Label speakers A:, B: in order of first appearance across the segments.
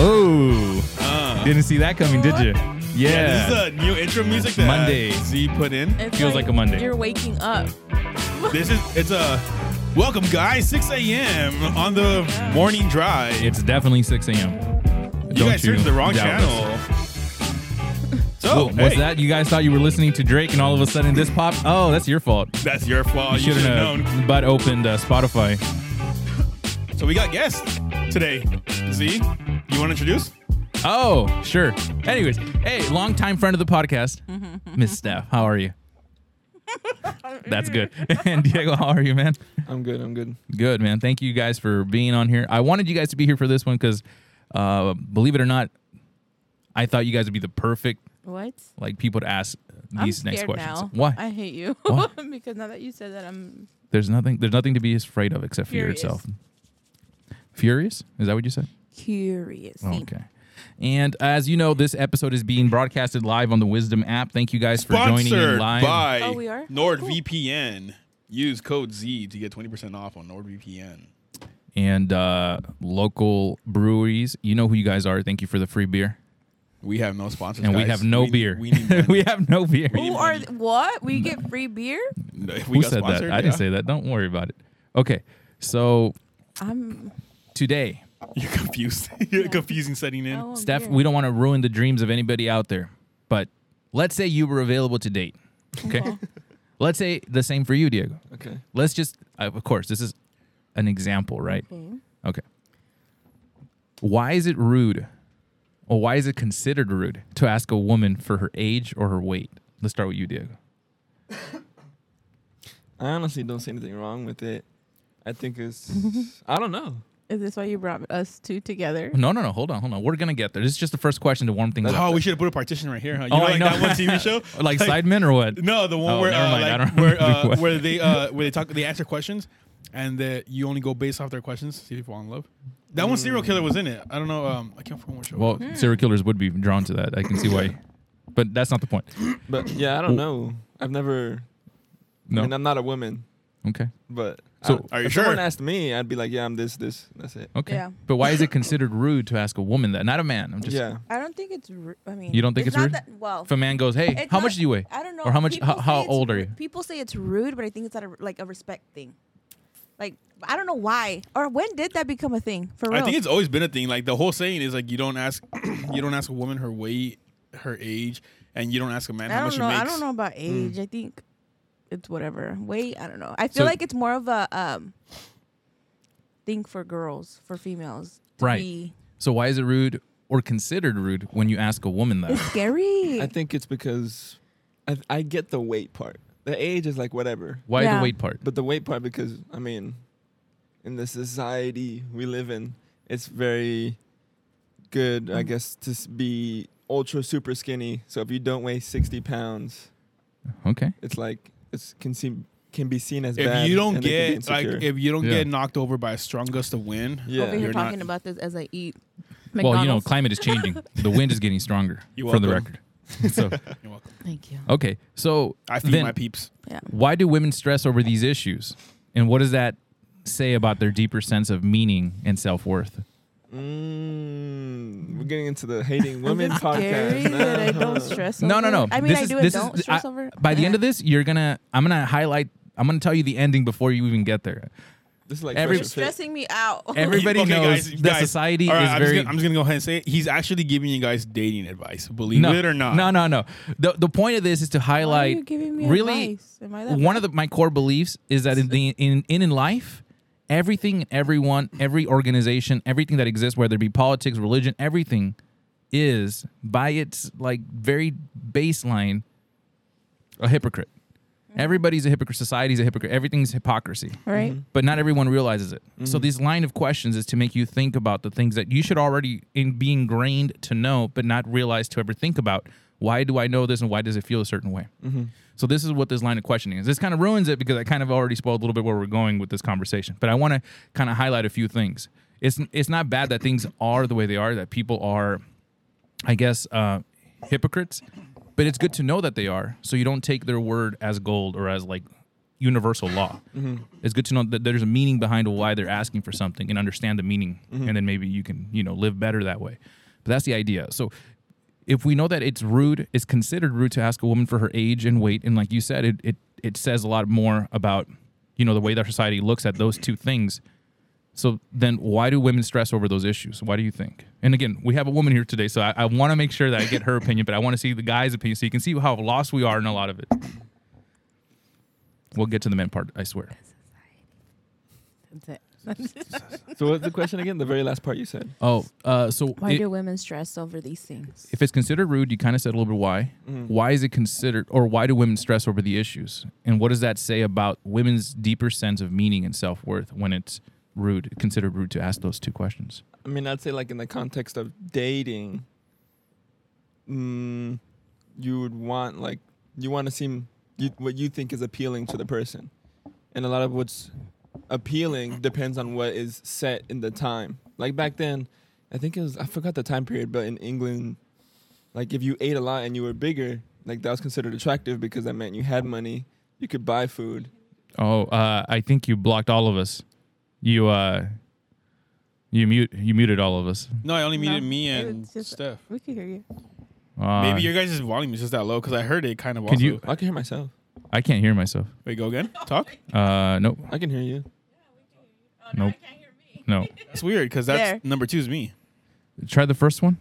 A: Oh,
B: Uh,
A: didn't see that coming, did you?
B: yeah,
A: Yeah.
B: this is a new intro music that
A: Monday.
B: Z put in.
C: It's
A: Feels like a Monday.
C: You're waking up.
B: This is it's a welcome, guys. 6 a.m. on
C: Oh
B: the morning drive.
A: it's definitely 6 a.m.
B: you guys turned to the wrong channel. So
A: Oh, what's
B: hey,
A: that? You guys thought you were listening to Drake, and all of a sudden this popped. Oh, that's your fault.
B: That's your fault. Oh, You should have known.
A: butt opened uh, Spotify.
B: So we got guests today. Z, you want to introduce?
A: Oh, sure. Anyways, hey, longtime friend of the podcast, Miss Steph. How are you? That's good. and Diego, how are you, man?
D: I'm good. I'm good.
A: Good, man. Thank you guys for being on here. I wanted you guys to be here for this one because, uh, believe it or not, I thought you guys would be the perfect
C: What?
A: like people to ask
C: I'm
A: these
C: scared
A: next questions.
C: now.
A: Why?
C: I hate you.
A: Why?
C: because now that you said that, I'm.
A: there's nothing. There's nothing to be afraid of except fear
C: Furious.
A: itself. Furious? Is that what you said?
C: Curious.
A: Oh, okay. And as you know, this episode is being broadcasted live on the Wisdom app. Thank you guys for joining in
B: Sponsored
A: live.
B: by
C: Oh, we are?
B: NordVPN. Use code Z to get 20% off on NordVPN.
A: and uh, local breweries. You know who you guys are. Thank you for the free beer.
B: We have no sponsors,
A: And
B: guys.
A: we have no
B: we,
A: beer.
B: We, need money.
A: We have no beer. Mm.
C: Who are th- what? We get free beer?
B: If we
A: Who
B: got
A: said that?
B: sponsored,
A: I
B: yeah.
A: didn't say that. Don't worry about it. Okay. So
C: I'm.
A: today,
B: You're confused. You're confusing setting in.
C: Oh,
A: Steph,
C: beer.
A: we don't want to ruin the dreams of anybody out there, but let's say you were available to date. Okay.
C: Oh,
A: let's say the same for you, Diego.
D: Okay.
A: Let's just, uh, of course, this is an example, right?
C: Okay.
A: Okay. Why is it rude, or why is it considered rude to ask a woman for her age or her weight? Let's start with you, Diego.
D: I honestly don't see anything wrong with it. I think it's. I don't know.
C: Is this why you brought us two together?
A: No, no, no. Hold on, hold on. We're gonna get there. This is just the first question to warm things up.
B: Oh, we should have put a partition right here. Huh? You
A: Oh,
B: know,
A: I
B: like
A: know.
B: that one TV show,
A: Like, Sidemen or what?
B: No, the one
A: Oh,
B: where
A: never
B: uh,
A: mind. I
B: like,
A: don't
B: where
A: remember
B: uh,
A: what.
B: where they uh, where they talk they answer questions, and that you only go based off their questions. See if you fall in love. That one serial killer was in it. I don't know. Um, I can't remember what show. it
C: Hmm.
A: Well, serial killers would be drawn to that. I can see why, but that's not the point.
D: But yeah, I don't know. I've never. I mean,
A: No.
D: I'm not a woman,
A: Okay.
D: but.
A: So,
D: I,
B: are you
D: if someone
B: sure?
D: asked me, I'd be like, yeah, I'm this, this. That's it.
A: Okay.
C: Yeah.
A: But why is it considered rude to ask a woman that? Not a man. I'm just.
D: yeah.
C: I don't think it's. Ru- I mean,
A: You don't think it's
C: not
A: rude?
C: That, well,
A: If a man goes, "Hey,
C: it's
A: how
C: not-
A: much do you weigh?"
C: I don't know.
A: Or how much?
C: People
A: How,
C: say
A: how
C: it's
A: old are
C: ru-
A: you?
C: People say it's rude, but I think it's out of like a respect thing. Like I don't know why or when did that become a thing for
B: I
C: real?
B: think it's always been a thing. Like the whole saying is like you don't ask, you don't ask a woman her weight, her age, and you don't ask a man
C: I
B: how
C: don't
B: much
C: know.
B: he makes.
C: I don't know about
A: Hmm.
C: age. I think it's whatever. Wait, I don't know. I feel
A: So-
C: like it's more of a um thing for girls, for females. to
A: Right.
C: be-
A: So why is it rude or considered rude when you ask a woman that?
C: It's scary.
D: I think it's because I, I get the weight part. The age is like whatever.
A: Why
C: Yeah.
A: the weight part?
D: But the weight part, because, I mean, in the society we live in, it's very good,
B: Mm-hmm.
D: I guess, to s- be ultra super skinny. So if you don't weigh 60 pounds,
A: Okay.
D: it's like it's can seem can be seen as bad.
B: If you don't
D: and it can be
B: get like
D: insecure.
B: if you don't
A: Yeah.
B: get knocked over by a strong gust of wind,
D: yeah,
C: Over here
B: You're not-
C: talking about this as I eat.
A: Well, you know,
C: McDonald's.
A: climate is changing. the wind is getting stronger.
B: You're
A: for the
B: welcome.
A: record. So
B: you're welcome.
C: Thank you.
A: okay. So
B: I feed
A: then
B: my peeps.
A: why do women stress over these issues, and what does that say about their deeper sense of meaning and self worth?
D: mm, we're getting into the hating
C: Is it
D: women
C: scary
D: podcast.
C: that I
D: No.
C: don't stress.
A: No,
C: over
A: no, no.
C: it? I mean,
A: This
C: I
A: is-
C: do. and
A: this is-
C: don't stress
A: I-
C: over. it?
A: By the
C: Yeah.
A: end of this, you're gonna. I'm gonna highlight. I'm gonna tell you the ending before you even get there.
D: This is like
A: Every-
D: every
C: you're stressing me out.
A: Everybody
B: Okay,
A: knows
B: guys,
A: that
B: guys.
A: society
B: All right,
A: is
B: I'm
A: very.
B: Just gonna, I'm just gonna go ahead and say it. He's actually giving you guys dating advice, believe
A: no,
B: it or not.
A: No, no, no. The the point of this is to
C: Why are you
A: highlight
C: giving me
A: really
C: advice? Am I that
A: one of the my core beliefs is that in the in in, in life everything and everyone every organization everything that exists whether it be politics religion everything is by its like very baseline a hypocrite
C: Mm-hmm.
A: everybody's a hypocrite society's a hypocrite everything's hypocrisy
C: right?
A: but not everyone realizes it. So this line of questions is to make you think about the things that you should already in be ingrained to know, but not realize to ever think about. Why do I know this, and why does it feel a certain way? So this is what this line of questioning is. This kind of ruins it because I kind of already spoiled a little bit where we're going with this conversation. But I want to kind of highlight a few things. It's it's not bad that things are the way they are. That people are I guess, uh, hypocrites, but it's good to know that they are, so you don't take their word as gold or as like universal law. It's good to know that there's a meaning behind why they're asking for something and understand the meaning, and then maybe you can you know live better that way. But that's the idea. So if we know that it's rude, it's considered rude to ask a woman for her age and weight, and like you said, it it it says a lot more about you know the way that society looks at those two things. So then, why do women stress over those issues? Why do you think? And again, we have a woman here today, so I, I want to make sure that I get her opinion, but I want to see the guy's opinion so you can see how lost we are in a lot of it. We'll get to the men part, I swear.
E: That's it.
D: So what's the question again? The very last part you said.
A: Oh, uh, so
E: Why
A: it-
E: do women stress over these things?
A: if it's considered rude, you kind of said a little bit why. Why is it considered, or why do women stress over the issues? And what does that say about women's deeper sense of meaning and self worth when it's rude, considered rude to ask those two questions?
D: I mean, I'd say like in the context of dating, mm, you would want like you want to seem you, what you think is appealing to the person, and a lot of what's appealing depends on what is set in the time. Like back then, I think it was I forgot the time period, but in England, like if you ate a lot and you were bigger, like that was considered attractive because that meant you had money, you could buy food.
A: Oh, uh, I think you blocked all of us. You, uh, you mute, you muted all of us.
B: No, I only
C: No,
B: muted me
C: it
B: and
C: was just-
B: Steph.
C: We could hear you.
A: Uh,
B: Maybe your guys' volume is just that low because I heard it kind of.
A: Could
B: also.
A: you-
D: I can hear myself.
A: I can't hear myself.
B: Wait, go again. Talk.
A: Uh, nope,
D: I can hear you.
A: nope, no.
B: That's weird because that's
C: There.
B: number two is me.
A: Try the first one.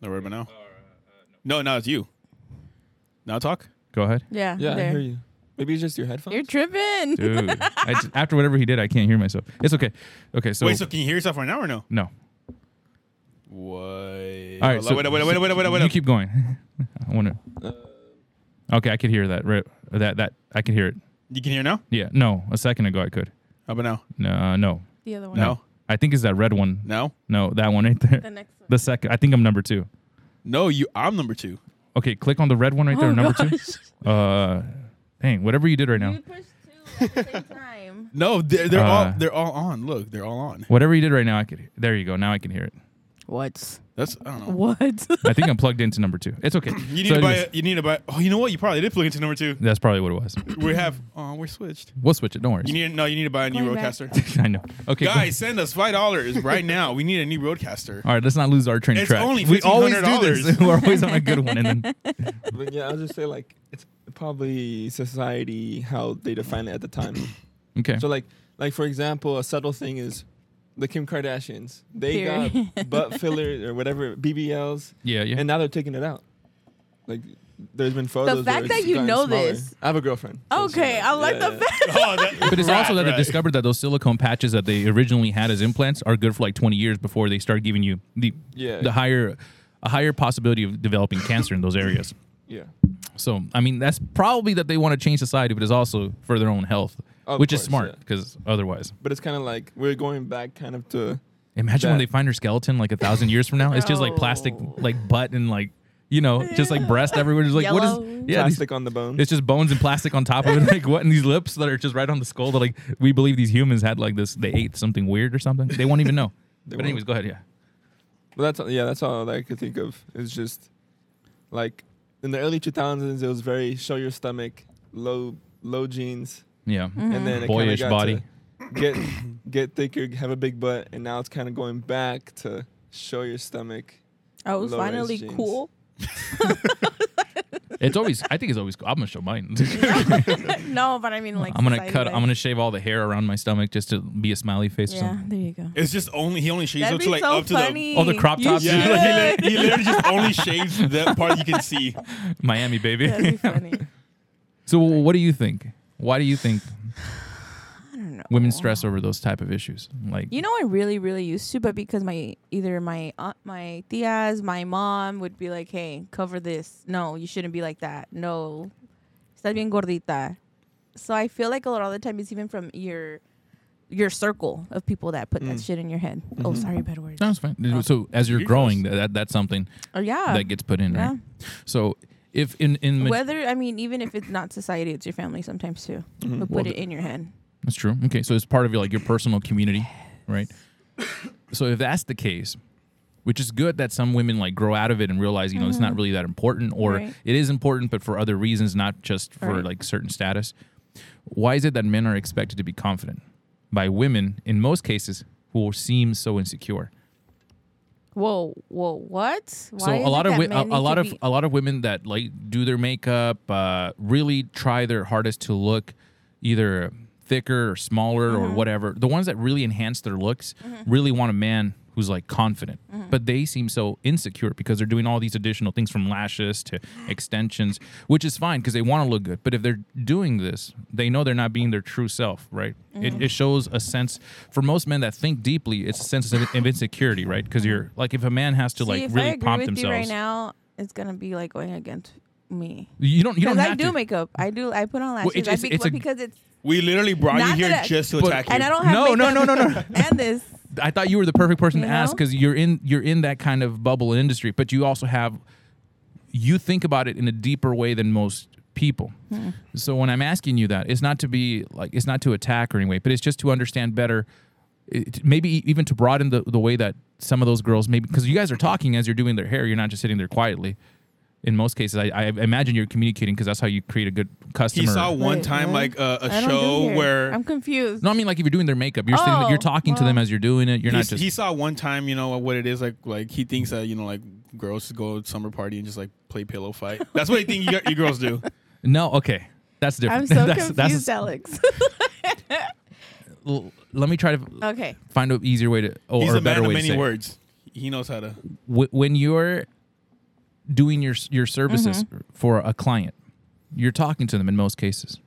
B: No, right now. No, now it's you. Now talk.
A: Go ahead,
C: Yeah.
D: Yeah, I
C: there.
D: hear you. Maybe it's just your headphones.
E: You're tripping.
A: dude. I just- after whatever he did, I can't hear myself. It's okay. Okay, so
B: Wait, so can you hear yourself right now or no?
A: no. All
B: What?
A: right. so-
B: wait, wait, wait, wait, wait, wait, wait.
A: You keep going. I want to. Okay, I could hear that. Right, that that I could hear it.
B: You can hear now?
A: Yeah. No, a second ago I could.
B: How about now?
A: No, uh, no,
E: The other one.
B: No.
A: I think it's that red one.
B: No.
A: No, that one right there.
E: The next one.
A: The second. I think I'm number two.
B: No, you. I'm number two.
A: Okay, click on the red one right there.
E: Oh,
A: Number
E: gosh.
A: two. Uh, dang, whatever you did right now.
E: You pushed two at the same time.
B: No, they're, they're
A: Uh,
B: all they're all on. Look, they're all on.
A: Whatever you did right now, I could. hear- There you go. Now I can hear it.
E: What?
B: That's I don't know.
E: What?
A: I think I'm plugged into number two. It's okay.
B: You need
A: So
B: to buy.
A: anyways,
B: A, you need to buy. Oh, you know what? You probably did plug into number two.
A: That's probably what it was.
B: We have. Oh, we're switched.
A: We'll switch it. Don't worry.
B: You need no. You need to buy a new
C: Going back.
B: roadcaster.
A: I know. Okay, go-
B: Guys, send us five dollars right now. We need a new roadcaster.
A: All right, let's not lose our train of
B: It's
A: track.
B: only
A: we always do
B: $1,500.
A: this. We're always on a good one, and then
D: But yeah, I'll just say like it's probably society how they define it at the time.
A: okay.
D: so like like for example, a subtle thing is the Kim Kardashians. They got
E: Period.
D: butt filler or whatever BBLs,
A: yeah, yeah.
D: and now they're taking it out. Like there's been photos. where
C: fact
D: it's
C: that you
D: gotten
C: know
D: smaller.
C: this.
D: I have a girlfriend. so it's
C: Okay,
D: like-
C: I like
D: yeah,
C: the
D: yeah.
C: fact.
B: Oh, that,
A: But it's also that
B: right,
A: they
B: right.
A: discovered that those silicone patches that they originally had as implants are good for like 20 years before they start giving you the
D: Yeah.
A: the higher a higher possibility of developing cancer in those areas.
D: Yeah.
A: So I mean that's probably that they want to change society, but it's also for their own health,
D: Of
A: which is
D: course,
A: smart
D: yeah.
A: because otherwise,
D: But it's kind of like we're going back kind of to
A: imagine when
D: That-
A: they find her skeleton like a thousand years from now, it's just like plastic,
E: No.
A: like butt and like you know, just like breast everywhere. Just like what
E: Yellow.
A: is yeah. these-
D: plastic on the bone.
A: it's just bones and plastic on top of it. Like what? And these lips that are just right on the skull. That like we believe these humans had like this. They ate something weird or something. They won't even know. but
D: won't.
A: anyways, go ahead. Yeah.
D: Well, that's all- yeah, that's all that I could think of. It's just like in the early 2000s, it was very show your stomach, low low jeans,
A: Yeah.
D: and then it kinda
A: Boyish
D: got
A: body.
D: to get get thicker, have a big butt, and now it's kind of going back to show your stomach.
C: I was
D: Low-rise
C: finally
D: jeans.
C: cool.
A: It's always. I think it's always. I'm gonna show mine.
C: no, but I mean like.
A: I'm gonna
C: society,
A: cut.
C: like-
A: I'm gonna shave all the hair around my stomach just to be a smiley face. Or
E: yeah,
A: something.
E: there you go.
B: It's just only he only shaves
C: That'd
B: up
C: be
B: to like
C: so
B: up to
C: funny.
A: Oh, the crop
C: You
A: top,
B: the. Yeah,
A: dude.
B: like,
C: should.
B: he, li- he literally just only shaves that part you can see.
A: Miami baby.
E: That'd be funny.
A: so what do you think? Why do you think
C: I don't know.
A: women stress over those type of issues? Like
C: You know, I really, really used to, but because my either my aunt, my tias, my mom would be like, "Hey, cover this. No, you shouldn't be like that. No, estás bien gordita." So I feel like a lot of the time it's even from your your circle of people that put that shit in your head. Oh, sorry, bad words.
A: Mm. Mm-hmm. No, it's fine. So as you're
B: Jesus.
A: growing, that that's something
C: Oh yeah,
A: that gets put in,
C: yeah.
A: right? So if in in ma-
C: Whether I mean, even if it's not society, it's your family sometimes too.
A: Mm-hmm.
C: But put it in your head.
A: That's true. Okay, so it's part of your like your personal community, right? so if that's the case, which is good that some women like grow out of it and realize you know it's not really that important, or
C: Mm-hmm. Right.
A: it is important but for other reasons, not just for
C: Right.
A: like certain status. Why is it that men are expected to be confident by women in most cases who seem so insecure?
C: Whoa, whoa, what? Why
A: so
C: is
A: a
C: it
A: lot of
C: that
A: wi-
C: men need
A: a, a lot
C: to
A: of
C: be-
A: a lot of women that like do their makeup, uh, really try their hardest to look either thicker or smaller or
C: Mm-hmm.
A: whatever. The ones that really enhance their looks really want a man who's like confident,
C: Mm-hmm.
A: but they seem so insecure because they're doing all these additional things from lashes to extensions, which is fine because they want to look good. But if they're doing this, they know they're not being their true self, right?
C: Mm-hmm.
A: It, it shows a sense for most men that think deeply. It's a sense of, of insecurity, right? Because you're like if a man has to
C: Mm-hmm. See,
A: like
C: if I
A: really
C: agree
A: pump
C: with
A: themselves.
C: you right now, it's gonna be like going against me.
A: You don't. You
C: Because
A: don't
C: I
A: have
C: do
A: to.
C: makeup. I do. I put on lashes.
A: Well, it's-
C: I
A: it's-
C: be,
A: it's a-
C: because it's
F: We literally brought
C: Not
F: you here
C: that I-
F: just to
A: But-
F: attack you.
C: and I don't have
A: No, no,
C: makeup
A: no, no, no.
C: and this.
A: I thought you were the perfect person
C: You
A: to ask
C: know?
A: because you're in you're in that kind of bubble and industry, but you also have you think about it in a deeper way than most people.
C: Hmm.
A: So when I'm asking you that, it's not to be like it's not to attack or anyway, but it's just to understand better. It, maybe e, even to broaden the, the way that some of those girls maybe because you guys are talking as you're doing their hair, you're not just sitting there quietly. In most cases, I, I imagine you're communicating because that's how you create a good customer.
F: He saw one
C: Wait,
F: time
C: what?
F: like a,
C: I
F: a
C: don't do
F: show
C: hair.
F: where
C: I'm confused.
A: no, I mean like if you're doing their makeup, you're sitting,
C: Oh,
A: you're talking to them
C: well.
A: as you're doing it. You're
F: He
A: not
F: s-
A: just
F: he saw one time, you know what it is like. Like he thinks that you know, like girls go to summer party and just like play pillow fight. That's what he think you, you girls do.
A: No, okay. That's different.
C: I'm so
A: that's,
C: confused,
A: that's-
C: Alex.
A: l- let me try to
C: okay.
A: find an easier way to, or,
F: He's
A: or
F: a
A: a better
F: man of
A: way to say.
F: many
A: it.
F: words. He knows how to.
A: Wh- When you're doing your s- your services
C: Mm-hmm.
A: for a client, you're talking to them in most cases,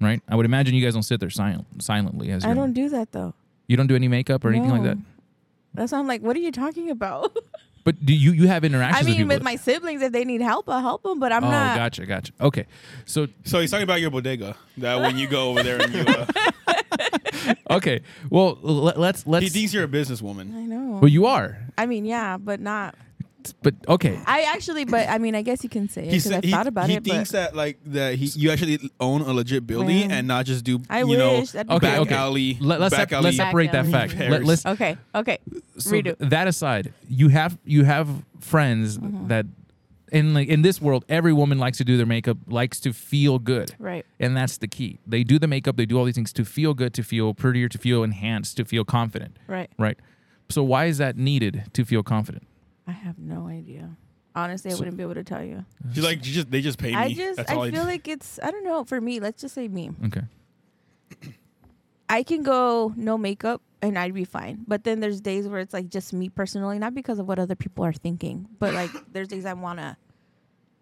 A: right? I would imagine you guys don't sit there silent, silently as
C: I
A: you're-
C: don't do that though.
A: you don't do any makeup or anything like
C: No.
A: that.
C: That's why I'm like, what are you talking about?
A: But do you you have
C: I
A: interactions? with,
C: mean, with
A: people
C: my siblings, if they need help, I'll help them. But I'm
A: that- oh,
C: not.
A: gotcha, gotcha. Okay, so
F: So he's talking about your bodega. That when you go over there and you, uh,
A: okay, well let, let's
F: he
A: let's.
F: thinks you're a businesswoman.
C: I know.
A: Well, you are,
C: I mean, yeah, but not.
A: but okay.
C: I actually, but I mean, I guess you can say it
F: He's,
C: because I
F: he,
C: thought about
F: he
C: it.
F: thinks
C: But
F: that like that he you actually own a legit building
C: Man.
F: and not just do
C: I
F: you
C: wish.
F: know
C: That'd be
F: back
A: Okay, okay.
F: alley.
A: Let, let's
F: back
A: sep-
F: alley.
A: let's separate that
C: Back
A: fact.
F: alley
A: Let, let's
C: okay, okay,
A: so
C: redo.
A: th- that aside, you have you have friends
C: Mm-hmm.
A: that in like in this world, every woman likes to do their makeup, likes to feel good,
C: right.
A: and that's the key. They do the makeup, they do all these things to feel good, to feel prettier, to feel enhanced, to feel confident,
C: Right.
A: right? So why is that needed to feel confident?
C: I have no idea. Honestly, I wouldn't be able to tell you.
F: She's like you just they just pay me.
C: I just,
F: That's all
C: I feel
F: do.
C: like it's, I don't know. For me, let's just say me.
A: Okay,
C: I can go no makeup and I'd be fine. But then there's days where it's like just me personally, not because of what other people are thinking, but like there's days I wanna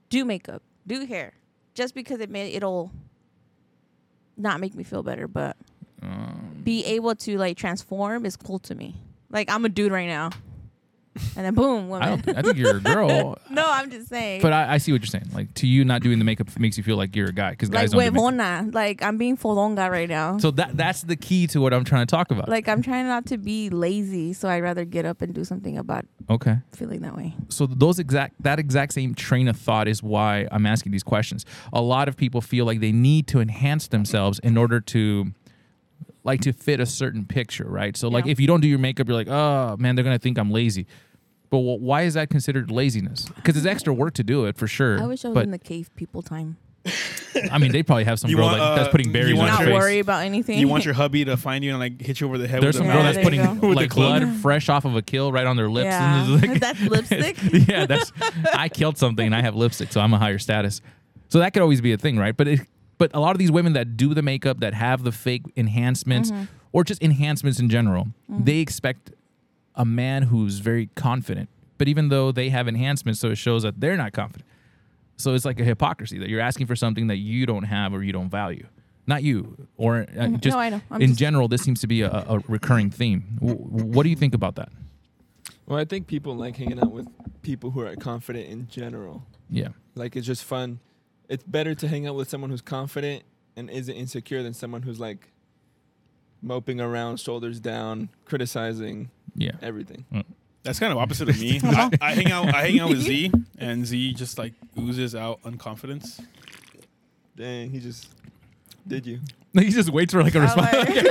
C: do makeup, do hair, just because it may it'll not make me feel better, but
A: Um,
C: be able to like transform is cool to me. Like I'm a dude right now, and then boom,
A: I
C: woman.
A: don't. Think, I think you're a girl,
C: no, I'm just saying.
A: but I, I see what you're saying. Like to you, not doing the makeup makes you feel like you're a guy because
C: like
A: guys don't. Do makeup.
C: huevona, like I'm being fodonga right now.
A: So that that's the key to what I'm trying to talk about.
C: like I'm trying not to be lazy, so I'd rather get up and do something about
A: okay.
C: feeling that way.
A: so those exact that exact same train of thought is why I'm asking these questions. A lot of people feel like they need to enhance themselves in order to like to fit a certain picture, right? So like
C: Yeah.
A: if you don't do your makeup, you're like, "Oh, man, they're going to think I'm lazy." But wh- why is that considered laziness? Cuz it's extra work to do it for sure.
C: I wish I was
A: but
C: in the cave people time.
A: I mean, they probably have some
F: You
A: girl
F: want,
A: that- that's
F: uh,
A: putting
F: you
A: berries on
F: want
A: her
C: Not
F: your-
A: face.
C: worry about anything.
F: you want your hubby to find you and like hit you over the head
A: There's
F: with
A: some
F: a
A: girl
C: Yeah,
A: that's
C: there you
A: putting
C: go.
F: With the
A: like
F: club.
A: blood fresh off of a kill right on their lips.
C: yeah.
A: And it's like,
C: that's lipstick.
A: yeah, that's I killed something and I have lipstick, so I'm a higher status. So that could always be a thing, right? But it, but a lot of these women that do the makeup that have the fake enhancements
C: Mm-hmm.
A: or just enhancements in general, they expect a man who's very confident. But even though they have enhancements, so it shows that they're not confident. So it's like a hypocrisy that you're asking for something that you don't have or you don't value. Not you, or uh, just
C: Mm-hmm. I know. I'm
A: in
C: just-
A: general, this seems to be a, a recurring theme. W- what do you think about that?
D: Well, I think people like hanging out with people who are confident in general.
A: Yeah.
D: Like it's just fun. It's better to hang out with someone who's confident and isn't insecure than someone who's like moping around, shoulders down, criticizing
A: Yeah.
D: everything.
F: That's kind of opposite of me. I, I hang out. I hang out with Z, and Z just like oozes out unconfidence.
D: Dang, he just did you.
A: He just waits for like a
C: I'm
A: response.
C: like, me too.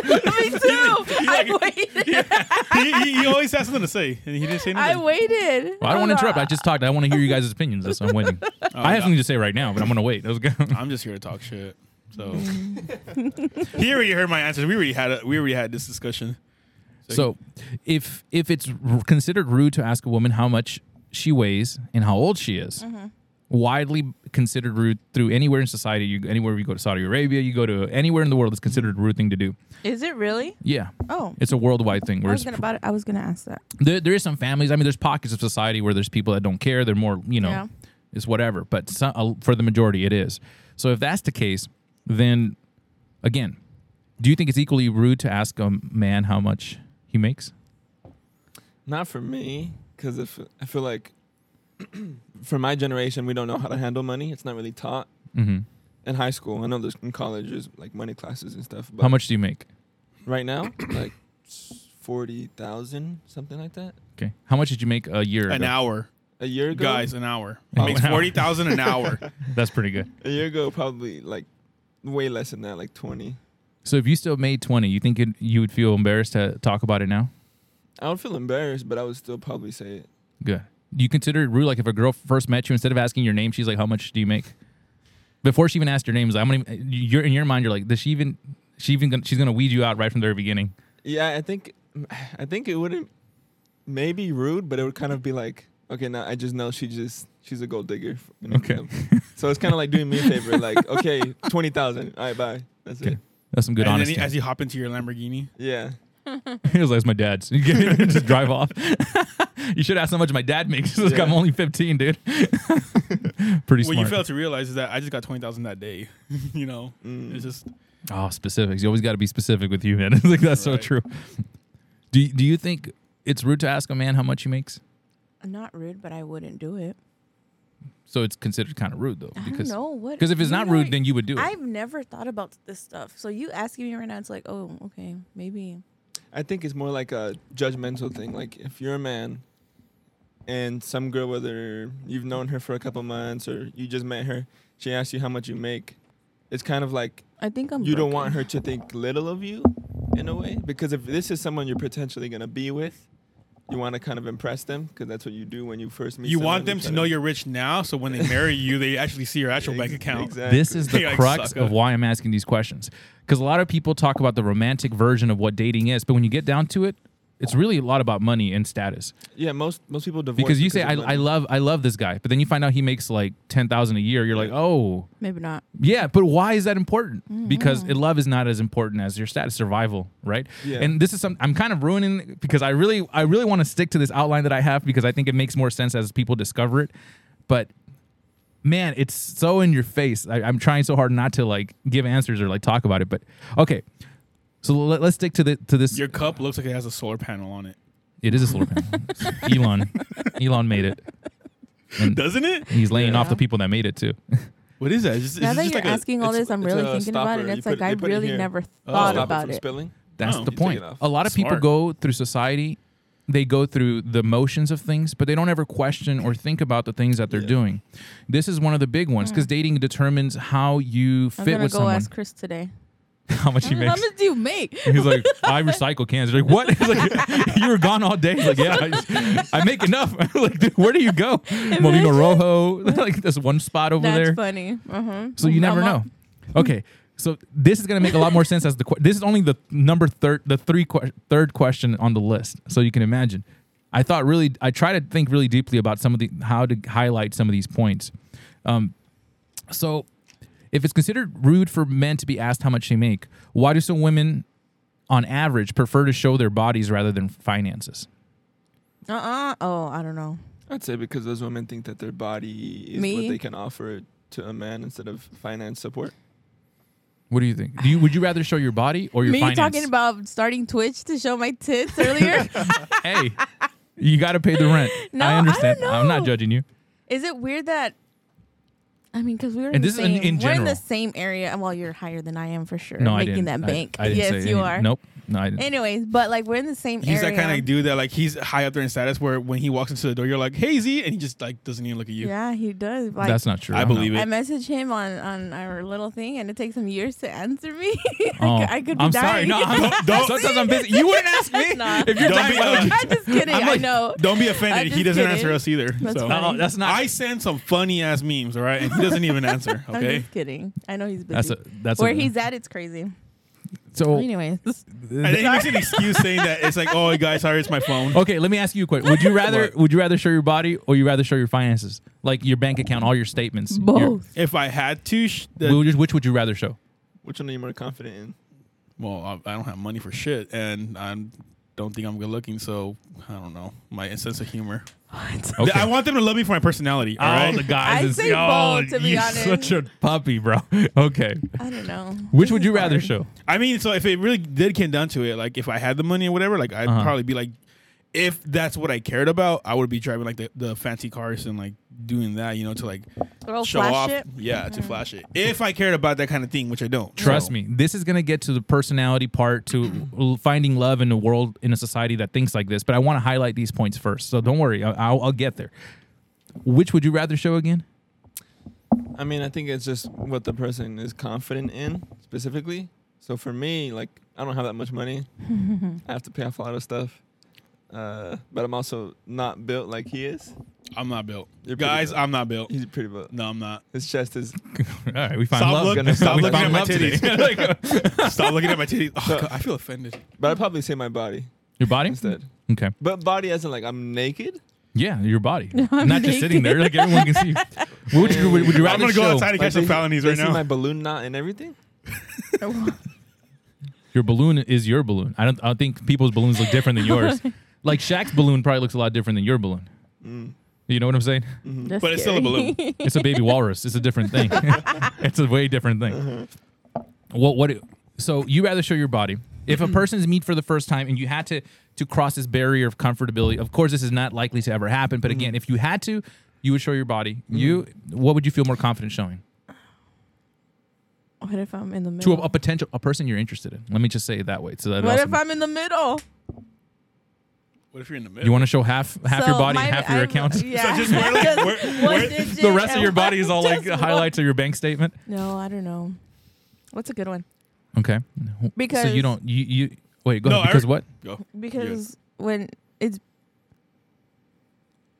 C: I waited.
F: he, he, he always has something to say, and he didn't say
C: I
F: anything.
C: waited.
A: Well, I don't want to
C: I'm
A: interrupt. I
C: like,
A: just talked. I want to hear you guys' opinions. That's why I'm waiting.
F: Oh,
A: I have
F: yeah.
A: something to say right now, but I'm going to wait. Let's go.
F: I'm just here to talk shit. So he already heard my answers. We already had a, we already had this discussion.
A: So, if if it's r- considered rude to ask a woman how much she weighs and how old she is,
C: Mm-hmm.
A: widely considered rude through anywhere in society. You anywhere you go to Saudi Arabia, you go to anywhere in the world, it's considered a rude thing to do.
C: Is it really?
A: Yeah,
C: Oh,
A: it's a worldwide thing.
C: I
A: Where
C: was
A: it's,
C: gonna about it. I was gonna ask that.
A: there, there is some families. I mean, there's pockets of society where there's people that don't care. They're more, you know,
C: Yeah.
A: it's whatever. But some, uh, for the majority, it is. So if that's the case, then again, do you think it's equally rude to ask a man how much he makes?
D: Not for me, because if I feel like for my generation, we don't know how to handle money. It's not really taught
A: Mm-hmm.
D: in high school. I know there's in college there's like money classes and stuff. But
A: How much do you make?
D: right now? like forty thousand, something like that.
A: Okay. How much did you make a year
F: An
A: ago?
F: hour,
D: A year ago,
F: guys, an hour.
A: Oh,
F: He makes
A: wow.
F: forty thousand an hour.
A: That's pretty good.
D: A year ago, probably like way less than that, like twenty.
A: So if you still made 20, you think it, you would feel embarrassed to talk about it now?
D: I would feel embarrassed, but I would still probably say it.
A: Good. Do you consider it rude? Like if a girl first met you, instead of asking your name, she's like, how much do you make? Before she even asked your name, it's like, I'm gonna, even- you're in your mind, you're like, does she even, she even, gonna, she's going to weed you out right from the very beginning.
D: Yeah, I think, I think it wouldn't maybe rude, but it would kind of be like, okay, now I just know she just she's a gold digger. you know,
A: Okay.
D: kind of. so it's kind of like doing me a favor, like okay, twenty thousand. All right, bye. That's
A: Okay.
D: it.
A: That's some good
F: and
A: honesty.
F: then he, as you hop into your Lamborghini,
D: Yeah.
A: he was like, it's my dad's. You get it? just drive off. you should ask how much my dad makes. It's like,
D: Yeah.
A: I'm only 15, dude. pretty
F: what
A: smart.
F: you fail to realize is that I just got twenty thousand that day. you know,
D: Mm.
F: it's just
A: Oh, specifics. You always got to be specific with you, man. It's like that's so
F: Right.
A: true. Do Do you think it's rude to ask a man how much he makes?
C: Not rude, but I wouldn't do it.
A: So it's considered kind of rude though,
C: I don't
A: because
C: know what.
A: because if it's
C: you
A: not
C: know,
A: rude, then you would do it.
C: I've never thought about this stuff. So you asking me right now, it's like, oh, okay, maybe.
D: I think it's more like a judgmental thing. Like if you're a man and some girl, whether you've known her for a couple months or you just met her, she asks you how much you make. It's kind of like
C: I think I'm.
D: you don't
C: broken.
D: want her to think little of you in a way because if this is someone you're potentially going to be with, you want to kind of impress them because that's what you do when you first meet
F: you
D: someone,
F: want them to
D: try
F: know you're rich now, so when they marry you, they actually see your actual bank
D: Ex-
F: account.
D: Exactly.
A: this is the
F: Like,
A: crux
F: sucker.
A: of why I'm asking these questions, because a lot of people talk about the romantic version of what dating is, but when you get down to it, it's really a lot about money and status.
D: Yeah, most most people divorce
A: Because you say I,
D: of
A: I
D: money.
A: love I love this guy, but then you find out he makes like ten thousand a year. You're like, oh,
C: Maybe not.
A: Yeah, but why is that important? Because love is not as important as your status survival, right?
D: Yeah.
A: And this is some I'm kind of ruining because I really I really want to stick to this outline that I have because I think it makes more sense as people discover it. But man, it's so in your face. I, I'm trying so hard not to like give answers or like talk about it. But okay, so let, us stick to the to this.
F: Your cup looks like it has a solar panel on it,
A: it is a solar panel. Elon, Elon made it. And
F: doesn't it?
A: he's laying off
C: Yeah.
A: the people that made it too.
F: What is that? It's just- it's
C: Now that
F: just
C: you're
F: like a-
C: asking all
D: it's-
C: this, I'm
D: it's
C: really
D: a
C: thinking about
D: stopper.
C: it, and
D: You
C: it's
D: put it-
C: like I
D: you put it
C: really
D: here. Oh,
C: never
D: Stop
C: thought about
D: from
C: it.
D: spilling.
A: That's
F: Oh.
A: the
D: You take
A: point.
D: it off.
A: A lot of people
F: Smart.
A: go through society, they go through the motions of things, but they don't ever question or think about the things that they're
D: Yeah.
A: doing. This is one of the big ones because dating determines how you
C: Hmm. I'm
A: fit
C: gonna
A: with
C: go
A: someone,
C: ask Chris today.
A: how much he
C: How
A: makes.
C: much do you make?
A: He's like, I recycle cans. They're like, what? He's like, you were gone all day. He's like, yeah, I, just- I make enough. I'm like, dude, where do you go? Molino Rojo. like, there's one spot over
C: That's
A: there.
C: funny. Uh-huh.
A: So you never
C: I'm
A: know.
C: up.
A: Okay, so this is gonna make a lot more sense as the que- this is only the number third the three que- third question on the list. So you can imagine. I thought really I try to think really deeply about some of the how to highlight some of these points. Um, so if it's considered rude for men to be asked how much they make, why do some women on average prefer to show their bodies rather than finances?
C: Uh-uh. Oh, I don't know.
D: I'd say because those women think that their body is
C: Me?
D: what they can offer to a man instead of finance support.
A: What do you think? Do you would you rather show your body or your
C: Me
A: finances?
C: talking about starting Twitch to show my tits earlier.
A: hey, you got to pay the rent.
C: No,
A: I
C: I
A: understand.
C: don't
A: I'm not
C: know.
A: judging you.
C: Is it weird that? I mean, because we were in
A: And
C: the
A: this is in-
C: same,
A: in
C: we're in
A: general.
C: the same area. Well, you're higher than I am for sure.
A: No,
C: making
A: I didn't.
C: that
A: I-
C: bank.
A: I, didn't
C: yes,
A: say
C: you
A: any-
C: are.
A: Nope. No, I didn't.
C: Anyways, but like we're in the same
F: He's
C: area.
F: that kind of dude that like he's high up there in status where when he walks into the door, you're like, "Hey Z," and he just like doesn't even look at you.
C: Yeah, he does. Like,
A: That's not true.
F: I
A: I'm not-
F: believe
C: I
F: it.
C: message him on on our little thing, and it takes him years to answer me. I
A: Oh,
C: could- I could be
A: I'm sorry.
C: dying.
A: No, I'm, don't, sometimes I'm busy. You wouldn't ask me
C: Nah.
A: if you're
F: Don't
A: dying.
F: be-
A: why would you?
C: I'm just kidding.
A: I'm
C: I
A: like,
C: know.
F: Don't be
C: I'm
F: offended. He
C: just
F: doesn't
C: kidding.
F: answer us either.
C: That's
F: so
C: fine.
A: No, that's not.
F: I send some funny ass memes, all right, and
B: He doesn't even answer.
C: I'm
B: Okay.
C: just kidding. I know he's busy.
A: That's a that's
C: Where
A: a,
C: he's at, it's crazy.
A: so.
C: Anyways,
B: And then he makes an excuse saying that it's like, oh, guys, sorry, it's my phone.
A: Okay, let me ask you a question. Would you rather
B: What?
A: would you rather show your body or you rather show your finances, like your bank account, all your statements? Your-
C: both.
B: If I had to, sh- the-
A: Which, which would you rather show?
D: Which one are you more confident in?
B: well, I, I don't have money for shit, and I don't think I'm good looking. So I don't know my sense of humor.
A: Okay.
B: I want them to love me for my personality. All right.
A: the guys.
C: I'd
A: is- "Oh,
C: say both, to be
A: you're
C: honest.
A: such a puppy, bro. Okay.
C: I don't know.
A: Which
C: This
A: would
C: is
A: you rather
C: hard.
A: show?
B: I mean, so if it really did come down to it, like if I had the money or whatever, like I'd
A: Uh-huh.
B: probably be like, if that's what I cared about, I would be driving like the, the fancy cars and like doing that, you know, to like
C: Little
B: show
C: flash
B: off.
C: it.
B: Yeah, to flash it. If I cared about that kind of thing, which I don't.
A: Trust
B: So,
A: me, this is gonna get to the personality part, to l- finding love in a world in a society that thinks like this. But I want to highlight these points first, so don't worry, I- I'll, I'll get there. Which would you rather show again?
D: I mean, I think it's just what the person is confident in specifically. So for me, like, I don't have that much money. I have to pay off a lot of stuff. Uh, but I'm also not built like he is.
B: I'm not built.
D: You're pretty
B: Guys,
D: built.
B: I'm not built.
D: He's pretty built.
B: No, I'm not.
D: His chest is.
A: all right, we found
B: Stop,
A: love.
B: look,
D: Gonna-
B: stop
D: we
B: looking at
D: found
B: my
D: love
B: titties. stop looking at my titties. Oh, God, I feel offended.
D: But I'd probably say my body
A: Your body
D: instead.
A: Okay.
D: But body as in, like, I'm naked.
A: Yeah, your body. Not just sitting there, like everyone can see. What would you, would, would you rather
B: I'm gonna go
A: show?
B: outside and
D: Like,
B: catch some
D: they-
B: felonies
D: they
B: right
D: see
B: now.
D: my balloon knot and everything.
A: Your balloon is your balloon. I don't. I don't think people's balloons look different than yours. like Shaq's balloon probably looks a lot different than your balloon.
B: Mm.
A: You know what I'm saying?
C: That's
B: But it's still a
C: scary.
B: balloon.
A: It's a baby walrus. It's a different thing. it's a way different thing.
C: Mm-hmm.
A: What? What? So you rather show your body? If a person's meet for the first time and you had to to cross this barrier of comfortability, of course this is not likely to ever happen. But
C: Mm-hmm.
A: again, if you had to, you would show your body. You, what would you feel more confident showing
C: What if I'm in the
A: to
C: middle?
A: a, a potential a person you're interested in? Let me just say it that way. uh, So that
C: what
A: also-
C: if I'm in the middle?
B: What if you're in the middle?
A: you want to show half half your
C: So
A: body
C: mine-
A: and half your
C: I'm-
A: account?
C: Yeah.
B: just wear, like,
C: Just
B: wear-
C: one
B: wear-
C: digit
A: the rest of
C: and
A: your body is all like
C: just one.
A: highlights of your bank statement.
C: No, I don't know. What's a good one?
A: Okay. so
C: Because-
A: you don't you you wait go
B: No,
A: ahead,
B: I
A: because
B: re-
A: what?
B: Go.
C: Because when it's,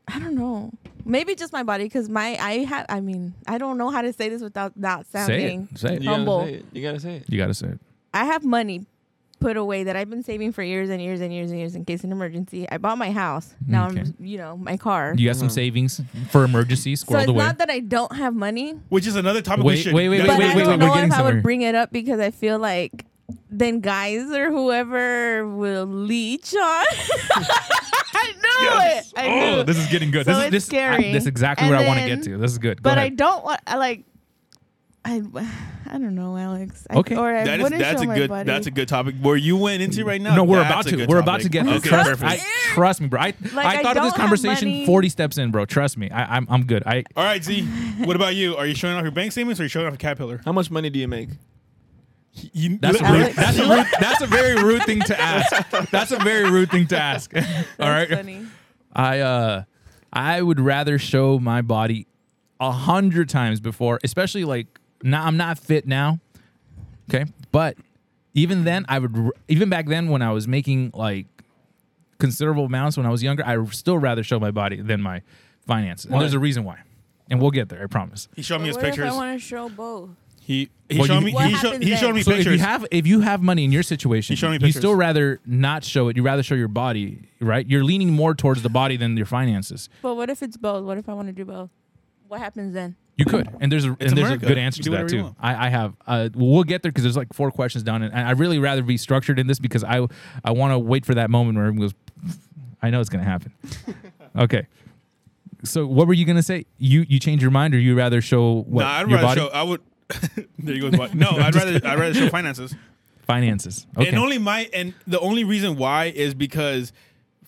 C: I don't know. Maybe just my body, because my I have. I mean, I don't know how to say this without not
A: Say
C: sounding.
A: it. Say it.
D: You gotta
C: Humble.
D: say it. You gotta say it.
A: You gotta say it.
C: I have money put away that I've been saving for years and years and years and years in case of an emergency. I bought my house. Now
A: Okay.
C: I'm, you know, my car.
A: You got some savings for emergencies
C: so
A: squirreled
C: it's
A: away.
C: not that I don't have money,
B: Which is another topic
A: Wait,
B: we should.
A: wait, wait,
C: but I
A: wait,
C: don't
A: wait, we're
C: know
A: getting
C: if I
A: somewhere.
C: would bring it up because I feel like then guys or whoever will leech on. I knew
B: Yes.
C: it. I knew.
A: Oh, this is getting good.
C: So
A: this is
C: it's
A: this,
C: scary.
A: I, this is exactly
C: And
A: what I want to
C: then-
A: get to. This is good. Go
C: but I
A: ahead.
C: don't want. I like. I I don't know, Alex. I,
A: Okay.
C: Or I
B: That is
C: wouldn't
B: that's
C: show
B: a
C: my
B: good
C: body.
B: that's a good topic where you went into right now.
A: no, we're
B: that's
A: about
B: a
A: to. We're
B: good
A: about
B: topic.
A: to get there.
B: Okay,
A: Trust,
B: perfect.
A: I, trust me, bro. I, I
C: I
A: thought of this
C: don't have
A: conversation
C: money.
A: 40 steps in, bro. Trust me. I, I'm, I'm good. I
B: All right, Z. What about you? Are you showing off your bank statements or are you showing off a caterpillar?
D: How much money do you make?
B: You,
A: That's a,
C: Alex.
A: rude, that's, a rude, that's a very rude thing to ask. That's a very rude thing to ask. All right.
C: Funny.
A: I uh I would rather show my body a hundred times before, especially like now I'm not fit now. Okay. But even then I would r- even back then when I was making like considerable amounts when I was younger, I would still rather show my body than my finances. And there's a reason why. And we'll get there, I promise.
B: he showed me his
E: what if I
B: pictures.
E: want to show both?
B: He he
A: Well,
B: showed
A: you-
B: me
A: What
B: he, show,
E: happens
B: he showed
E: then?
B: me
A: So if
B: pictures.
A: you have if you have money in your situation,
B: You show me
A: you
B: pictures.
A: still rather not show it. You rather show your body, right? You're leaning more towards the body than your finances.
C: But what if it's both? What if I want to do both? What happens then?
A: You could, and there's a, and there's a
B: America.
A: good answer
B: You
A: to
B: do
A: that
B: whatever you
A: too.
B: want.
A: I, I have. Uh, well, we'll get there because there's like four questions down, and I I really rather be structured in this because I I want to wait for that moment where everyone goes, I know it's gonna happen. okay. So what were you gonna say? You you change your mind, or you rather show what
B: no, I'd
A: your
B: rather
A: body
B: show. I would. there you go. Dwight. No, I'd rather I'd rather show finances.
A: finances? Okay.
B: And only my and the only reason why is because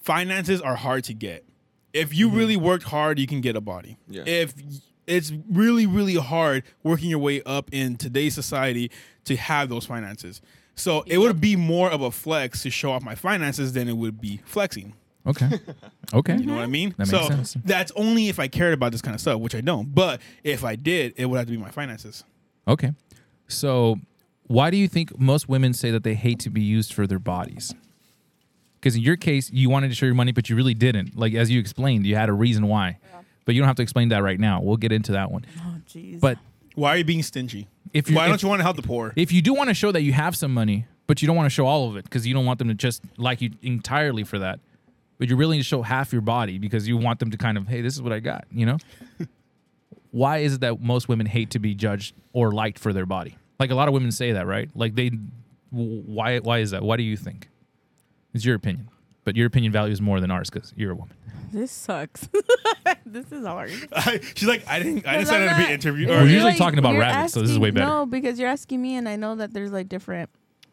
B: finances are hard to get. If
A: Mm-hmm.
B: you really worked hard, you can get a body.
D: Yeah.
B: If y- it's really really hard working your way up in today's society to have those finances. So it would be more of a flex to show off my finances than it would be flexing.
A: okay. Okay.
B: You know what I mean?
A: That makes
B: so
A: sense.
B: that's only if I cared about this kind of stuff, which I don't. But if I did, it would have to be my finances.
A: Okay. So, why do you think most women say that they hate to be used for their bodies? Because in your case, you wanted to show your money, but you
C: Oh,
A: really didn't. Like as you explained, you had a reason why, but you don't have to explain that right now. We'll get into that one.
E: jeez.
A: But
B: Why are you being stingy?
A: if you
B: Why
A: if,
B: don't you want to help the poor?
A: if you do want to show that you have some money, but you don't want to show all of it because you don't want them to just like you entirely for that, but you're willing to show half your body because you want them to kind of, hey, this is what I got, you know? Why is it that most women hate to be judged or liked for their body? Like a lot of women say that, right? Like they, w- why? Why is that? Why do you think? It's your opinion, but your opinion values more than ours because you're a woman.
E: this sucks. this is hard.
B: She's like, I didn't. I didn't
C: Because
B: sign
C: I'm
B: up to be
C: not-
B: interviewed.
A: We're
B: Or-
A: usually talking about rabbits, so this is way better.
C: No, because you're asking me, and I know that there's like different.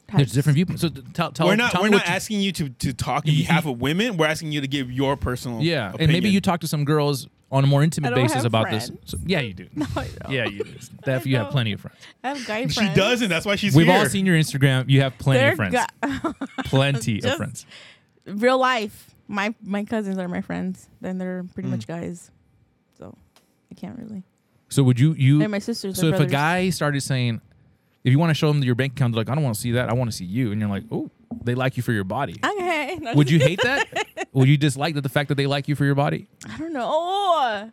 A: There's
C: types.
A: different viewpoints. So t- tell, tell,
B: we're not.
A: tell
B: We're
A: me
B: not
A: what you-
B: asking you to to talk on
A: You-
B: behalf of women. We're asking you to give your personal.
A: Yeah,
B: opinion.
A: and maybe you talk to some girls on a more
C: I
A: intimate
C: don't
A: basis
C: have
A: about this.
C: friends.
A: So, yeah, you do.
C: I don't.
A: Yeah, you do. Def, you have
C: don't.
A: plenty of friends.
C: I have guy
B: She
C: friends.
B: doesn't. That's why she's
A: We've
B: here.
A: all seen your Instagram. You have plenty
C: They're
A: of friends.
C: gu-
A: plenty of
C: Just-
A: friends.
C: real life. My my cousins are my friends. Then they're
A: Hmm.
C: pretty much guys, so I can't really.
A: So would you you?
C: They're my sisters.
A: so
C: they're
A: if a
C: brothers.
A: guy started saying, if you want to show them your bank account, they're like, I don't want to see that. I want to see you, and you're like, oh, they like you for your body.
C: okay, No,
A: Would you hate that? Would you dislike that the fact that they like you for your body?
C: I don't know.
D: Do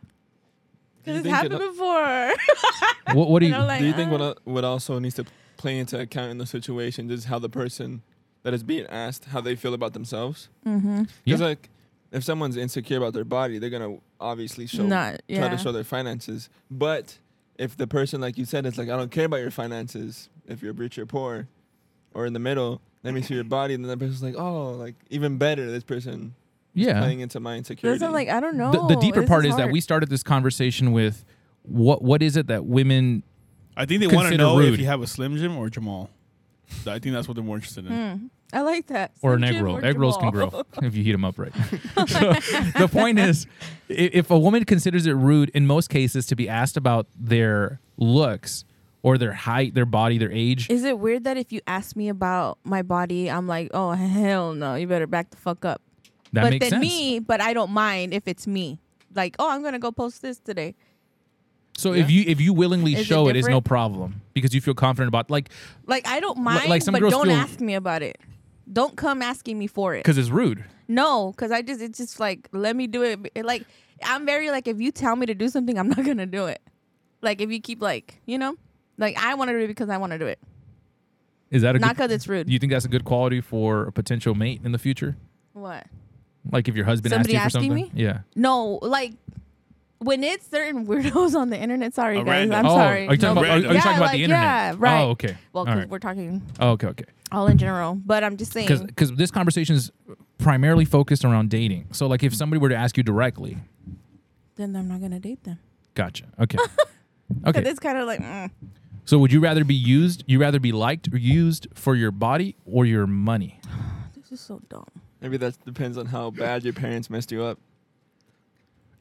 C: Because
D: you
C: it's
D: think it-
C: happened before.
A: What, what do you?
C: And I'm like,
D: Do you think
C: ah.
D: what what also needs to play into account in the situation is how the person that is being asked how they feel about themselves?
C: Mm-hmm.
D: Because
A: Yeah.
D: like, if someone's insecure about their body, they're gonna obviously show
C: Not-
D: try
C: yeah.
D: to show their finances. But if the person, like you said, is like, I don't care about your finances. If you're rich or poor, or in the middle, let me see your body. And then the person's like, oh, like even better. This person
A: yeah.
D: playing into my insecurity.
C: That's not like I don't know.
A: The, the deeper
C: This
A: part is that
C: hard.
A: we started this conversation with what what is it that women
B: I think they want to
A: Consider
B: know
A: rude.
B: if you have a Slim Jim or Jamal. I think that's what they're more interested in.
C: I like that.
A: or an
C: Slim
A: egg
C: Jim
A: roll.
C: or
A: Egg rolls can
C: Jamal.
A: grow if you heat them up right. so the point is, i- if a woman considers it rude in most cases to be asked about their looks or their height, their body, their age,
C: Is it weird that if you ask me about my body, I'm like, oh hell no, you better back the fuck up.
A: that
C: but
A: makes sense.
C: then me, but I don't mind if it's me. Like, oh, I'm gonna go post this today.
A: so if you if you willingly
C: Is it
A: show it, it's no
C: different?
A: problem because you feel confident about like
C: Like, I don't mind,
A: like some
C: but
A: girls
C: don't
A: feel-
C: ask me about it. Don't come asking me for it.
A: because it's rude.
C: No, because I just it's just like let me do it. It, Like, I'm very like if you tell me to do something, I'm not gonna do it. Like if you keep like you know, like I want to do it because I want to do it,
A: Is that a
C: not
A: good,
C: because it's rude.
A: you think that's a good quality for a potential mate in the future?
C: what?
A: Like if your husband
C: Somebody
A: asked you for
C: asking
A: something, yeah.
C: No, like when it's certain weirdos on the internet. Sorry,
B: A
C: guys.
B: random.
C: I'm
A: oh,
C: sorry.
A: are you talking
C: No,
A: about? Are, are you
C: Yeah,
A: talking about
C: like,
A: the internet?
C: yeah, right.
A: Oh, okay.
C: Well,
A: All
C: because
A: right.
C: we're talking
A: Oh, okay, okay.
C: all in general, but I'm just saying.
A: because this conversation is primarily focused around dating. So like if somebody were to ask you directly,
C: then I'm not gonna date them.
A: gotcha. Okay.
C: 'Cause
A: Okay.
C: it's kind of like, mm,
A: So would you rather be used? You rather be liked or used for your body or your money?
C: this is so dumb.
D: maybe that depends on how bad your parents messed you up.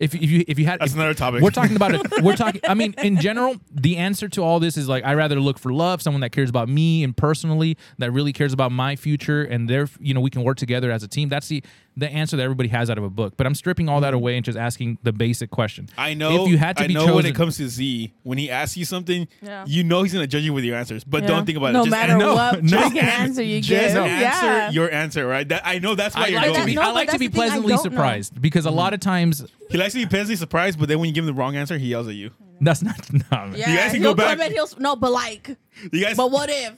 A: If, if you if you had
B: That's
A: if-
B: another topic.
A: we're talking about it. We're talking. I mean, in general, the answer to all this is like I rather look for love, someone that cares about me and personally, that really cares about my future, and their you know we can work together as a team. That's the the answer that everybody has out of a book. But I'm stripping all that away and just asking the basic question.
B: I know.
A: if you had to
B: I
A: be
B: know
A: chosen,
B: when it comes to Z, when he asks you something,
C: Yeah.
B: you know he's gonna judge you with your answers. But
C: Yeah.
B: don't think about
C: no
B: it. Just
C: matter
B: an-
C: what
A: no.
C: fucking answer you get.
B: Just answer
C: yeah.
B: your answer, right? That, I know that's why
A: I
B: you're
A: like to
B: going.
A: be,
C: No,
A: I
C: but
A: like to
C: that's
A: be
C: the thing, I
A: pleasantly
C: don't know.
A: surprised because a lot of times
B: he likes to be pleasantly surprised, but then when you give him the wrong answer, he yells at you.
C: Hmm.
A: that's not. No, man.
C: yeah,
B: You guys can
C: he'll
B: go back.
C: come and he'll s- no, but like,
B: You guys,
C: but what if?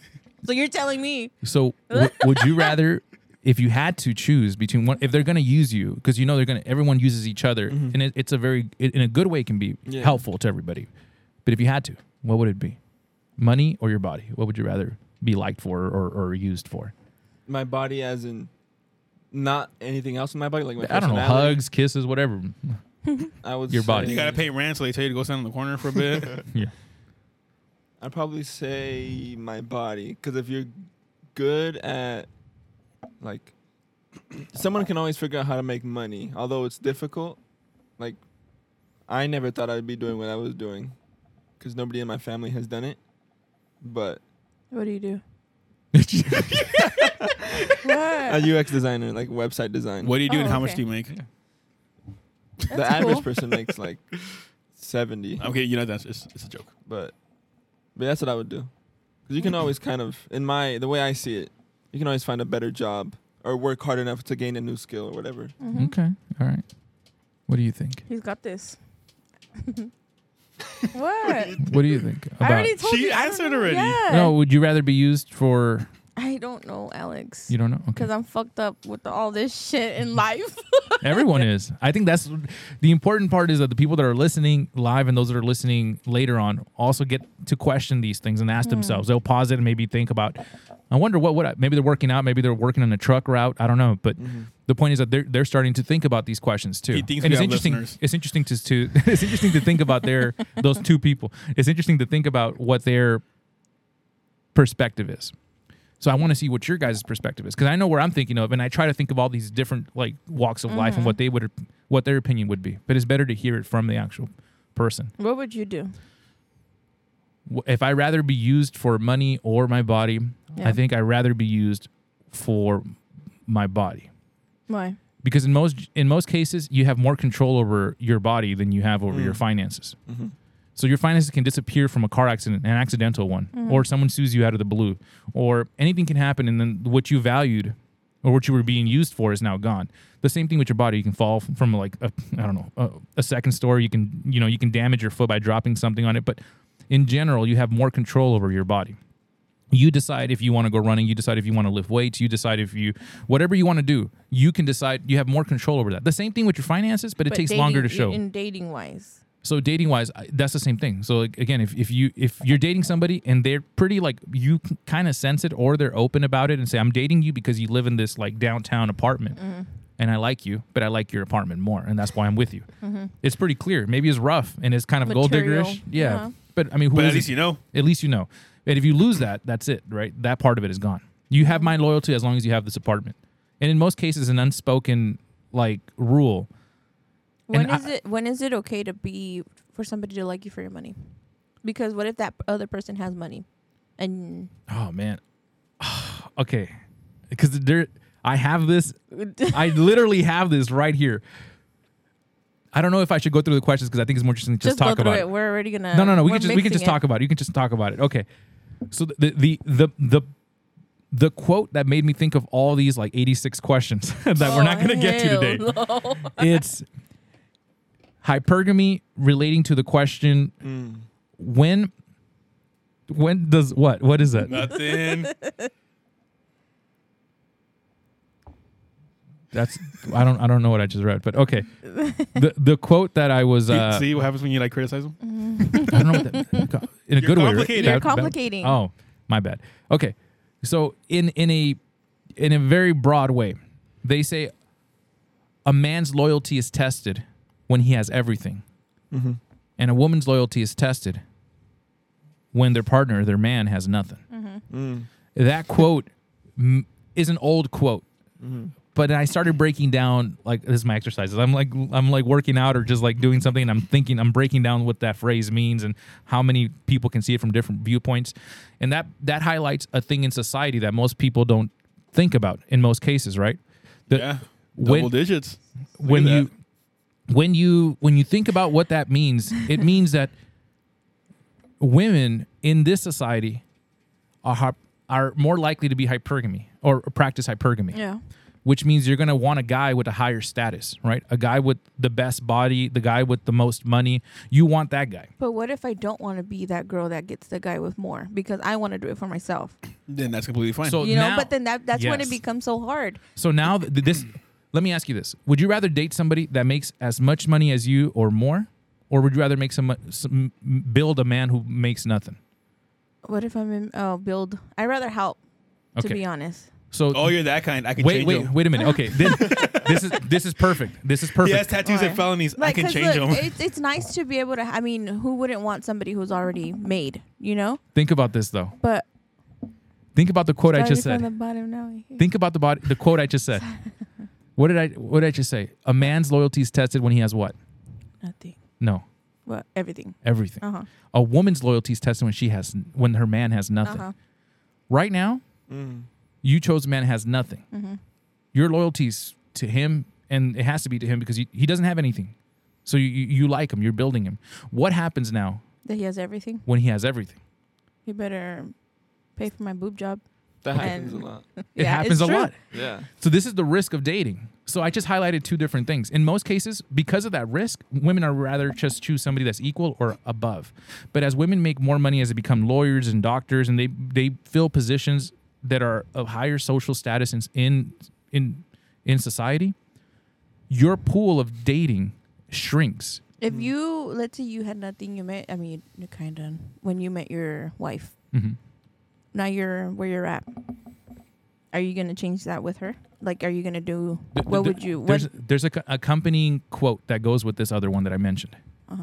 C: So you're telling me
A: So w- would you rather, if you had to choose between one, if they're gonna use you because you know they're gonna, everyone uses each other, and it, it's a very it, in a good way can be
D: Mm-hmm. Yeah.
A: helpful to everybody. But if you had to, what would it be? Money or your body? What would you rather be liked for or, or used for?
D: My body, as in not anything else in my body, like my
A: I don't know,
D: personality,
A: hugs, kisses, whatever.
C: Mm-hmm.
D: I would
A: your body.
D: say-
B: you gotta pay rent, so they tell you to go stand in the corner for a bit.
D: I'd probably say my body, because if you're good at, like, someone can always figure out how to make money, although it's difficult. Like, I never thought I'd be doing what I was doing, because nobody in my family has done it. But
C: what do you do?
D: a UX designer, like website design,
B: What do you do,
C: Oh,
B: and how much
C: okay.
B: do you make?
D: the average person makes like seventy.
B: Okay, you know that's it's, it's a joke.
D: but but that's what I would do. Because you can always kind of, in my the way I see it, you can always find a better job or work hard enough to gain a new skill or
C: Mm-hmm.
D: whatever.
A: Okay, all right. What do you think?
C: He's got this. What?
A: What do you think
C: I
A: about?
C: already told
B: She
C: you. I don't
B: answered
C: know.
B: already.
C: Yeah.
A: no, would you rather be used for?
C: I don't know, Alex.
A: You don't know. Okay.
C: Because I'm fucked up with the- all this shit in life.
A: Everyone is. I think that's the important part is that the people that are listening live and those that are listening later on also get to question these things and ask themselves. They'll pause it and maybe think about, I wonder what would I, maybe they're working out, maybe they're working on a truck route. I don't know. But the point is that they're, they're starting to think about these questions too.
B: He thinks
A: and
B: we
A: it's
B: have
A: interesting.
B: listeners.
A: It's interesting to, to it's interesting to think about their those two people. It's interesting to think about what their perspective is. So I want to see what your guys' perspective is because I know where I'm thinking of, and I try to think of all these different like walks of life and what they would, what their opinion would be. But it's better to hear it from the actual person.
C: what would you do?
A: W- If I rather be used for money or my body, I
C: Yeah.
A: think I rather be used for my body
C: Why?
A: because in most in most cases you have more control over your body than you have over your finances. So your finances can disappear from a car accident, an accidental one, or someone sues you out of the blue, or anything can happen, and then what you valued or what you were being used for is now gone. The same thing with your body; you can fall f- from like a, I don't know a, a second story. You can you know you can damage your foot by dropping something on it, but in general, you have more control over your body you decide if you want to go running you decide if you want to lift weights you decide if you whatever you want to do you can decide you have more control over that the same thing with your finances but it
C: But
A: takes
C: dating-
A: longer to
C: in-
A: show
C: In dating wise.
A: so dating wise that's the same thing so like, again if, if you if you're dating somebody and they're pretty like you kind of sense it or they're open about it and say i'm dating you because you live in this like downtown apartment and i like you but i like your apartment more and that's why i'm with you it's pretty clear maybe it's rough and it's kind of gold
C: Material.
A: diggerish yeah
C: Uh-huh.
A: but i mean who
B: But
A: is
B: at least
A: it?
B: you know.
A: At least you know. And if you lose that, that's it, right? That part of it is gone. You have my loyalty as long as you have this apartment. And in most cases, an unspoken like rule.
C: When
A: And I-
C: is it when is it okay to be for somebody to like you for your money? Because what if that other person has money? And
A: Oh man. okay. Because there, I have this. I literally have this right here. I don't know if I should go through the questions because I think it's more interesting to just,
C: just go
A: talk
C: through
A: about it.
C: it. We're already gonna
A: no, no, no. We
C: we're
A: can just we can
C: mixing
A: just
C: it.
A: talk about it. You can just talk about it. Okay. So the the the the the quote that made me think of all these like 86 questions that we're not going to get to
C: Oh, Hell
A: today.
C: no.
A: It's hypergamy relating to the question
D: Mm,
A: when when does what what is
B: Uh,
A: that?
B: Nothing.
A: That's I don't I don't know what I just read, but okay. The the quote that I was uh,
B: See what happens when you like criticize them?
A: I don't know what that, in a
B: You're
A: good way. right?
B: complicating.
A: That-
C: You're
A: that-
C: complicating.
A: oh, my bad. Okay, so in in a in a very broad way, they say a man's loyalty is tested when he has everything,
B: Mm-hmm.
A: and a woman's loyalty is tested when their partner, their man, has nothing.
D: mm,
A: That quote m- is an old quote. But I started breaking down like this is my exercises. I'm like I'm like working out or just like doing something and I'm thinking I'm breaking down what that phrase means and how many people can see it from different viewpoints. And that that highlights a thing in society that most people don't think about in most cases, right? The-
B: Yeah. Double
A: When
B: digits.
A: when
B: at
A: you when you when you think about what that means, it means that women in this society are hy- are more likely to be hypergamy or practice hypergamy
C: Yeah.
A: which means you're going to want a guy with a higher status, right? A guy with the best body, the guy with the most money. You want that guy.
C: But what if I don't want to be that girl that gets the guy with more because I want to do it for myself?
B: Then that's completely fine.
A: So
C: You know,
A: now-
C: but then that that's when
A: Yes.
C: it becomes so hard.
A: So now th- this let me ask you this. Would you rather date somebody that makes as much money as you or more or would you rather make some, some build a man who makes nothing?
C: What if I'm in oh build I'd rather help, to
A: Okay.
C: be honest.
A: So
B: oh, you're that kind. I can
A: wait
B: change
A: wait
B: them.
A: wait a minute. Okay. This, this is this is perfect. This is
B: He
A: perfect.
B: has tattoos
C: Why?
B: and felonies. I can
C: 'cause
B: change
C: look,
B: them.
C: It's, it's nice to be able to. I mean, who wouldn't want somebody who's already made? You know,
A: Think about this though.
C: but
A: Think about the quote I
C: starting
A: just
C: from
A: said.
C: the bottom now. I-
A: Think about the body, the quote I just said. What did I what did I just say? A man's loyalty is tested when he has what?
C: Nothing,
A: No,
C: but everything.
A: everything.
C: Uh huh.
A: A woman's loyalty is tested when she has when her man has
C: Uh
A: nothing.
C: huh.
A: Right now,
D: mm.
A: you chose a man who has nothing.
C: Mm-hmm.
A: Your loyalty's to him, and it has to be to him because he, he doesn't have anything. So you, you you like him. You're building him. What happens now
C: That he has everything.
A: when he has everything?
C: He better pay for my boob job.
D: That happens a lot.
A: It
C: Yeah,
A: happens
C: it's
A: a
C: true.
A: lot.
D: Yeah.
A: So this is the risk of dating. So I just highlighted two different things. In most cases, because of that risk, women are rather just choose somebody that's equal or above. But as women make more money as they become lawyers and doctors and they they fill positions that are of higher social status in in in, in society, your pool of dating shrinks.
C: If you let's say you had nothing, you met. I mean, you kind of when you met your wife.
A: Mhm.
C: Now you're where you're at. Are you gonna change that with her? Like, are you gonna do?
A: Th-
C: what
A: th-
C: would you? What?
A: There's there's a co- accompanying quote that goes with this other one that I mentioned.
C: Uh-huh.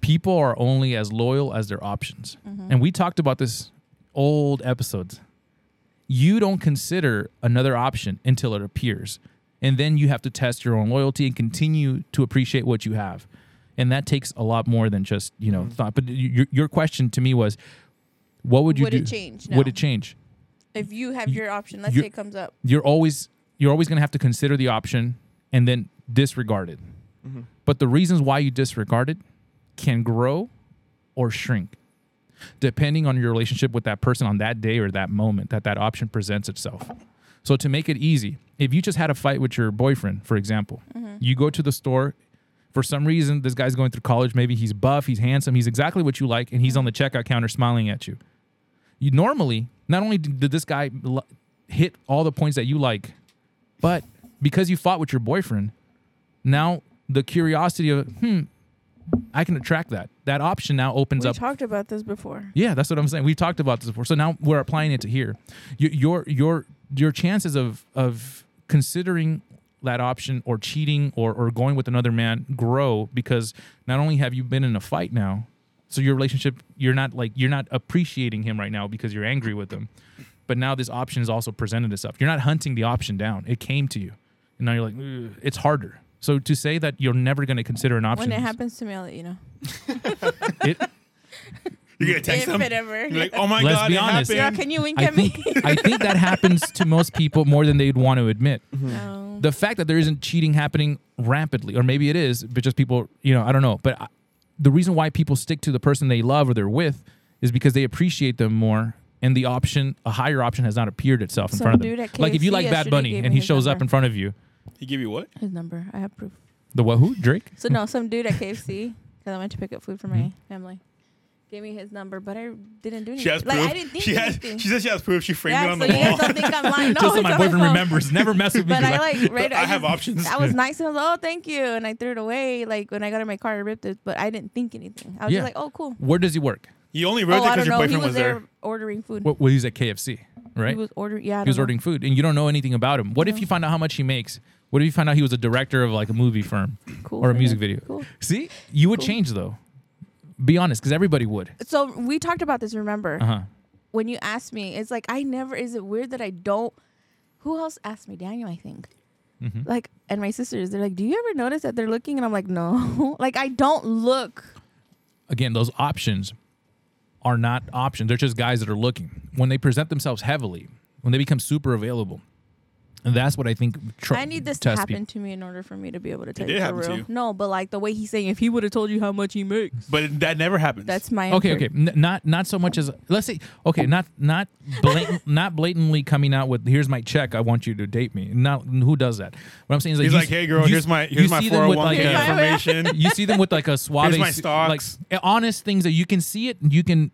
A: People are only as loyal as their options,
C: Mm-hmm.
A: and we talked about this old episodes. You don't consider another option until it appears, and then you have to test your own loyalty and continue to appreciate what you have, and that takes a lot more than just you
C: Mm-hmm.
A: know thought. But y- your your question to me was, what would you
C: Would
A: do?
C: it change
A: Would
C: now?
A: it change?
C: if you have
A: y-
C: your option, let's
A: you're-
C: say it comes up.
A: you're always you're always going to have to consider the option and then disregard it. But the reasons why you disregard it can grow or shrink depending on your relationship with that person on that day or that moment that that option presents itself. So to make it easy, if you just had a fight with your boyfriend, for example, you go to the store for some reason this guy's going through college, maybe he's buff, he's handsome, he's exactly what you like and he's on the checkout counter smiling at you you normally not only did did this guy l- hit all the points that you like, but because you fought with your boyfriend, now the curiosity of hmm, I can attract that. That option now opens
C: We
A: up.
C: talked about this before.
A: yeah, that's what I'm saying. We've talked about this before, so now we're applying it to here. Your your your, your chances of of considering that option or cheating or, or going with another man grow because not only have you been in a fight now so your relationship you're not like you're not appreciating him right now because you're angry with him but now this option is also presented itself you're not hunting the option down it came to you and now you're like "Ugh," it's harder so to say that you're never going to consider an option
C: When it happens to me, I'll let you know.
A: it-
B: You're gonna text
C: If
B: them.
C: it ever.
B: You're like, oh my
A: Let's
B: god,
A: be
B: it
A: honest.
C: Girl,
B: happened.
C: can you wink
A: I
C: at me?
A: think, I think that happens to most people more than they'd want to admit
C: No.
A: the fact that there isn't cheating happening rampantly, or maybe it is, but just people, you know, I don't know. But I, the reason why people stick to the person they love or they're with is because they appreciate them more, and the option, a higher option, has not appeared itself in
C: Some
A: front of them.
C: dude at
A: like if you
C: KFC
A: like Bad
C: yesterday
A: Bunny
C: gave
A: and
C: me
A: he
C: his
A: shows up
C: number.
A: in front of you,
B: He give you what?
C: His number. I have proof.
A: the what? Who? Drake?
C: So no, some dude at KFC because I went to pick up food for my family. Gave me his number, but I didn't do anything.
B: She has proof.
C: like I didn't think
B: she has.
C: anything.
B: She says she has proof. She framed it
C: yeah,
B: on
C: so
B: the
C: you guys
B: wall.
C: don't think I'm lying. No,
A: just so
C: it's
A: my
C: on my
A: boyfriend
C: phone.
A: remembers. Never mess with me.
C: But
A: 'cause
C: I like right.
B: I have
C: just-
B: options.
C: I was nice and I was like, oh, thank you, and I threw it away. Like when I got in my car, I ripped it, but I didn't think anything. I was
A: Yeah.
C: just like, oh, cool.
A: Where does he work?
B: You only wrote
C: Oh,
B: it
C: I
B: because
C: don't
B: your
C: know.
B: boyfriend
C: He was there ordering food.
A: Well, well, he's at KFC, right?
C: He was ordering. Yeah, I
A: he was
C: don't know.
A: ordering food and you don't know anything about him. What if you find out how much he makes? What if you find out he was a director of like a movie firm
C: Cool
A: or a
C: for
A: music
C: him.
A: video?
C: Cool.
A: See, you would
C: Cool.
A: change though. Be honest, because everybody would.
C: So we talked about this. Remember
A: Uh huh.
C: when you asked me? It's like I never. Is it weird that I don't? Who else asked me? Daniel, I think.
A: Mhm.
C: Like and my sisters, they're like, "Do you ever notice that they're looking?" And I'm like, "No, like I don't look."
A: Again, those options are not options. They're just guys that are looking. When they present themselves heavily, when they become super available, and that's what I think. Tr-
C: I need this to
A: test
C: happen
A: people.
C: to me in order for me to be able to tell
B: did
C: you for
B: happen to
C: real.
B: you.
C: No, but like the way he's saying, if he would have told you how much he makes,
B: But that never happens.
C: that's my
A: Okay,
C: impre-
A: okay, N- not not so much as let's say. Okay, not not blatant, not blatantly coming out with here's my check. I want you to date me. Not who does that. What I'm saying is like
B: He's
A: you
B: like,
A: s-
B: hey girl,
A: you
B: here's
A: s-
B: my
A: you
B: here's my
A: see them with,
B: 401
A: like, a-
B: information.
A: you see them with like a suave,
B: Here's my
A: like eh,
B: stocks.
A: honest things that you can see it. and You can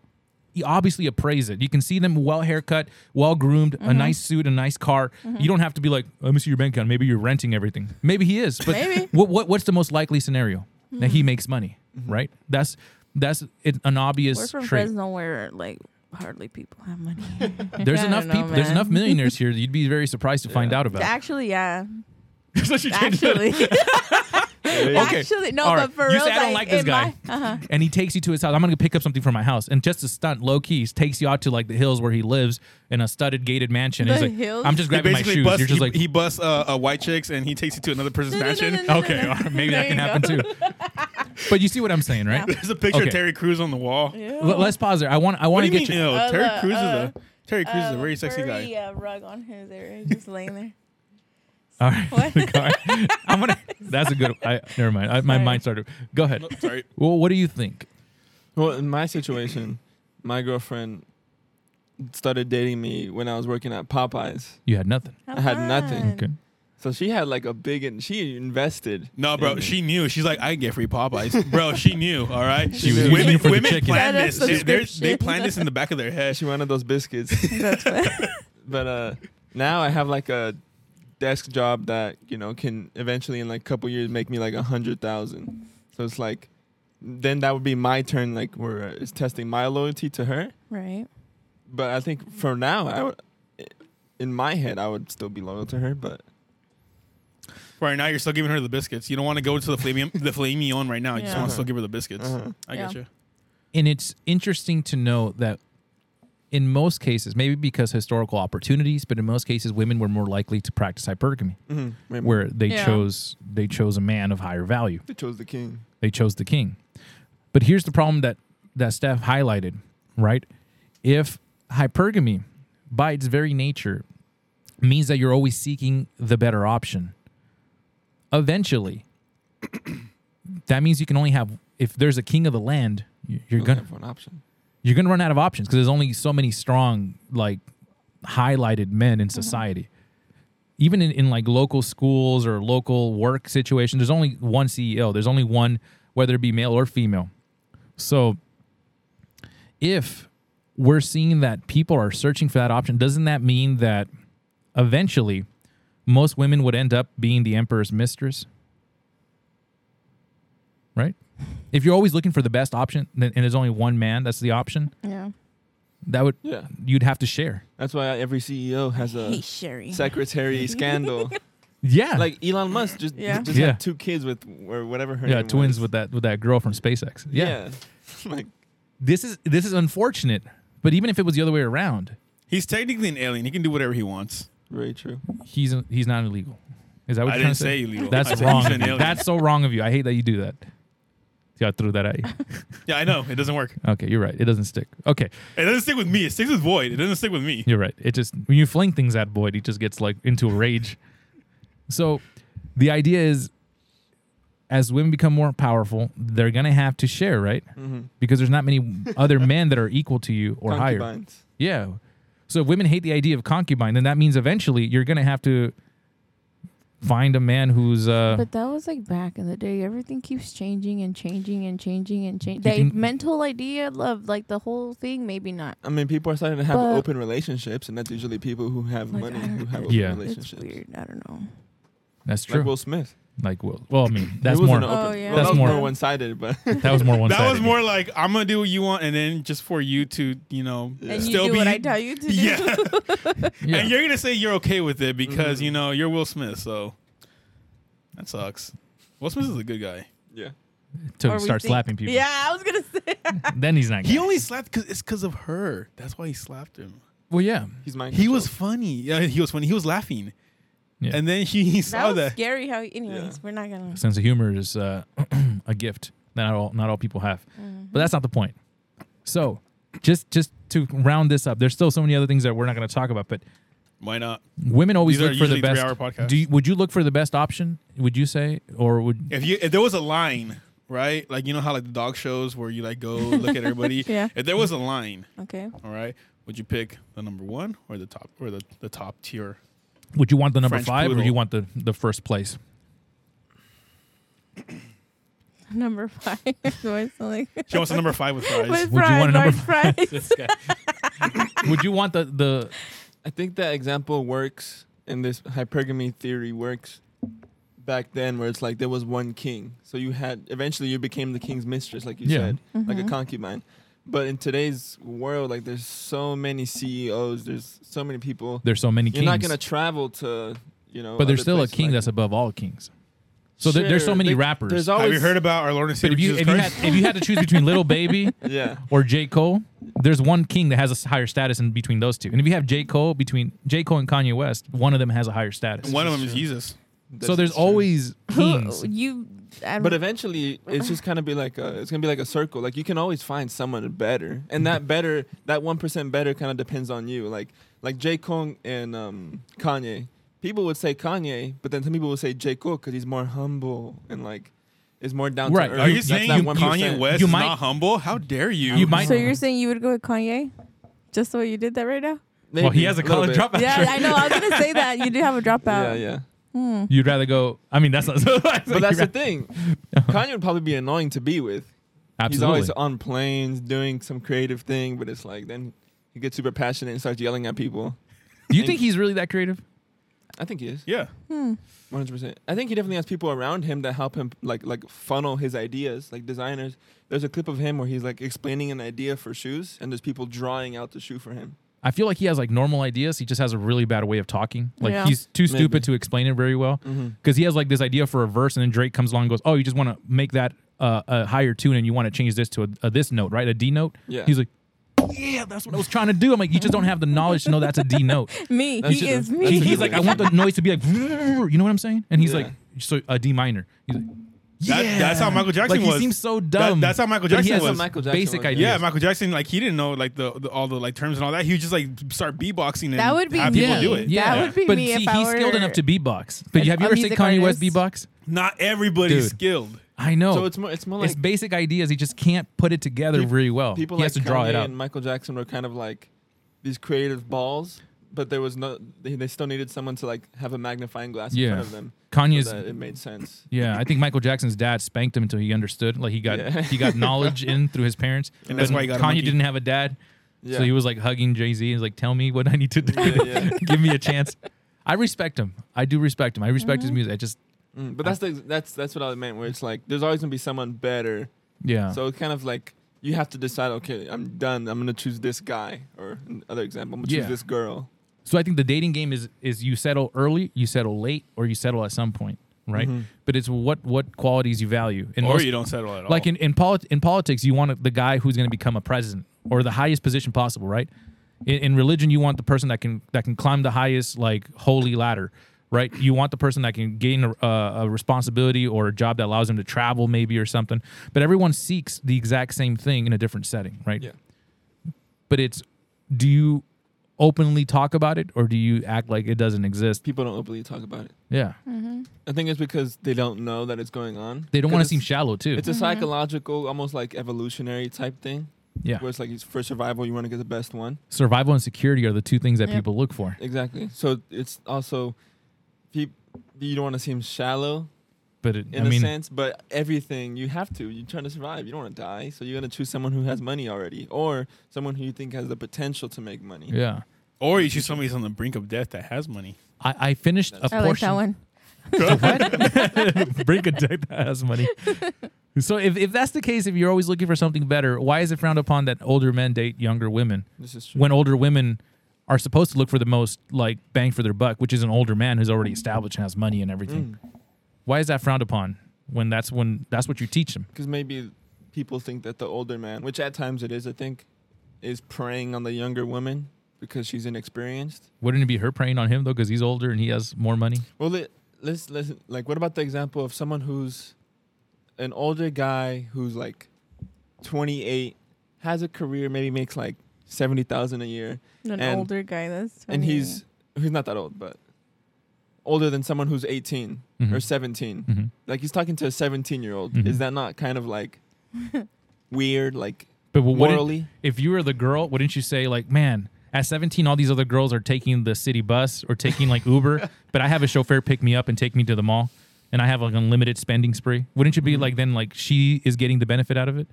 A: you obviously appraise it. You can see them well haircut, well groomed,
C: Mm-hmm.
A: a nice suit, a nice car. You don't have to be like, let me see your bank account. Maybe you're renting everything. Maybe he is, but
C: Maybe. Mm-hmm.
A: what, what what's the most likely scenario that he makes money?
B: Mm-hmm.
A: Right. That's that's it, an
C: We're
A: obvious
C: from
A: trait.
C: Fresno, where like hardly people have money.
A: There's
C: I
A: enough
C: don't know,
A: people. There's
C: man.
A: enough millionaires here. That you'd be very surprised to find out about.
C: Actually, yeah.
A: So she changed it.
C: Actually,
A: Okay.
C: actually, no,
A: All right.
C: but for
A: You
C: real,
A: say, I don't like this
C: in
A: guy.
C: my- uh-huh.
A: and he takes you to his house. I'm gonna pick up something from my house, and just a stunt, low keys, takes you out to like the hills where he lives in a studded gated mansion. And
C: The
A: he's like,
C: hills?
A: I'm just
B: He
A: grabbing my
B: basically
A: shoes.
B: busts.
A: You're just
B: he,
A: like,
B: he busts uh, uh, white chicks and he takes you to another person's
C: no, no,
B: mansion.
C: no, no.
A: okay, all right, maybe that
C: There
A: can happen
C: you go.
A: too. But you see what I'm saying, right?
B: There's a picture
A: Okay.
B: of Terry Crews on the wall.
A: L- let's pause there. I want. I
B: What
A: want
B: do
A: to
B: you
A: get
B: mean?
A: your.
B: Ew,
C: Uh,
B: Terry
C: the,
B: Crews
C: uh,
B: is a Terry Crews is a
C: Um,
B: very sexy
C: furry,
B: guy.
C: Uh, rug on his there, just laying there.
A: All right,
C: What?
A: the car. I'm gonna. That's a good. I, never mind. I, my
C: Sorry.
A: mind started. Go ahead.
B: Sorry.
A: Well, what do you think?
D: Well, in my situation, my girlfriend started dating me when I was working at Popeyes.
A: You had nothing.
C: How
D: I had nothing.
C: fun.
A: Okay.
D: So she had like a big, and she invested.
B: No, bro,
D: in me.
B: she knew. She's like, I can get free Popeyes, bro. She knew. All right,
A: She was using
B: women.
A: it for the
B: women
A: chicken.
B: plan
C: That
B: this.
C: is
B: They, they're- they
C: subscription.
B: plan this in the back of their head.
D: she wanted those biscuits.
C: That's fun.
D: but uh, now I have like a desk job that you know can eventually in like a couple years make me like a hundred thousand. So it's like, then that would be my turn. Like where uh, it's testing my loyalty to her.
C: right.
D: But I think for now, I would, in my head, I would still be loyal to her. But
B: Right now, you're still giving her the biscuits. You don't want to go to the flame the filet mignon right now. You just
C: Yeah.
B: want to still give her the biscuits.
D: Uh-huh.
B: I
C: Yeah.
B: get you.
A: And it's interesting to know that in most cases, maybe because historical opportunities, but in most cases, women were more likely to practice hypergamy,
D: Mm-hmm. maybe
A: where they
C: Yeah.
A: chose they chose a man of higher value.
D: they chose the king.
A: They chose the king. But here's the problem that that Steph highlighted, right? If hypergamy, by its very nature, means that you're always seeking the better option, eventually, that means you can only have if there's a king of the land, you- you're
D: Only
A: gonna
D: have one option.
A: you're gonna run out of options because there's only so many strong like highlighted men in society even in, in like local schools or local work situations there's only one ceo there's only one whether it be male or female so if we're seeing that people are searching for that option doesn't that mean that eventually most women would end up being the emperor's mistress right if you're always looking for the best option then- and there's only one man that's the option
C: Yeah.
A: that would
D: Yeah,
A: you'd have to share.
D: that's why every CEO has
C: Hey,
D: a
C: Sherry.
D: secretary scandal.
A: Yeah, like
D: like Elon Musk just
C: Yeah.
D: just
A: Yeah.
D: had two kids with or whatever her
A: yeah,
D: name
A: twins
D: was.
A: with that with that girl from SpaceX. Yeah.
D: like
A: this is this is unfortunate. But even if it was the other way around,
B: He's technically an alien. He can do whatever he wants.
D: very true.
A: he's he's not illegal. Is that what
B: I
A: you're trying
B: didn't
A: to say?
B: say illegal. I
A: That's
B: said
A: wrong.
B: he's
A: of
B: an
A: you.
B: alien.
A: That's so wrong of you. I hate that you do that. Yeah, I threw that at you.
B: Yeah, I know. It doesn't work.
A: Okay, you're right. It doesn't stick. Okay,
B: It doesn't stick with me. It sticks with Void. It doesn't stick with me.
A: You're right. It just when you fling things at Boyd, he just gets like into a rage. So the idea is as women become more powerful, they're gonna have to share, right?
B: Mm-hmm.
A: Because there's not many other men that are equal to you or higher.
D: Concubines.
A: Yeah. So if women hate the idea of concubine, then that means eventually you're gonna have to find a man who's uh
C: But that was like back in the day. Everything keeps changing and changing and changing and changing.
A: You
C: That
A: can-
C: mental idea of like the whole thing, maybe not.
D: I mean, people are starting to have
C: But-
D: open relationships, and that's usually people who have
C: Like,
D: money
C: I don't
D: who have
C: know.
D: open
A: Yeah. It's
C: It's
D: relationships.
C: weird. I don't know.
A: that's
D: Like
A: true.
D: Will Smith.
A: Like Will well, I mean that's
D: He was
A: more
D: an open-
C: Oh, yeah.
D: well,
A: That's
D: that was more
A: more-
D: one-sided, but
A: that was more one
B: That was more like I'm gonna do what you want, and then just for you to, you know,
D: Yeah.
C: And you
B: Still
C: do
B: be-
C: what I tell you to do.
B: yeah.
A: yeah.
B: And you're gonna say you're okay with it because
D: Mhm.
C: Mm-hmm.
B: you know you're Will Smith, so that sucks. Will Smith is a good guy.
D: yeah.
A: till
C: Or
A: you
C: we
A: start
C: think-
A: slapping people.
C: Yeah, I was gonna say.
A: Then he's not
B: He only slapped because it's because of her. That's why he slapped him.
A: Well yeah.
D: He's mine.
B: He was funny. Yeah, he was funny. He was laughing,
A: Yeah.
B: and then she he
C: That
B: saw
C: was
B: that.
C: scary. How, anyways,
D: Yeah.
C: we're not gonna.
A: sense of humor is uh, a gift that not all not all people have.
C: mm,
A: But that's not the point. So, just just to round this up, there's still so many other things that we're not going to talk about. But
B: Why not?
A: women always
B: These are
A: look for the
B: usually
A: best.
B: three-hour podcasts.
A: Do you, would you look for the best option? Would you say, or would
B: If you if there was a line, right? Like you know how like the dog shows where you like go look at everybody.
C: Yeah.
B: If there was a line,
C: Okay.
B: all right, would you pick the number one or the top or the, the top tier?
A: would you want the number
B: French
A: five, or
B: poodle.
A: do you want the the first place?
C: Number five. Do I sound like
B: She wants the number five with fries.
C: with
A: Would you
C: fries?
A: want a
C: large
A: number
C: fries?
A: would you want the the
D: I think that example works, and this hypergamy theory works. Back then, where it's like there was one king, so you had eventually you became the king's mistress, like you
A: Yeah.
D: said, like
C: Mm-hmm.
D: a concubine. But in today's world, like there's so many CEOs, there's so many people.
A: there's so many
D: You're
A: kings,
D: not gonna travel to, you know.
A: but there's
D: other
A: still a
D: places
A: king
D: like-
A: that's above all kings. So there, there's so
D: Sure,
A: many
D: there-
A: rappers.
D: There's
B: Have
D: always
B: you heard about our Lord and
A: but
B: Savior
A: if you
B: Jesus
A: if you, had,
B: Christ?
A: if you had to choose between Little Baby
D: yeah.
A: or J. Cole, there's one king that has a s- higher status in between those two. And if you have J. Cole between J. Cole and Kanye West, one of them has a higher status.
B: one of them
D: That's
B: is
D: true.
B: Jesus.
A: so there's
D: That's true.
A: always kings.
C: Who- you. I
D: But
C: don't-
D: eventually, it's just kind of be like a, it's gonna be like a circle. Like you can always find someone better, and that better, that one percent better, kind of depends on you. Like like J. Cole and um, Kanye. People would say Kanye, but then some people would say J. Cole because he's more humble and like is more down
A: Right.
D: to earth.
B: Are you
D: That's
B: saying
D: that
B: you,
D: 1%.
B: Kanye West
A: You
B: is
A: might-
B: not humble? How dare you?
A: You might
C: so you're saying you would go with Kanye? Just the way you did that right now?
A: well, he
D: Maybe,
A: has a
D: little
A: college
D: bit.
A: dropout.
C: Yeah,
A: shirt.
C: I know. I was gonna say that you do have a
D: Yeah,
C: dropout.
D: yeah.
C: Hmm.
A: You'd rather go. I mean, that's not.
D: But that's the thing. Kanye would probably be annoying to be with.
A: Absolutely.
D: He's always on planes doing some creative thing, but it's like then he gets super passionate and starts yelling at people.
A: Do you think he's really that creative?
D: I think he is
B: Yeah.
C: Hmm.
D: 100. percent I think he definitely has people around him that help him like like funnel his ideas, like designers. There's a clip of him where he's like explaining an idea for shoes, and there's people drawing out the shoe for him.
A: I feel like he has like normal ideas. He just has a really bad way of talking. Like
C: Yeah.
A: he's too stupid
D: Maybe.
A: to explain it very well. Because he has like this idea for a verse, and then Drake comes along and goes, "Oh, you just want to make that uh, a higher tune, and you want to change this to a, a this note, right? A D note."
D: Yeah.
A: He's like, "Yeah, that's what I was trying to do." I'm like, "You just don't have the knowledge to know that's a D note."
C: Me,
D: That's
C: he
D: just-
C: is
D: that's
C: me.
D: just-
A: he's like, "I want the noise to be like, you know what I'm saying?" And he's
D: Yeah.
A: like, "So a D minor." He's like,
B: That- that's how Michael Jackson
A: like he
B: was.
A: seems so
B: That-
A: dumb.
B: that's how Michael
A: But he
B: Jackson
A: has
B: was.
A: some
D: Michael Jackson
A: basic
D: was.
A: ideas.
B: Yeah, Michael Jackson, like he didn't know like the, the all the like terms and all that. He would just like start beatboxing and
C: That would be
B: have
C: me.
B: people do it.
C: Yeah. That would be
A: but
C: me
A: see,
C: if I
A: he's skilled
C: were
A: enough to beatbox. But have you
C: a
A: ever seen
C: music
A: Kanye West beatbox?
C: artist.
B: Not everybody's
A: Dude.
B: skilled.
A: I know.
D: So it's more it's more like
A: it's basic ideas. He just can't put it together
D: Peop-
A: very well.
D: people
A: he has
D: like
A: to draw
D: Kanye
A: it out.
D: and Michael Jackson were kind of like these creative balls, but there was no they, they still needed someone to like have a magnifying glass
A: Yeah.
D: in front of them.
A: Kanye's.
D: so that it made sense.
A: yeah, I think Michael Jackson's dad spanked him until he understood. Like he got
D: Yeah.
A: he got knowledge in through his parents.
B: And that's
A: But
B: why he got a
A: Kanye
B: monkey.
A: didn't have a dad,
D: Yeah.
A: so he was like hugging Jay Z and was like, "Tell me what I need to do.
D: Yeah, yeah.
A: Give me a chance." I respect him. I do respect him. I respect
C: Mm-hmm.
A: his music. I just
D: Mm, but that's the that's that's what I meant. Where it's like there's always gonna be someone better.
A: yeah.
D: So it's kind of like you have to decide. Okay, I'm done. I'm gonna choose this guy. Or another example, I'm gonna
A: Yeah.
D: choose this girl.
A: So I think the dating game is is you settle early, you settle late, or you settle at some point, right? But it's what what qualities you value. And
B: Mm-hmm. Or
A: most-
B: you don't settle at all.
A: like in in, polit- in politics, you want the guy who's going to become a president or the highest position possible, right? In, in religion, you want the person that can that can climb the highest like holy ladder, right? You want the person that can gain a, a responsibility or a job that allows them to travel, maybe or something. But everyone seeks the exact same thing in a different setting, right?
D: Yeah.
A: But it's do you openly talk about it or do you act like it doesn't exist?
D: People don't openly talk about it.
A: Yeah,
D: I think it's because they don't know that it's going on.
A: they don't want to
D: Because
A: seem
D: it's-
A: shallow too.
D: It's a psychological, almost like evolutionary type thing,
A: yeah,
D: where it's like it's for survival, you want to get the best one.
A: survival and security are the two things that
C: Yep.
A: people look for.
D: Exactly. So it's also, peop you don't want to seem shallow
A: But it,
D: in
A: I
D: a
A: mean,
D: sense, but everything you have to. You're trying to survive. You don't want to die, so you're gonna choose someone who has money already, or someone who you think has the potential to make money.
A: yeah.
B: Or you choose somebody who's on the brink of death that has money.
A: I, I finished a
C: I like
A: portion.
C: that one.
A: Brink a dick that has money. So if, if that's the case, if you're always looking for something better, why is it frowned upon that older men date younger women
D: This is true.
A: when older women are supposed to look for the most like bang for their buck, which is an older man who's already established and has money and
D: Mm,
A: everything? Why is that frowned upon when that's when that's what you teach them?
D: because maybe people think that the older man, which at times it is, I think, is preying on the younger woman because she's inexperienced.
A: Wouldn't it be her preying on him though, because he's older and he has more money?
D: Well, let, let's listen. Like, what about the example of someone who's an older guy who's like 28, has a career, maybe makes like seventy thousand a year,
C: An
D: And-
C: older guy. That's
D: and
C: funny.
D: he's he's not that old, but older than someone who's 18
A: Mm-hmm.
C: Mm-hmm.
D: or seventeen.
A: hmm
D: Like he's talking to a seventeen-year-old.
A: Mhm.
D: Is that not kind of like weird? Like
A: But what did-
D: morally?
A: if you were the girl, wouldn't you say like, man, at 17, all these other girls are taking the city bus or taking like Uber, but I have a chauffeur pick me up and take me to the mall, and I have like unlimited spending spree. Wouldn't you be like then like she is getting the benefit out of it?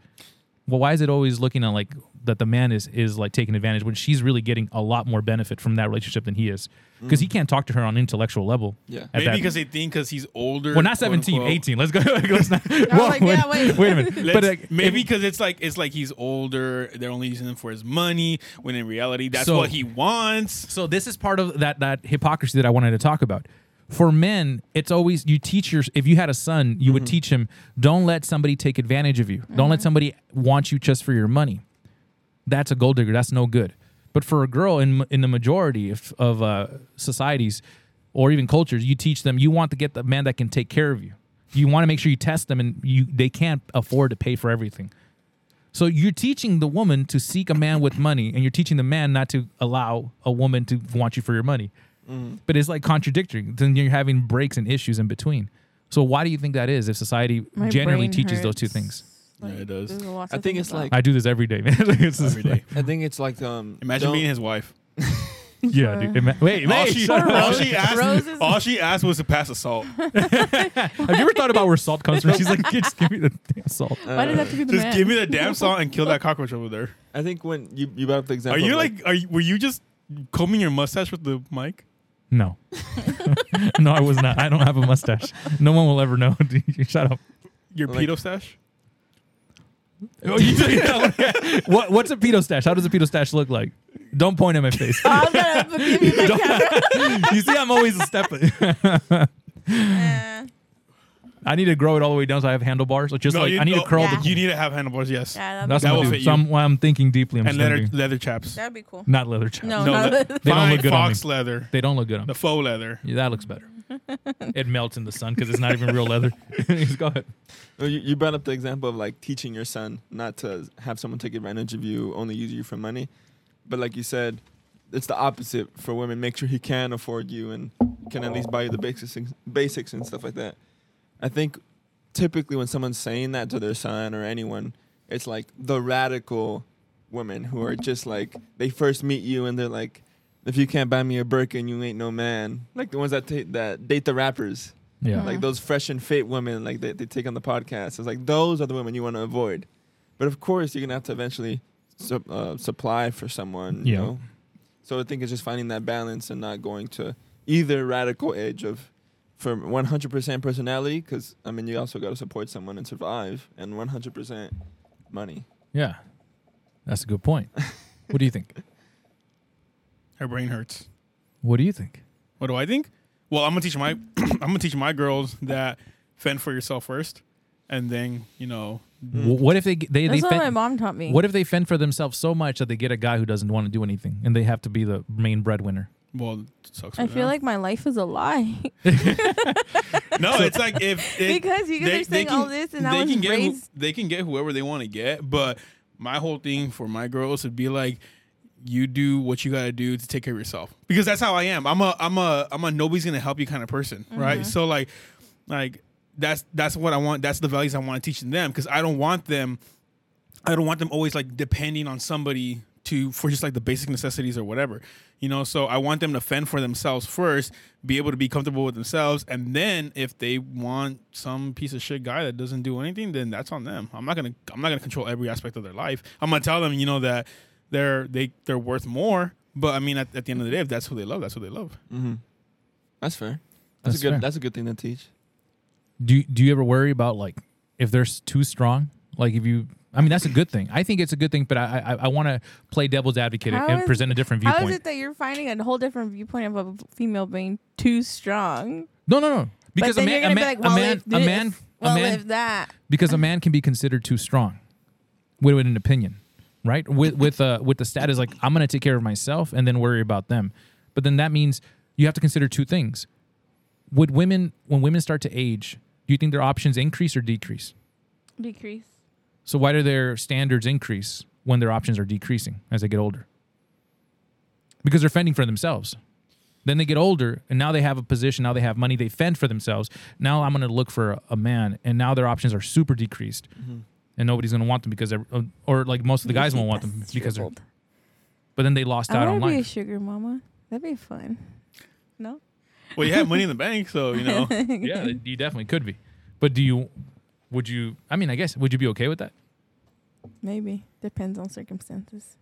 A: Well, why is it always looking at like that the man is is like taking advantage when she's really getting a lot more benefit from that relationship than he is because he can't talk to her on an intellectual level.
D: Yeah.
A: at
B: Maybe
A: that-
B: because they think because he's older.
A: well, not
B: quote
A: 17,
B: unquote.
A: 18. Let's go. Let's not.
C: I was
A: Whoa,
C: like, yeah, wait.
A: wait a minute.
B: Let's-
A: But uh, like,
B: maybe because it's like it's like he's older. They're only using him for his money. When in reality, that's
A: So-
B: what he wants.
A: So this is part of that that hypocrisy that I wanted to talk about. For men, it's always you teach your if you had a son, you
B: Mm-hmm.
A: would teach him, don't let somebody take advantage of you. Don't
C: Mm-hmm.
A: let somebody want you just for your money. That's a gold digger. That's no good. But for a girl in in the majority of, of uh, societies or even cultures, you teach them you want to get the man that can take care of you. You want to make sure you test them and you they can't afford to pay for everything. So you're teaching the woman to seek a man with money, and you're teaching the man not to allow a woman to want you for your money.
B: Mm-hmm.
A: But it's like contradictory. Then you're having breaks and issues in between. So why do you think that is? If society
C: My
A: generally
C: brain
A: teaches those two
C: hurts.
A: things,
B: Yeah, it does.
C: There's a lot
D: I
C: to
D: think it's
C: about.
D: like
A: I do this every day, man. It's just
B: Every day.
D: I think it's like um.
B: Imagine
D: don't-
B: being his wife.
A: Yeah, dude. Ima- wait,
B: all,
A: wait.
B: Oh, she,
A: shut up.
B: all, she asked,
C: Roses-
B: all she asked was to pass a salt.
A: Have you ever thought about where salt comes from? She's like, just give me the damn salt.
C: Why did
D: uh,
C: that have to be the
B: Just
C: man?
B: give me the damn salt and kill that cockroach over there.
D: I think when you you brought up the
B: Are
D: example.
B: you
D: of,
B: like, are you, were you just combing your mustache with the mic?
A: No, no, I was not. I don't have a mustache. No one will ever know. Dude, Shut up.
B: Your
D: Like-
B: pedo stash?
A: Oh, you did what, what's a pedo stash? How does a pedo stash look like? Ah. Don't point at my face.
C: Oh, I'm gonna give you my
A: Don't-
C: camera.
A: you see, I'm always a step.
C: Eh,
A: I need to grow it all the way down so I have handlebars. Like just like I need
B: no,
A: to curl
C: Yeah.
A: the.
B: You need to have handlebars, yes.
C: yeah, that'd
A: That's
C: be,
B: That
A: what
B: will
A: I'm
B: fit
A: doing.
B: you.
A: So I'm, while I'm thinking deeply. I'm
B: and
A: just gonna
B: leather
A: do-
B: leather chaps.
C: that'd be cool.
A: not leather chaps.
C: No,
B: No,
C: not
B: that-
A: They don't
B: Fine
A: look good on me.
B: fox leather,
A: They don't look good on me.
B: the faux leather.
A: Yeah, that looks better. it melts in the sun because it's not even real leather. Go ahead.
D: Oh, You, you brought up the example of like teaching your son not to have someone take advantage of you, only use you for money. But like you said, it's the opposite for women. Make sure he can afford you and can at least buy you the basics, basics and stuff like that. I think typically when someone's saying that to their son or anyone, it's like the radical women who are just like they first meet you and they're like, if you can't buy me a Birkin, you ain't no man. Like the ones that ta- that date the rappers
A: Yeah.
D: like those fresh and fit women like they, they take on the podcast it's like those are the women you want to avoid but of course you're gonna have to eventually sup- uh, supply for someone you
A: Yeah.
D: know so i think it's just finding that balance and not going to either radical edge of from 100% personality because i mean you also got to support someone and survive and 100% money
A: Yeah. That's a good point. What do you think?
B: Her brain hurts.
A: What do you think?
B: What do I think? Well, I'm gonna teach my I'm gonna teach my girls that fend for yourself first, and then you know
A: W- What if they g- they, they
C: Hmm. That's what my
A: fend,
C: mom taught me.
A: what if they fend for themselves so much that they get a guy who doesn't want to do anything and they have to be the main breadwinner?
B: well it sucks.
C: I
B: for
C: feel
B: them.
C: like my life is a lie
B: no, it's like if it,
C: because you guys
B: they-
C: are
B: they
C: saying
B: can-
C: all this, and I
B: they
C: was
B: can get who-
C: raised.
B: they can get whoever they want to get, but my whole thing for my girls would be like you do what you gotta do to take care of yourself because that's how I am. I'm a I'm a I'm a nobody's gonna help you kind of person, right?
C: Mm-hmm.
B: So like like that's that's what I want. That's the values I want to teach them because I don't want them. I don't want them always like depending on somebody to for just like the basic necessities or whatever, you know. So I want them to fend for themselves first, be able to be comfortable with themselves, and then if they want some piece of shit guy that doesn't do anything, then that's on them. I'm not gonna I'm not gonna control every aspect of their life. I'm gonna tell them, you know, that they're they they're worth more. But I mean, at, at the end of the day, if that's who they love, that's who they love.
D: mm-hmm. that's fair that's,
A: That's
D: a good
A: fair.
D: that's a good thing to teach
A: Do you- do you ever worry about like if they're s- too strong? Like if you I mean that's a good thing. I think it's a good thing, but I I, I want to play devil's advocate
C: How
A: and
C: is-
A: present a different
C: How
A: viewpoint.
C: is it that you're finding a whole different viewpoint of a female being too strong?
A: no, no, no. Because
C: but
A: a
C: then
A: man
C: you're
A: a
C: gonna
A: man
C: be like, well,
A: a man
C: if
A: a
C: this,
A: man
C: well,
A: a man
C: if that.
A: because a man can be considered too strong with, with an opinion right with with uh with the status like i'm gonna take care of myself and then worry about them but then that means you have to consider two things would women when women start to age do you think their options increase or decrease
C: Decrease.
A: so why do their standards increase when their options are decreasing as they get older because they're fending for themselves then they get older and now they have a position now they have money they fend for themselves now i'm going to look for a, a man and now their options are super decreased and nobody's going to want them because they're uh, or like most of the guys won't want them because they're but then they lost
C: I
A: out on
C: want to be a
A: life
C: sugar mama. That'd be fun. No.
B: Well, you have money in the bank, so you know.
A: yeah they- you definitely could be but do you would you i mean i guess would you be okay with that
C: Maybe depends on circumstances.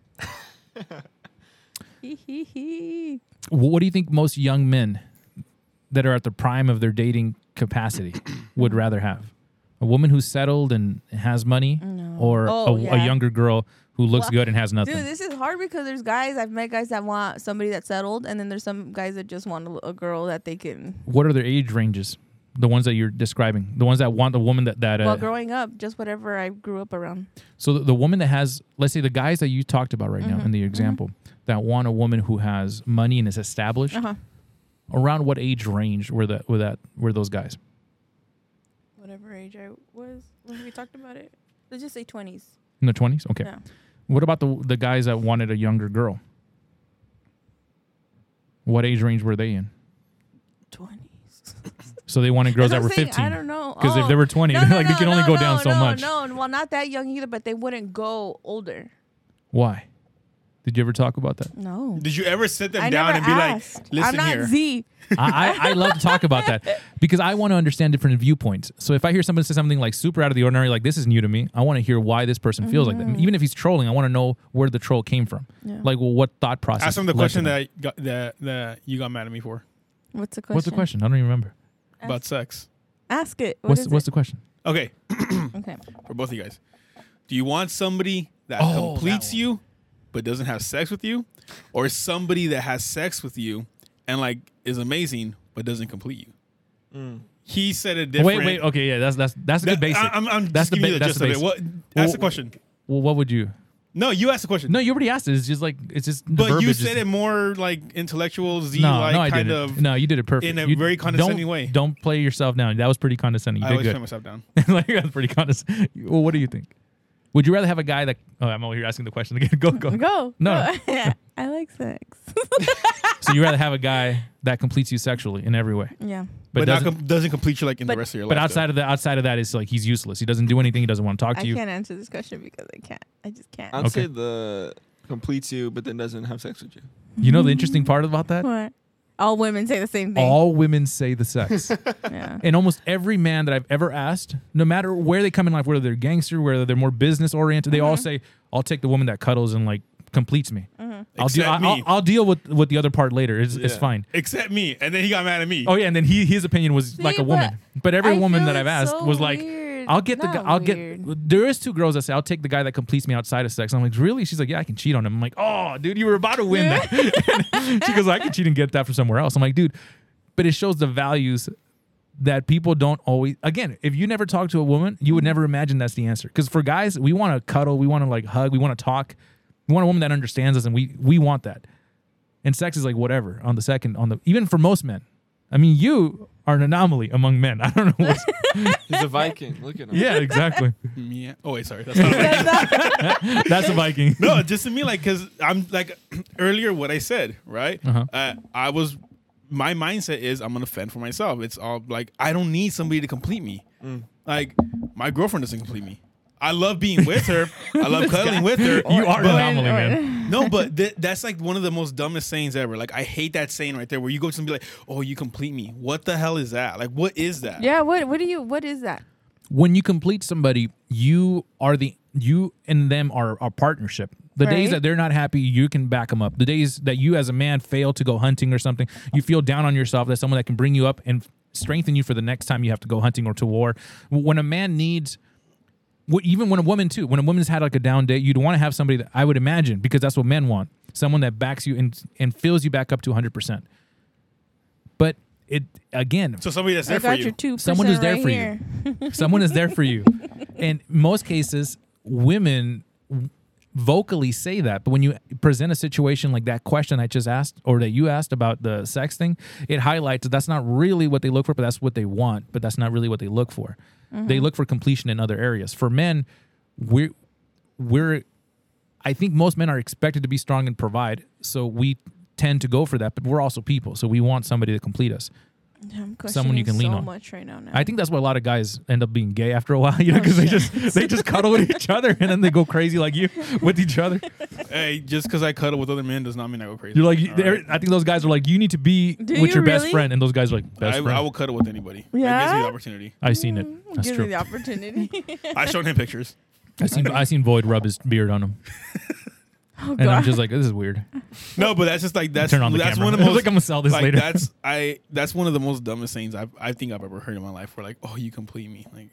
C: Hee hee hee.
A: Wh- what do you think most young men that are at the prime of their dating capacity would rather have a woman who's settled and has money
C: No.
A: or
C: Oh,
A: a, a
C: yeah.
A: younger girl who looks
C: Well,
A: good and has nothing
C: Dude, this is hard because there's guys I've met guys that want somebody that's settled, and then there's some guys that just want a, a girl that they can.
A: what are their age ranges the ones that you're describing the ones that want the woman that that uh,
C: Well, growing up, just whatever I grew up around.
A: so the, the woman that has let's say the guys that you talked about right
C: Mm-hmm.
A: now in the example that want a woman who has money and is established
C: Uh huh.
A: around what age range were that were that were those guys
C: Whatever age I was when we talked about it. Let's just say twenties.
A: in the 20s okay
C: Yeah.
A: what about the the guys that wanted a younger girl what age range were they in
C: Twenties.
A: So they wanted girls that
C: That's
A: were
C: what I'm saying,
A: 15.
C: I don't know.
A: Because if
C: Oh.
A: they were 20,
C: No, no,
A: like they
C: no,
A: could only
C: no,
A: go down
C: no,
A: so
C: no,
A: much.
C: No, well, not that young either, but they wouldn't go older.
A: Why? Did you ever talk about that?
C: No.
B: Did you ever sit them
C: I
B: down
C: never
B: and be
C: asked.
B: like, "Listen
C: I'm not
B: here,
C: Z.
A: I, I, I love to talk about that because I want to understand different viewpoints. So if I hear someone say something like super out of the ordinary, like this is new to me, I want to hear why this person feels like
C: Mm-hmm.
A: that. Even if he's trolling, I want to know where the troll came from. Like, well, what thought process?
B: ask them the
A: led to
B: question that, I got, that that you got mad at me for
C: What's the question?
A: What's the question? I don't even remember.
B: about sex."
C: Ask it. What
A: what's
C: is
A: what's the
C: it?
A: question?
B: Okay,
C: okay.
B: for both of you guys, do you want somebody that
A: Oh, that
B: completes
A: one.
B: you but doesn't have sex with you, or somebody that has sex with you and like is amazing but doesn't complete you? He said a different.
A: Wait, wait. Okay, yeah, that's that's that's a good
B: That-
A: basic.
B: I, am
A: That's
B: that's
A: the
B: the,
A: ba-
B: you the
A: that's
B: gist
A: the
B: of it.
A: basic.
B: What? Ask
A: Well,
B: the question.
A: well, what would you?
B: No, you asked the question.
A: No, you already asked it. It's just like it's just. the
B: but you
A: verbiage is-
B: said it more like intellectual Z
A: No,
B: like
A: no, I
B: kind
A: didn't.
B: of.
A: no, you did it perfect.
B: in a
A: You-
B: very condescending
A: don't,
B: way.
A: Don't play yourself down. That was pretty condescending. You
B: I
A: did
B: always
A: good.
B: turn myself down.
A: like that's pretty condescending. Well, what do you think? Would you rather have a guy that? Oh, I'm over here asking the question again. go, go.
C: Go.
A: No,
C: Go. I like sex.
A: so you rather have a guy that completes you sexually in every way,
C: yeah.
A: but,
B: But, not
A: doesn't.
B: com- doesn't complete you like in
C: But-
B: the rest of your
A: but
B: life.
A: outside of that, outside of that, it's like he's useless. He doesn't do anything. He doesn't want to talk
C: I
A: to you.
C: can't answer this question because I can't. I just can't.
D: I'd
A: Okay.
D: say the completes you, but then doesn't have sex with you.
A: You know the interesting part about that?
C: What? All women say the same thing.
A: All women say the sex.
C: yeah.
A: and almost every man that I've ever asked, no matter where they come in life, whether they're gangster, whether they're more business oriented, they all
C: Mm-hmm.
A: say, "I'll take the woman that cuddles and like completes me. I'll, deal.
B: Except
A: I- I'll,
B: me.
A: I'll deal with with the other part later. It's, it's
D: Yeah.
A: fine."
B: Except me, and then he got mad at me.
A: Oh yeah, and then he his opinion was like a
C: but
A: woman, but every
C: I
A: woman
C: feel
A: that I've
C: it's
A: asked
C: so
A: was like,
C: weird.
A: "I'll get the
C: Not
A: gu- I'll
C: weird.
A: get." There is two girls that say, "I'll take the guy that completes me outside of sex." I'm like, "Really?" She's like, "Yeah, I can cheat on him." I'm like, "Oh, dude, you were about to win that." she goes, "I can cheat and get that from somewhere else." I'm like, "Dude," but it shows the values that people don't always. Again, if you never talk to a woman, you
C: Mm-hmm.
A: would never imagine that's the answer. Because for guys, we want to cuddle, we want to like hug, we want to talk, we want a woman that understands us, and we we want that. And sex is like whatever on the second on the even for most men. I mean, you are an anomaly among men. I don't know. What's,
D: He's a Viking. Look at him.
A: yeah, exactly.
B: Yeah. Oh wait, sorry. That's not
A: That's a Viking.
B: no, just to me, like, cause I'm like earlier what I said, right?
A: Uh-huh.
B: Uh, I was my mindset is I'm gonna fend for myself. It's all like I don't need somebody to complete me. Like my girlfriend doesn't complete me. I love being with her. I love cuddling with her.
A: You are an
B: but-
A: anomaly, man.
B: No, but th- that's like one of the most dumbest sayings ever. Like I hate that saying right there, where you go to somebody like, "Oh, you complete me." What the hell is that? Like, what is that?
C: Yeah. What? What do you? What is that?
A: When you complete somebody, you are the you and them are a partnership. The days
C: Right.
A: that they're not happy, you can back them up. The days that you as a man fail to go hunting or something, you feel down on yourself. That's someone that can bring you up and strengthen you for the next time you have to go hunting or to war. When a man needs wh- even when a woman too, when a woman's had like a down day, you'd want to have somebody that I would imagine because that's what men want, someone that backs you and and fills you back up to 100%. But it again,
B: So somebody that's there
C: I
B: for
C: got
B: you.
C: your two.
A: Someone who's there
C: right
A: for you.
C: here.
A: someone is there for you. And most cases, women w- vocally say that, but when you present a situation like that question I just asked or that you asked about the sex thing, it highlights that that's not really what they look for, but that's what they want, but that's not really what they look for. They look for completion in other areas. For men, we're we're I think most men are expected to be strong and provide, so we tend to go for that, but we're also people, so we want somebody to complete us.
C: I'm
A: Someone you
C: questioning
A: can lean
C: so
A: on.
C: much right now. now.
A: I think that's why a lot of guys end up being gay after a while,
C: Oh,
A: you know, because they just they just cuddle with each other and then they go crazy like you with each other.
B: Hey, just because I cuddle with other men does not mean I go crazy.
A: You're like,
B: All
A: they're-
B: right?
A: I think those guys are like, you need to be
C: Do
A: with
C: you
A: your best
C: really?
A: friend, and those guys are like, best
B: I,
A: friend.
B: I will cuddle with anybody. That gives me
C: Yeah?
B: the opportunity.
A: I've seen it. That's
C: Gives Mm, me
A: true.
C: the opportunity.
B: I showed him pictures.
A: I seen I seen Void rub his beard on him, and I'm just like, this is weird.
B: No, but that's just like that's
A: Turn on the
B: that's
A: camera.
B: one of the most
A: like I'm gonna sell this
B: like,
A: later.
B: That's I that's one of the most dumbest things I've, I think I've ever heard in my life. Where like, oh, you complete me. Like,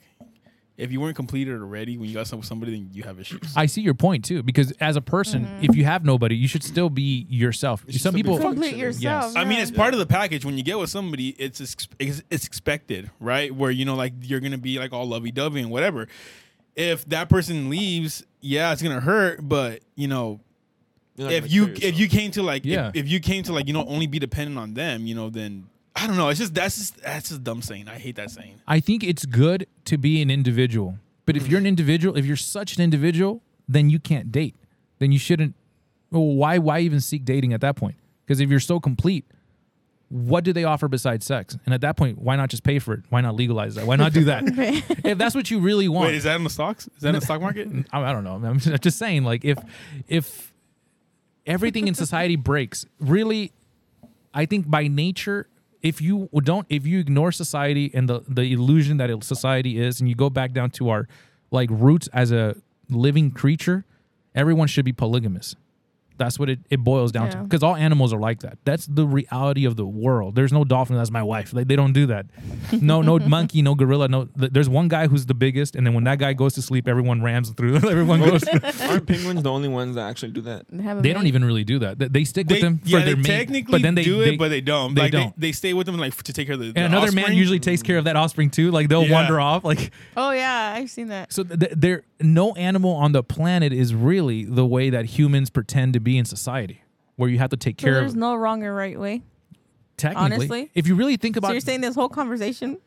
B: if you weren't completed already when you got some somebody, then you have issues.
A: I see your point too, because as a person,
C: Mm-hmm.
A: if you have nobody, you should still be yourself.
D: should
A: Some
D: still be
A: people,
D: fucking
C: Complete yourself.
B: I mean, it's
D: Yeah.
B: part of the package. When you get with somebody, it's ex- it's it's expected, right? Where you know, like you're gonna be like all lovey dovey and whatever. If that person leaves, yeah, it's gonna hurt. But you know,
D: You're not
B: if
D: gonna
B: you
D: kill
B: if
D: yourself.
B: you came to like if-
A: Yeah.
B: if, you came to like you know only be dependent on them you know then I don't know it's just that's just that's just a dumb saying I hate that saying
A: I think it's good to be an individual. But if you're an individual, if you're such an individual, then you can't date. Then you shouldn't. Well, why? Why even seek dating at that point? Because if you're so complete, what do they offer besides sex? And at that point, why not just pay for it? Why not legalize that? Why not do that? if that's what you really want,
B: Wait, is that in the stocks? Is that in the stock market?
A: I, I don't know. I'm just, just saying, like, if if everything in society breaks, really, I think by nature, if you don't, if you ignore society and the the illusion that it, society is, and you go back down to our like roots as a living creature, everyone should be polygamous. That's what it, it boils down to.
C: Yeah.
A: Because all animals are like that. That's the reality of the world. There's no dolphin that's my wife. Like they don't do that. No, no monkey, no gorilla. No, th- there's one guy who's the biggest, and then when that guy goes to sleep, everyone rams through. everyone goes. through.
D: Aren't penguins the only ones that actually do that?
E: Have a
A: They don't
E: mate.
A: even really do that. They, they stick
B: They,
A: with them for
B: yeah,
A: their
B: they
A: mate,
B: technically
A: but then they
B: do
A: they-
B: it, but they don't.
A: They
B: like,
A: don't.
B: They, they stay with them like to take care of the. the
A: and another man
B: offspring.
A: usually takes care of that offspring too. Like they'll
B: Yeah.
A: wander off. Like
C: Oh yeah, I've seen that.
A: so, th- th- there no animal on the planet is really the way that humans pretend to be in society, where you have to take
C: So
A: care
C: there's
A: of.
C: no wrong or right way.
A: technically,
C: honestly?
A: if you really think about
C: so you're saying this whole conversation,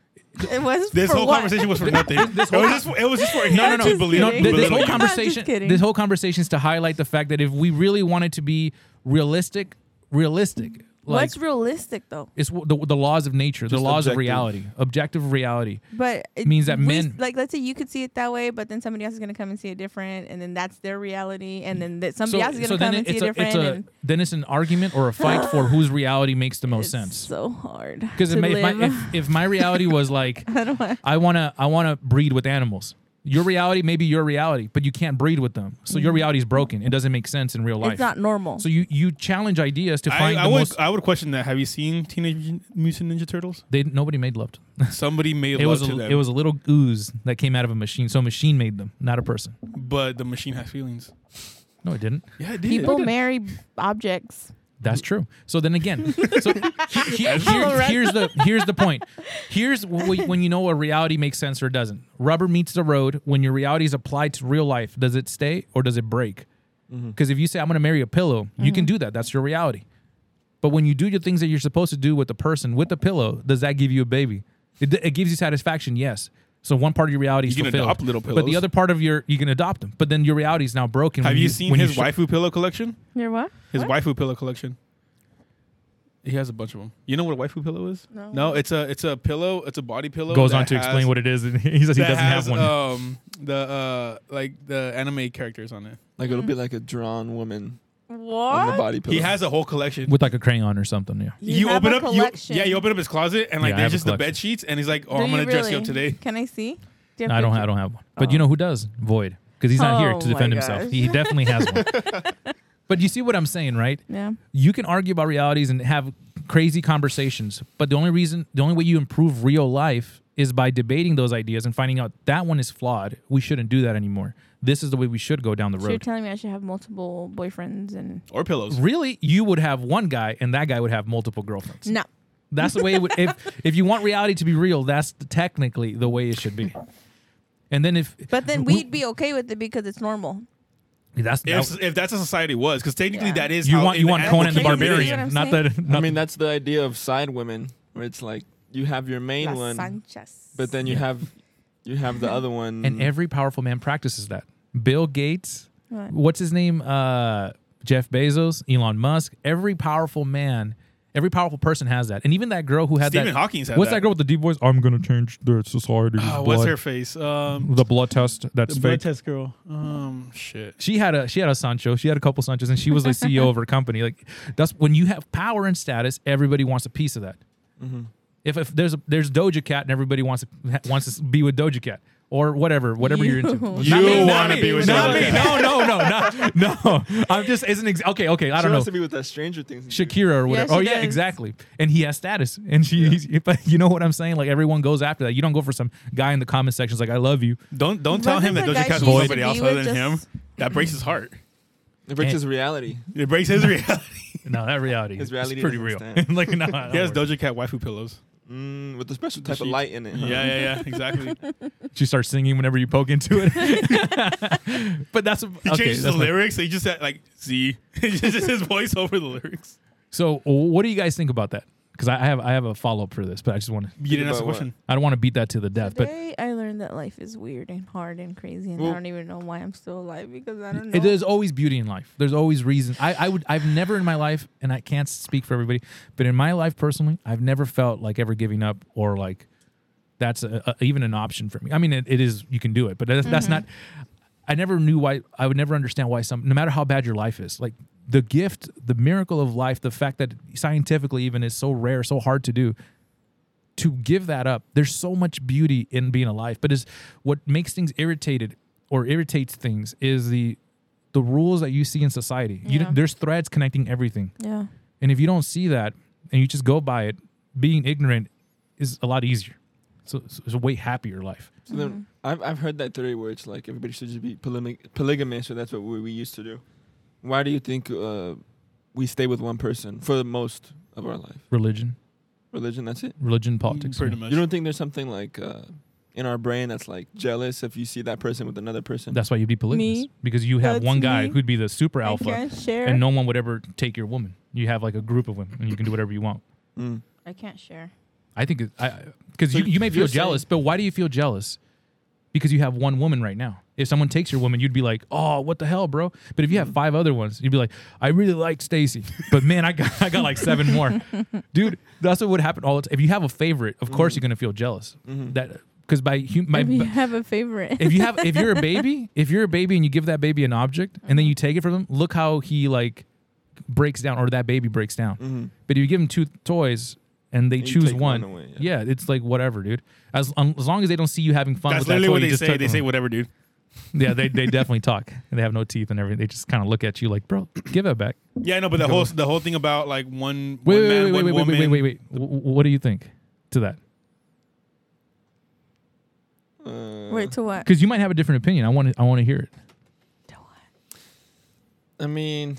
C: it was
B: This
C: for
B: whole
C: what?
B: conversation was for nothing. it, was just, for- it was just for him
A: no, no,
B: to
A: no.
B: believe.
A: no
C: kidding.
A: th- this whole
B: belittle you.
C: I'm just
A: conversation,
C: kidding.
A: this whole conversation is to highlight the fact that if we really wanted to be realistic, realistic, like
C: What's realistic though?
A: it's w- the, the laws of nature, the
D: Just
A: laws of
D: objective.
A: reality, objective reality.
C: But it
A: Means that
C: we-
A: men-
C: like, let's say you could see it that way, but then somebody else is gonna come and see it different, and then that's their reality, and then that somebody else is gonna come and see
A: it's
C: it
A: a,
C: different.
A: it's a
C: and
A: then it's an argument or a fight for whose reality makes the most
C: it's
A: sense.
C: so hard
A: Because
C: to
A: if, my- if,
C: live.
A: my- if, if my reality was like
C: I don't want.
A: I wanna I wanna breed with animals. Your reality may be your reality, but you can't breed with them. So your reality is broken. It doesn't make sense in real life.
C: Mm-hmm. It's not normal.
A: so you you challenge ideas to
B: I,
A: find
B: I
A: the
B: would
A: most.
B: I would question that. Have you seen Teenage Mutant Ninja Turtles?
A: They nobody made love. To.
B: Somebody made
A: It
B: love
A: was
B: to
A: a,
B: them.
A: it was a little ooze that came out of a machine. So a machine made them, not a person.
B: but the machine has feelings.
A: No, it didn't.
B: Yeah, it did.
C: People marry objects.
A: That's true. So then again, so he- he- here- here's the here's the point. Here's wh- when you know a reality makes sense or it doesn't. Rubber meets the road. When your reality is applied to real life, does it stay or does it break?
B: Mm-hmm.
A: Because if you say I'm going to marry a pillow, you can do that. That's your reality. But when you do your things that you're supposed to do with the person with the pillow, does that give you a baby? It, it gives you satisfaction, yes. So one part of your reality is
B: You can
A: fulfilled,
B: adopt little
A: but the
B: pillows.
A: other part of your you can adopt them. But then your reality is now broken.
B: Have
A: when
B: you, seen
A: when
B: his
A: show-
B: waifu pillow collection?
C: You're what?
B: His waifu pillow collection. He has a bunch of them. You know what a waifu pillow is?
C: No.
B: it's a it's a pillow. It's a body pillow.
A: Goes
B: that
A: on to
B: has-
A: explain what it is, and he says he
B: that
A: doesn't
B: has,
A: have one.
B: Um, the uh, like the anime characters on it.
D: Like it'll be like a drawn woman on the
C: What?
D: body pillow.
B: He has a whole collection.
A: with like a crayon or something. Yeah.
C: You have
B: open
C: a
B: up, you-
C: collection.
B: yeah, you open up his closet and like
A: Yeah, I have
B: there's
A: a
B: just the
A: collection.
B: bed sheets, and he's like, oh,
C: Do
B: I'm
C: you
B: gonna dress you up today.
C: really? Can I see? Do you
A: No, I don't. I
C: pictures?
A: don't have one. But you know who does? Void, because he's not here
C: Oh
A: to defend
C: my
A: himself.
C: gosh.
A: He definitely has one. But you see what I'm saying, right?
C: Yeah.
A: You can argue about realities and have crazy conversations, but the only reason, the only way you improve real life is by debating those ideas and finding out that one is flawed. We shouldn't do that anymore. This is the way we should go down the
C: So you're
A: road.
C: telling me I should have multiple boyfriends and
B: Or pillows.
A: really, you would have one guy, and that guy would have multiple girlfriends.
C: no.
A: That's the way it would. if if you want reality to be real, that's technically the way it should be. And then if
C: But then
A: we-
C: we'd be okay with it because it's normal.
A: that's
B: If, if that's a society was, because technically
C: Yeah.
B: that is
A: you
B: how
A: want
B: in
A: you want
B: animal
A: Conan the
B: kingdom it is.
C: what
A: Barbarian,
C: I'm
A: not
C: saying?
A: the. Not
D: I mean, that's the idea of side women, where it's like you have your main
C: Las
D: one,
C: Sanchez.
D: but then you have you have the other one.
A: and every powerful man practices that. Bill Gates,
C: Right.
A: what's his name? Uh, Jeff Bezos, Elon Musk. Every powerful man, every powerful person has that. And even that girl who had
B: Stephen
A: that.
B: Hawking's had
A: what's that.
B: that.
A: girl with the deep voice? I'm gonna change the society's
B: Ah,
A: blood.
B: what's her face? Um,
A: the blood test. That's
B: the
A: fake.
B: blood test girl. Um, shit.
A: she had a she had a Sancho. She had a couple Sanchos, and she was the CEO of her company. Like that's when you have power and status, everybody wants a piece of that.
B: Mm-hmm.
A: If, if there's a, there's Doja Cat and everybody wants to wants to be with Doja Cat or whatever whatever you. are into. Not
B: You
A: me, not
B: wanna
A: me,
B: be with
A: not
B: Doja
A: me. No no no not, no. I'm just isn't ex- okay okay. I
D: she
A: don't know
D: wants to be with that Stranger Things. dude.
A: Shakira or whatever.
C: she
A: oh yeah
C: does.
A: exactly. And he has status and she. he's- But you know what I'm saying? Like everyone goes after that. You don't go for some guy in the comment sections like I love you.
B: Don't don't tell him that
C: Wasn't the
B: Doja
C: guy
B: Cat's
C: she
B: with
C: used
B: somebody
C: to
B: else
C: be
B: other
C: with
B: than him.
C: just-
B: That breaks his heart.
D: It breaks his reality.
B: It breaks his reality.
A: No that reality.
D: His
A: is
D: reality
A: pretty real.
D: doesn't stand.
A: like no. I don't
B: He has
A: worry.
B: Doja Cat waifu pillows.
D: Mm, with a special type of
B: she-
D: light in it. huh?
B: Yeah, yeah, yeah. Exactly.
A: She starts singing whenever you poke into it. but that's
B: He
A: okay.
B: changes
A: that's
B: the
A: my-
B: lyrics. He just had, like Z. It's just his voice over the lyrics.
A: so, what do you guys think about that? Because I I have I have a follow up for this, but I just want to
B: You didn't
D: About
B: ask a
D: what?
B: question.
A: I don't want to beat that to the death. But
C: Today I learned that life is weird and hard and crazy, and
D: Well-
C: I don't even know why I'm still alive because I don't know.
A: It- There's always beauty in life. There's always reason. I, I would I've never in my life, and I can't speak for everybody, but in my life personally, I've never felt like ever giving up or like that's a, a- even an option for me. I mean, it, it is you can do it, but that's,
C: Mm-hmm.
A: that's not. I never knew why. I would never understand why some. No matter how bad your life is, like the gift, the miracle of life, the fact that scientifically even is so rare, so hard to do. To give that up, there's so much beauty in being alive. But is what makes things irritated or irritates things is the the rules that you see in society. You
C: Yeah.
A: don't- there's threads connecting everything.
C: yeah,
A: And if you don't see that and you just go by it, being ignorant is a lot easier. So, so it's a way happier life.
D: So then I've, I've heard that theory where it's like everybody should just be polymi- polygamous, so that's what we, we used to do. Why do you think uh, we stay with one person for the most of our life?
A: Religion,
D: Religion, that's it.
A: religion, politics.
B: Mm, pretty
A: yeah.
B: much.
D: You don't think there's something like uh, in our brain that's like jealous if you see that person with another person?
A: That's why you'd be polygamous
C: Me.
A: because you have
C: That's
A: one guy
C: me.
A: who'd be the super
C: I
A: alpha,
C: can't share.
A: and no one would ever take your woman. You have like a group of women, and you can do whatever you want.
D: Mm.
C: I can't share.
A: I think it- I because
D: So
A: you, you may feel
D: you're
A: jealous, but why do you feel jealous? Because you have one woman right now. If someone takes your woman, you'd be like, "Oh, what the hell, bro?" But if you
D: Mm-hmm.
A: have five other ones, you'd be like, "I really like Stacy, but man, I got I got like seven more, dude." That's what would happen all the time. If you have a favorite, of
D: Mm-hmm.
A: course you're gonna feel jealous. That because by hum- by,
C: if you
A: by-
C: have a favorite,
A: if you have if you're a baby, if you're a baby and you give that baby an object and then you
D: Uh-huh.
A: take it from him, look how he like breaks down or that baby breaks down. But if you give him two toys and they
D: Mm-hmm. You
A: choose
D: take
A: one,
D: one away,
A: yeah. it's like whatever, dude. As um, as long as they don't see you having fun
B: That's
A: with that
B: literally
A: toy,
B: what
A: you
B: they
A: just
B: say.
A: took
B: They
A: from
B: say
A: him.
B: whatever, dude.
A: yeah, they they definitely talk and they have no teeth and everything. They just kind of look at you like, bro, give that back.
B: Yeah, I know, but the
A: Go.
B: whole the whole thing about like one
A: Wait, wait,
B: one man,
A: wait,
B: one
A: wait, wait, wait,
B: woman.
A: wait, wait, wait. Wh- What do you think to that?
D: Uh,
C: wait to what?
A: Because you might have a different opinion. I want to I want to hear it.
D: I mean,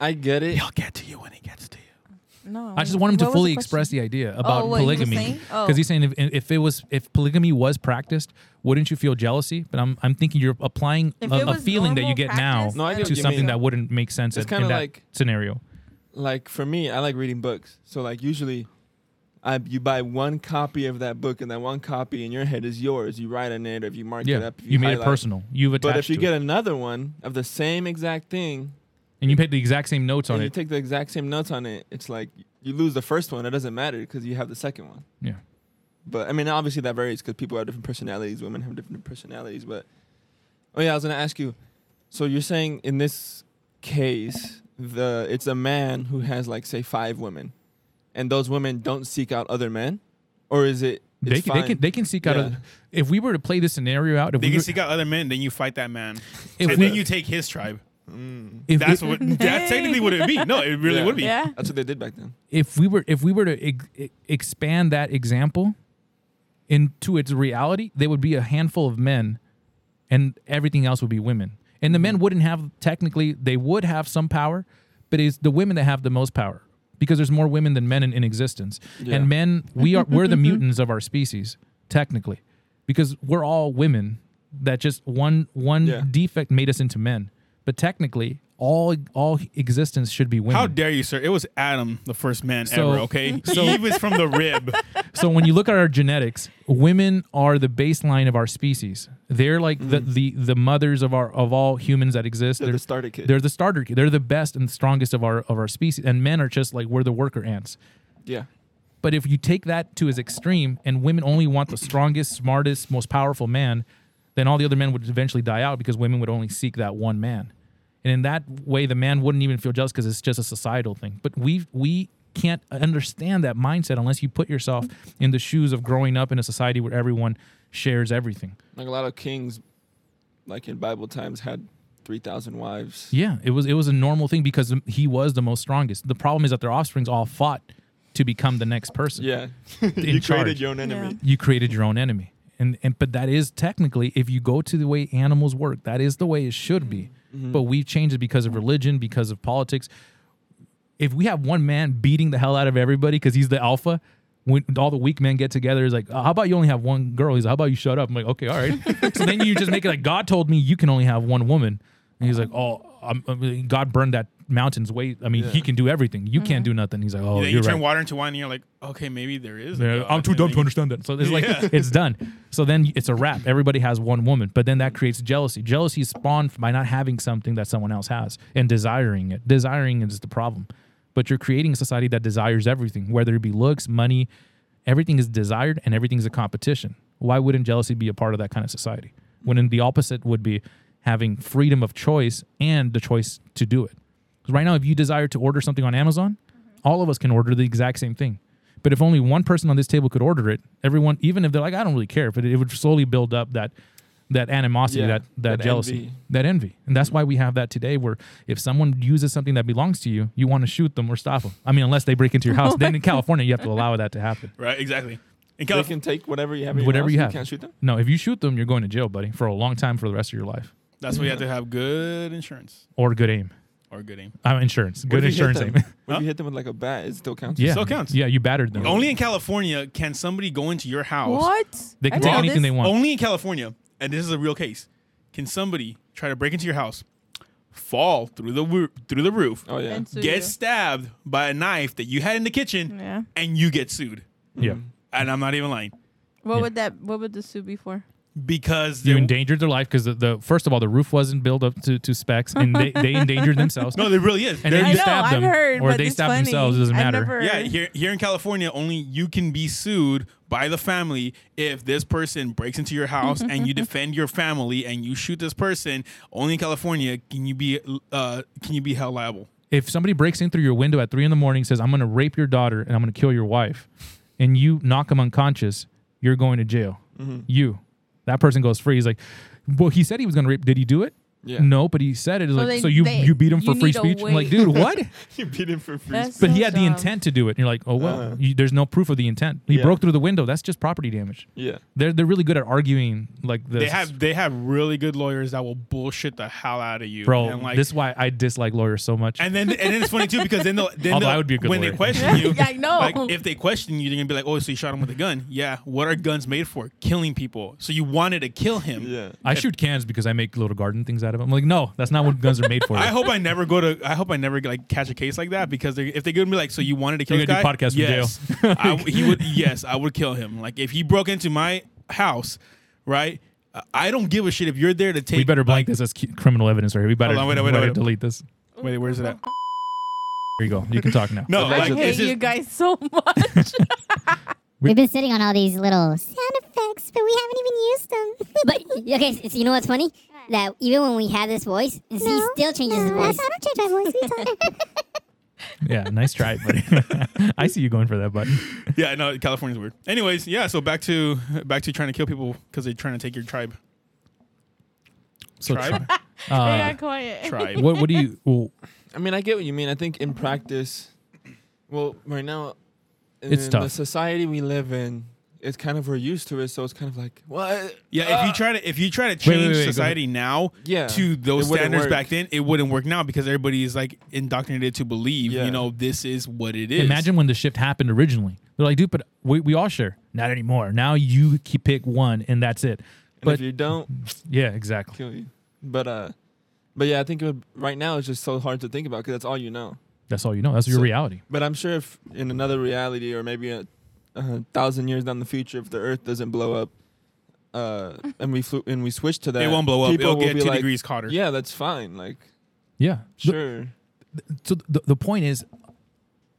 D: I get it.
B: I'll get to you when it gets to you.
C: No,
A: I just want him to
C: Oh, what was
A: fully
C: the
A: express
C: question?
A: the idea about
C: Oh, what you were
A: polygamy.
C: saying? Oh.
A: because he's saying if, if it was if polygamy was practiced, wouldn't you feel jealousy? But I'm I'm thinking you're applying a,
C: If it
A: a
C: was
A: feeling that you
C: normal
A: get
C: practice,
A: now
D: No, I
C: don't
D: get
A: to
D: what you
C: think
A: something
C: so.
D: mean.
A: that wouldn't make sense
D: It's
A: in, in
D: kinda
A: that
D: like-
A: scenario.
D: Like for me, I like reading books. So like usually, I you buy one copy of that book, and that one copy in your head is yours. You write on it, or if you mark it
A: Yeah,
D: up, if
A: you made it
D: highlight
A: personal. You've attached
D: But if you
A: to
D: get
A: it,
D: another one of the same exact thing,
A: and you paid the exact same notes on
D: and you
A: it.
D: take the exact same notes on it, it's like you lose the first one. It doesn't matter because you have the second one.
A: Yeah.
D: But I mean, obviously that varies because people have different personalities. Women have different personalities. But oh yeah, I was gonna ask you. So you're saying in this case, the it's a man who has like say five women, and those women don't seek out other men, or is it?
A: They
D: it's
A: can, they can
D: fine?
A: they can seek out.
D: Yeah.
A: A, if we were to play this scenario out, if
B: They
A: we
B: can
A: were,
B: seek out other men, then you fight that man,
A: If
B: and
A: we-
B: then you take his tribe.
D: Mm.
A: if,
B: That's
A: if,
B: what that's technically what it would be. No, it really
D: Yeah.
B: would be.
C: Yeah,
D: That's what they did back then.
A: if we were if we were to ex- e- expand that example into its reality, there would be a handful of men, and everything else would be women. And the men
D: Mm-hmm.
A: wouldn't have technically they would have some power, but it's the women that have the most power because there's more women than men in, in existence.
D: Yeah.
A: And men, we are we're the mutants of our species technically, because we're all women. That just one one
D: Yeah.
A: defect made us into men, but technically all all existence should be women.
B: How dare you, sir? It was Adam, the first man
A: So-
B: ever. Okay,
A: so-
B: Eve is from the rib.
A: so when you look at our genetics, women are the baseline of our species. They're like the, the the mothers of our of all humans that exist.
D: Mm. They're the starter kit.
A: They're the starter. kid. They're the best and strongest of our of our species. And men are just like we're the worker ants.
D: Yeah.
A: But if you take that to his extreme, and women only want the strongest, smartest, most powerful man, then all the other men would eventually die out because women would only seek that one man. And in that way, the man wouldn't even feel jealous because it's just a societal thing. But we we can't understand that mindset unless you put yourself in the shoes of growing up in a society where everyone shares everything.
D: Like a lot of kings, like in Bible times, had three thousand wives.
A: Yeah, it was it was a normal thing because he was the most strongest. The problem is that their offsprings all fought to become the next person.
D: Yeah,
A: in
D: you
A: charge.
D: created your own enemy.
A: you created your own enemy and and but that is technically if you go to the way animals work that is the way it should be but we've changed it because of religion because of politics if we have one man beating the hell out of everybody because he's the alpha when all the weak men get together is like "Uh, how about you only have one girl he's like how about you shut up i'm like okay all right so then you just make it like god told me you can only have one woman and he's like oh I'm, I'm- god burned that mountains weight. I mean,
D: Yeah.
A: he can do everything. You can't do nothing. He's like, oh,
B: then you
A: you're
B: turn
A: right.
B: water into wine, and you're like, okay, maybe there is. a
A: Yeah,
B: God.
A: I'm too
B: And
A: dumb
B: then
A: to understand that. So it's like
B: Yeah.
A: it's done. So then it's a wrap. Everybody has one woman, but then that creates jealousy. Jealousy is spawned by not having something that someone else has and desiring it. Desiring is the problem. But you're creating a society that desires everything, whether it be looks, money, everything is desired and everything's a competition. Why wouldn't jealousy be a part of that kind of society? When in the opposite would be having freedom of choice and the choice to do it. 'Cause right now, if you desire to order something on Amazon, all of us can order the exact same thing. But if only one person on this table could order it, everyone, even if they're like, I don't really care, but it would slowly build up that that animosity,
D: Yeah,
A: that, that
D: that
A: jealousy,
D: envy.
A: that envy. And that's why we have that today where if someone uses something that belongs to you, you want to shoot them or stop them. I mean, unless they break into your house. then in California, you have to allow that to happen.
B: Right, exactly. In
D: They
B: California,
D: can take whatever you have. in your
A: Whatever
D: house,
A: you have.
D: can't shoot them.
A: No, if you shoot them, you're going to jail, buddy, for a long time for the rest of your life
B: that's why you have to have good insurance
A: or good aim.
B: or good aim.
A: Uh, insurance.
D: What
A: Good
D: if you hit
A: insurance aim.
D: them? What if
B: Huh?
D: you hit them with like a bat? It still counts.
A: yeah.
B: Still counts.
A: Yeah, you battered them.
B: Only in California can somebody go into your house.
C: What?
A: they can
C: I
A: take
C: know
A: anything
C: this-
A: they want.
B: Only in California, and this is a real case, can somebody try to break into your house, fall through the roo- through the roof,
D: Oh yeah.
C: And sue
B: get
C: you.
B: stabbed by a knife that you had in the
A: Mm.
B: kitchen,
C: Yeah.
B: and you get sued.
A: yeah.
B: And I'm not even lying
C: What
A: Yeah.
C: would that? What would the sue be for?
B: because
A: You
B: they-
A: endangered their life because the, the first of all the roof wasn't built up to, to specs and they, they endangered themselves.
B: no, there really is.
A: and
B: There-
A: then
C: I
A: you
C: know,
A: stab
C: I've
A: them
C: heard,
A: or
C: but
A: they
C: it's
A: stab
C: funny.
A: themselves. It doesn't
C: I've
A: matter.
C: never-
B: yeah, here here in California, only you can be sued by the family if this person breaks into your house and you defend your family and you shoot this person. Only in California can you be uh, can you be held liable.
A: If somebody breaks in through your window at three in the morning, says I'm going to rape your daughter and I'm going to kill your wife, and you knock them unconscious, you're going to jail.
B: Mm-hmm.
A: You, that person goes free. He's like, well, he said he was going to rape. Did he do it?
D: Yeah.
A: No, but he said it. It's
C: So
A: like,
C: they-
A: so you
C: they-
A: you beat him for
C: you
A: free
C: need to
A: speech. I'm like,
C: wait.
A: dude, what?
D: You beat him for free.
C: That's
A: But
C: so
A: he had the
C: dumb.
A: intent to do it. And you're like, oh well,
B: Uh-huh.
D: Uh.
A: you, there's no proof of the intent. He
D: Yeah.
A: broke through the window. That's just property damage.
D: Yeah.
A: They're they're really good at arguing like this.
B: They have they have really good lawyers that will bullshit the hell out of you,
A: bro.
B: And like,
A: this is why I dislike lawyers so much.
B: and then and then it's funny too because then they'll, then
A: Although
B: they'll-
A: I would be a good
B: when
A: lawyer.
B: they question you.
C: Yeah, I know.
B: Like if they question you, they're gonna be like, "Oh, so you shot him with a gun? Yeah. What are guns made for? Killing people. So you wanted to kill him?
D: Yeah.
A: I shoot cans because I make little garden things out of them. I'm like, no, that's not what guns are made for.
B: I hope I never go to. I hope I never like catch a case like that because they're, if they're gonna be like, so you wanted to kill
A: You're
B: this
A: gonna do
B: guy?
A: podcasts from
B: yes,
A: jail.
B: I w- he would. Yes, I would kill him. Like if he broke into my house, right? I- I don't give a shit if you're there to take.
A: we better blank
B: like,
A: this as cu- criminal evidence right here. We better,
B: Hold on, wait, wait,
A: we
B: wait,
A: better
B: wait.
A: delete this.
B: Wait, where's it at?
A: There you go. You can talk now.
B: No,
C: I
B: like,
D: Allegedly.
B: this
C: hate
B: is-
C: you guys so much.
G: We've been sitting on all these little sound effects, but we haven't even used them.
H: But okay, so you know what's funny? That even when we have this voice, he still changes his voice.
G: I don't change my voice. What are you talking-
A: Yeah, nice try, buddy. I see you going for that, but
B: yeah, no, California's weird. Anyways, yeah. So back to back to trying to kill people because they're trying to take your tribe.
A: so
B: Tribe?
A: tri- uh,
C: I got quiet.
B: Tribe.
A: what what do you? well,
D: I mean, I get what you mean. I think in practice, well, right now, in
A: It's
D: the
A: tough.
D: society we live in, it's kind of we're used to it, so it's kind of like, what? Ah!
B: Yeah, if you try to if you try to
A: Wait, wait,
B: change
A: wait, go ahead.
B: society now
D: Yeah,
B: to those
D: it wouldn't
B: standards
D: work.
B: back then, it wouldn't work now because everybody is like indoctrinated to believe,
D: Yeah.
B: you know, this is what it is.
A: imagine when the shift happened originally. They're like, dude, but we, we all share. Not anymore. Now you ke- pick one, and that's it.
D: And
A: But
D: if you don't,
A: yeah, exactly.
D: kill you. But uh, but yeah, I think it would, right now it's just so hard to think about because that's all you know.
A: That's all you know. That's your
D: So-
A: reality.
D: But I'm sure if in another reality or maybe a, a thousand years down the future, if the Earth doesn't blow up, uh, and we flew and we switch to that,
B: it won't blow up.
D: people
B: It'll
D: will
B: get
D: be
B: two
D: like,
B: degrees hotter.
D: Yeah, that's fine. Like,
A: Yeah. The-
D: sure.
A: so the, the point is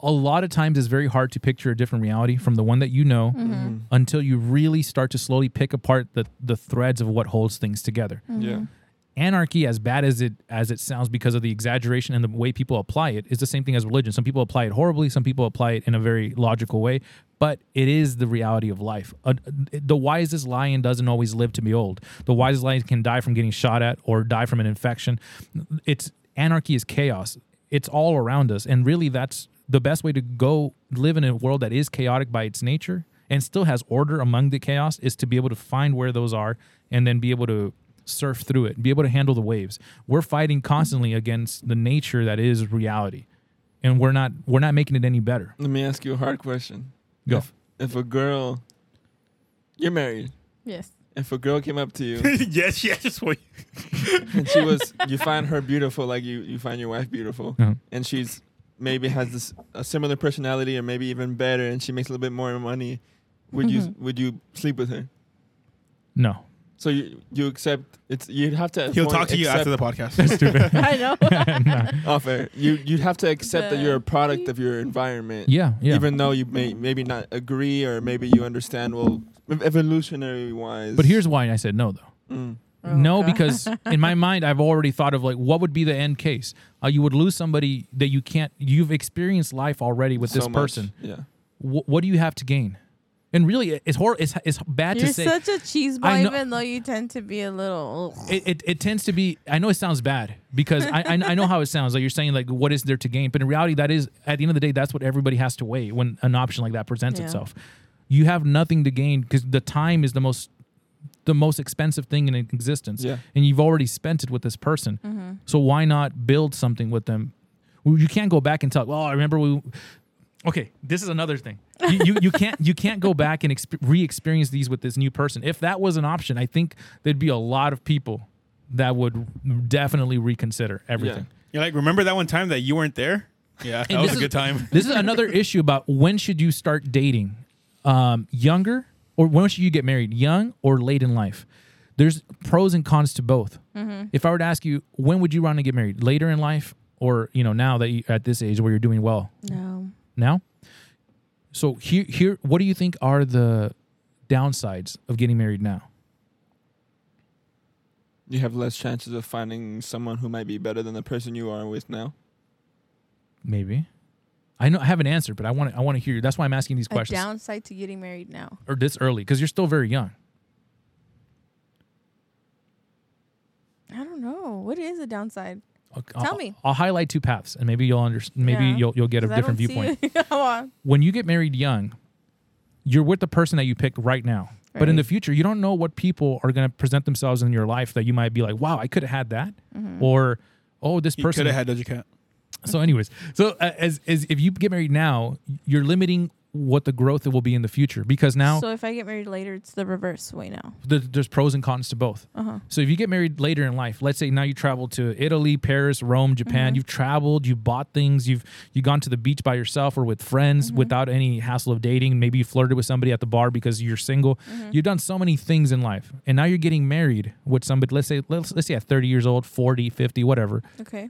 A: a lot of times it's very hard to picture a different reality from the one that you know
C: Mm. Mm-hmm.
D: Mm-hmm.
A: until you really start to slowly pick apart the, the threads of what holds things together
C: mm-hmm.
D: Yeah.
A: anarchy as bad as it as it sounds because of the exaggeration and the way people apply it is the same thing as religion some people apply it horribly some people apply it in a very logical way but it is the reality of life Uh, the wisest lion doesn't always live to be old the wisest lion can die from getting shot at or die from an infection it's anarchy is chaos it's all around us and really that's the best way to go live in a world that is chaotic by its nature and still has order among the chaos is to be able to find where those are and then be able to surf through it, be able to handle the waves. We're fighting constantly against the nature that is reality. And we're not we're not making it any better.
D: Let me ask you a hard question.
A: Go.
D: If, if a girl, you're married,
C: Yes.
D: if a girl came up to you
B: yes, yes. Wait.
D: and she was, you find her beautiful, like you, you find your wife beautiful,
A: Uh-huh.
D: and she's maybe has this a similar personality or maybe even better, and she makes a little bit more money, would you
A: Mm-hmm.
D: would you sleep with her?
A: No.
D: So you you accept it's you'd have to. at
B: He'll
D: point
B: talk to you after the
D: accept-
B: podcast.
C: I know.
D: off air. You you'd have to accept that
C: The-
D: you're a product of your environment.
A: Yeah, yeah.
D: Even though you may maybe not agree or maybe you understand well ev- evolutionary wise.
A: but here's why I said no, though.
D: Mm.
A: no, because in my mind, I've already thought of like what would be the end case. Uh, you would lose somebody that you can't. You've experienced life already with this
D: so much.
A: person.
D: Yeah.
A: Wh- what do you have to gain? And really, it- it's hor- It's, it's bad
C: You're
A: to say.
C: such a cheese boy,
A: I know-
C: even though you tend to be a little. ugh.
A: it, it, it tends to be i know it sounds bad because I, I, I know how it sounds like you're saying like what is there to gain but in reality that is at the end of the day that's what everybody has to weigh when an option like that presents
C: Yeah.
A: itself you have nothing to gain because the time is the most the most expensive thing in existence
D: Yeah.
A: and you've already spent it with this person so why not build something with them Well, you can't go back and tell well i remember we okay this is another thing you, you, you can't you can't go back and exp- re-experience these with this new person if that was an option i think there'd be a lot of people that would definitely reconsider everything
B: You're like, remember that one time that you weren't there? Yeah, that
A: And
B: was
A: this
B: a
A: is-
B: good time.
A: this is another issue about when should you start dating um, younger or when should you get married young or late in life there's pros and cons to both if i were to ask you when would you want to get married later in life or you know now that you at this age where you're doing well
C: No.
A: now. So here, here, what do you think are the downsides of getting married now?
D: You have less chances of finding someone who might be better than the person you are with now.
A: Maybe. I know I have an answer, but I want to, I want to hear you. That's why I'm asking these
C: A
A: questions
C: downside to getting married now.
A: or this early because you're still very young.
C: I don't know. What is a downside?
A: I'll,
C: Tell
A: I'll-
C: me.
A: I'll highlight two paths, and maybe you'll understand. Maybe
C: Yeah.
A: you'll you'll get a
C: 'Cause I
A: different
C: don't see
A: viewpoint.
C: it. Come on.
A: When you get married young, you're with the person that you picked right now. But in
C: Right.
A: the future, you don't know what people are going to present themselves in your life that you might be like, "Wow, I could have had that,"
C: Mm-hmm.
A: or "Oh, this
B: He
A: person
B: could have had Doja Cat.
A: So, anyways, so uh, as as if you get married now, you're limiting what the growth will be in the future because now
C: so if I get married later, it's the reverse way now.
A: th- there's pros and cons to both.
C: Uh-huh.
A: So, if you get married later in life, let's say now you travel to Italy, Paris, Rome, Japan. You've traveled, you've bought things, you've you gone to the beach by yourself or with friends without any hassle of dating. Maybe you flirted with somebody at the bar because you're single. You've done so many things in life, and now you're getting married with somebody. Let's say let's, let's say at 30 years old, 40, 50, whatever.
C: Okay.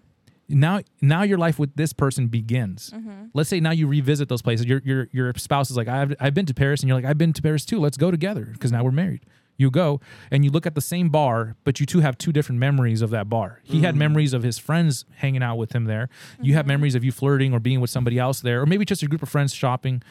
A: now now your life with this person begins. Let's say now you revisit those places. Your your your spouse is like, I've I've been to Paris, and you're like, I've been to Paris too. Let's go together because now we're married. You go and you look at the same bar, but you two have two different memories of that bar. He had memories of his friends hanging out with him there. You have memories of you flirting or being with somebody else there, or maybe just a group of friends shopping.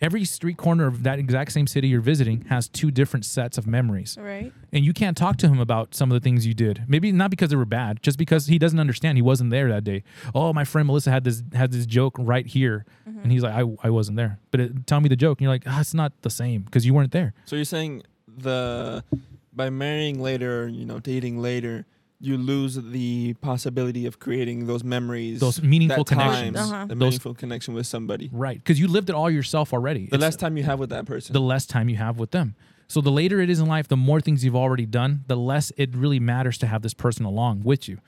A: Every street corner of that exact same city you're visiting has two different sets of memories
C: Right.
A: and you can't talk to him about some of the things you did. Maybe not because they were bad, just because he doesn't understand. He wasn't there that day. Oh, my friend Melissa had this had this joke right here, and he's like, I, I wasn't there. But it, tell me the joke, and you're like, ah, it's not the same because you weren't there.
D: So you're saying the by marrying later, you know, dating later, you lose the possibility of creating those memories,
A: Those meaningful
D: that time,
A: connections,
C: Uh-huh.
D: the
A: Those-
D: meaningful connection with somebody.
A: right? Because you lived it all yourself already.
D: The
A: It's-
D: less time you have with that person.
A: the less time you have with them. So the later it is in life, the more things you've already done, the less it really matters to have this person along with you.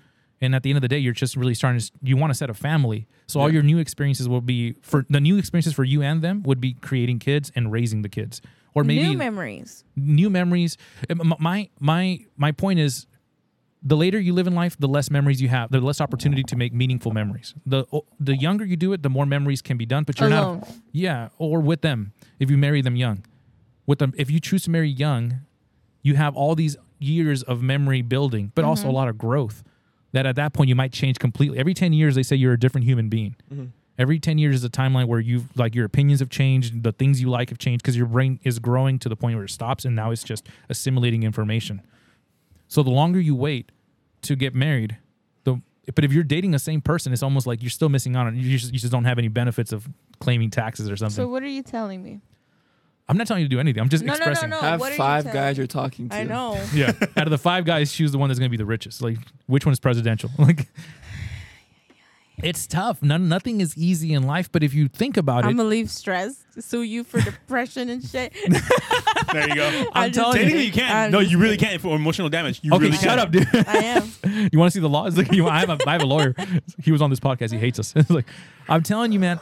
A: And at the end of the day, you're just really starting to you want to set a family. So all your new experiences will be for the new experiences for you and them would be creating kids and raising the kids. Or maybe
C: New memories.
A: new memories. And m- My my my point is, the later you live in life, the less memories you have, the less opportunity to make meaningful memories. the The younger you do it, the more memories can be done. But you're
C: Alone.
A: not, yeah, or with them if you marry them young. With them, if you choose to marry young, you have all these years of memory building, but
C: Mm-hmm.
A: also a lot of growth. That at that point you might change completely. Every ten years, they say you're a different human being. Every ten years is a timeline where you've like your opinions have changed, the things you like have changed because your brain is growing to the point where it stops, and now it's just assimilating information. So the longer you wait to get married, the but if you're dating the same person, it's almost like you're still missing out on. You just, you just don't have any benefits of claiming taxes or something.
C: So what are you telling me?
A: I'm not telling you to do anything. I'm just
C: No, no, no,
A: expressing.
C: no.
D: have
C: What are you
D: five
C: telling
D: guys
C: me?
D: you're talking to.
C: I know.
A: Yeah, out of the five guys, choose the one that's going to be the richest. Like, which one is presidential? Like, It's tough. None, nothing is easy in life, but if you think about
C: I'm
A: it,
C: gonna leave stress, sue you for depression and shit.
B: There you go.
A: I'm
C: just
A: telling you.
B: Technically, you can.
C: I'm
B: no,
C: just
B: you really can't for emotional damage. You
A: okay,
B: really
A: shut
B: can.
A: up, dude.
C: I am.
A: you want to see the law? It's like, you, I, have a, I have a lawyer. He was on this podcast. He hates us. It's like, I'm telling you, man.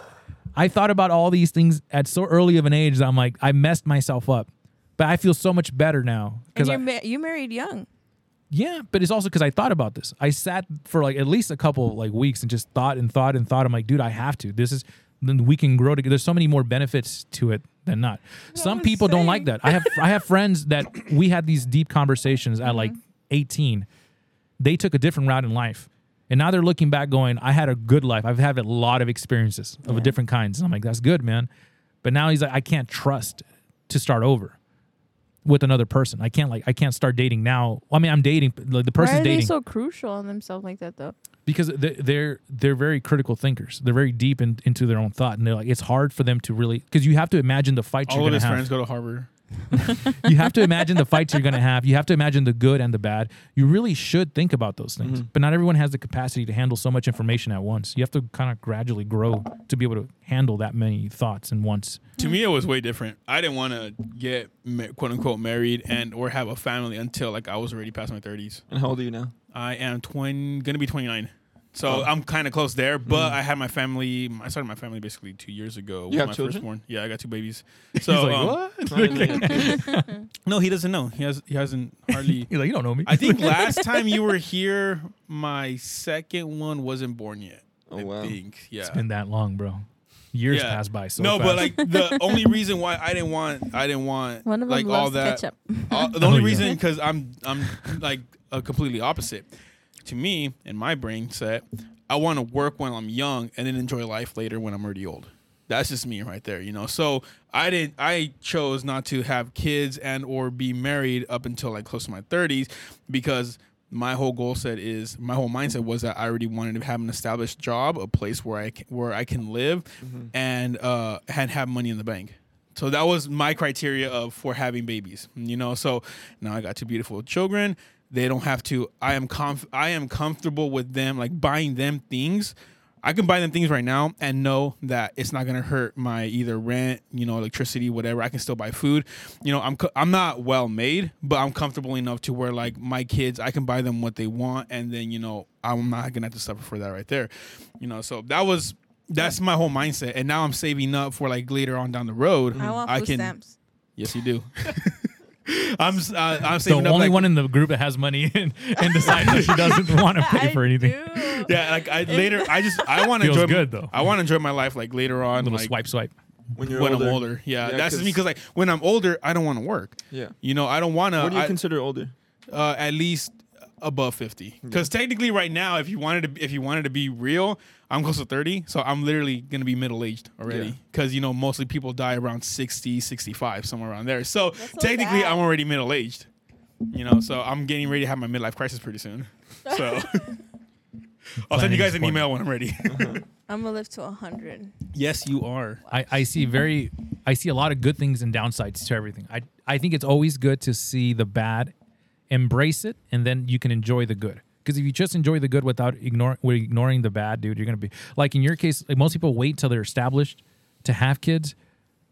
A: I thought about all these things at so early of an age. That I'm like, I messed myself up, but I feel so much better now.
C: And
A: Because
C: you ma- you married young.
A: yeah, but it's also because I thought about this. I sat for like at least a couple like weeks and just thought and thought and thought. I'm like, dude, I have to. This is then we can grow together. There's so many more benefits to it than not. Some
C: I'm
A: people don't like
C: saying.
A: that. I have I have friends that we had these deep conversations at
C: Mm-hmm.
A: like 18. They took a different route in life. And now they're looking back going, I had a good life. I've had a lot of experiences of different kinds. And I'm like, that's good, man. But now he's like, I can't trust to start over with another person. I can't like I can't start dating now. I mean, I'm dating but, like the
C: Why
A: person's
C: are
A: dating
C: they so crucial on themselves like that though?
A: because they- they're they're very critical thinkers. They're very deep in, into their own thought, and they're like it's hard for them to really because you have to imagine the fight
B: All
A: you're
B: of
A: gonna
B: his
A: have.
B: friends go to Harvard.
A: you have to imagine the fights you're gonna have. You have to imagine the good and the bad. You really should think about those things,
B: Mm-hmm.
A: but not everyone has the capacity to handle so much information at once. You have to kind of gradually grow to be able to handle that many thoughts and once.
B: To me, it was way different. I didn't want to get ma- quote unquote married and or have a family until like I was already past my thirties.
D: And how old are you now?
B: I am twenty, gonna be twenty nine. So I'm kind of close there, but I had my family. I started my family basically two years ago. with
D: have
B: my
D: children?
B: firstborn. Yeah, I got two babies. So um, no, he doesn't know. He has he hasn't hardly.
A: You're like you don't know me.
B: I think last time you were here, my second one wasn't born yet.
D: Oh,
B: I
D: wow.
B: think yeah.
A: it's been that long, bro. Years
B: Yeah.
A: pass by so
B: no,
A: fast.
B: but like the only reason why I didn't want I didn't want
C: One of
B: like
C: them
B: all
C: loves
B: that
C: ketchup. Mm,
B: all, Uh, the only
A: yeah.
B: reason because I'm I'm like a completely opposite. To me, in my brain set, I want to work while I'm young and then enjoy life later when I'm already old. That's just me right there, you know. So I didn't. I chose not to have kids and or be married up until like close to my 30s because my whole goal set is my whole mindset was that I already wanted to have an established job, a place where I can, where I can live, and uh, and have money in the bank. So that was my criteria of for having babies, you know. So now I got two beautiful children. They don't have to. I am comf- I am comfortable with them, like buying them things. I can buy them things right now and know that it's not gonna hurt my either rent, you know, electricity, whatever. I can still buy food. You know, I'm co- I'm not well made, but I'm comfortable enough to where like my kids, I can buy them what they want, and then you know I'm not gonna have to suffer for that right there. You know, so that was that's my whole mindset, and now I'm saving up for like later on down the road.
C: I want food stamps.
B: Yes, you do. I'm s- uh, I'm
A: the
B: saving
A: only
B: up like,
A: one in the group that has money and, and decides that she doesn't want to pay for anything.
C: do.
B: Yeah, like I later. I just I want to
A: Feels
B: enjoy.
A: good, though.
B: I want to enjoy my life like later on.
A: Little
B: like,
A: swipe, swipe.
D: When you're
B: when
D: older.
B: I'm older. Yeah,
D: Yeah,
B: that's just me
D: 'cause-
B: because like when I'm older, I don't want to work.
D: Yeah.
B: You know, I don't want
D: What do you
B: to.
D: consider older?
B: uh, at least above 50 because technically right now if you wanted to be, if you wanted to be real i'm close to 30 so i'm literally gonna be middle-aged
D: Yeah.
B: already because you know mostly people die around 60 65 somewhere around there so
C: so
B: technically
C: sad.
B: i'm already middle-aged you know so i'm getting ready to have my midlife crisis pretty soon so i'll send
A: Planning Uh-huh.
B: you
A: is
B: guys an
A: important.
B: email when i'm ready
C: I'm gonna live to hundred.
B: yes you are
A: I, I see very I see a lot of good things and downsides to everything. I I think it's always good to see the bad, embrace it, and then you can enjoy the good. Because if you just enjoy the good without ignoring ignoring the bad, dude, you're gonna be like in your case, like most people wait till they're established to have kids.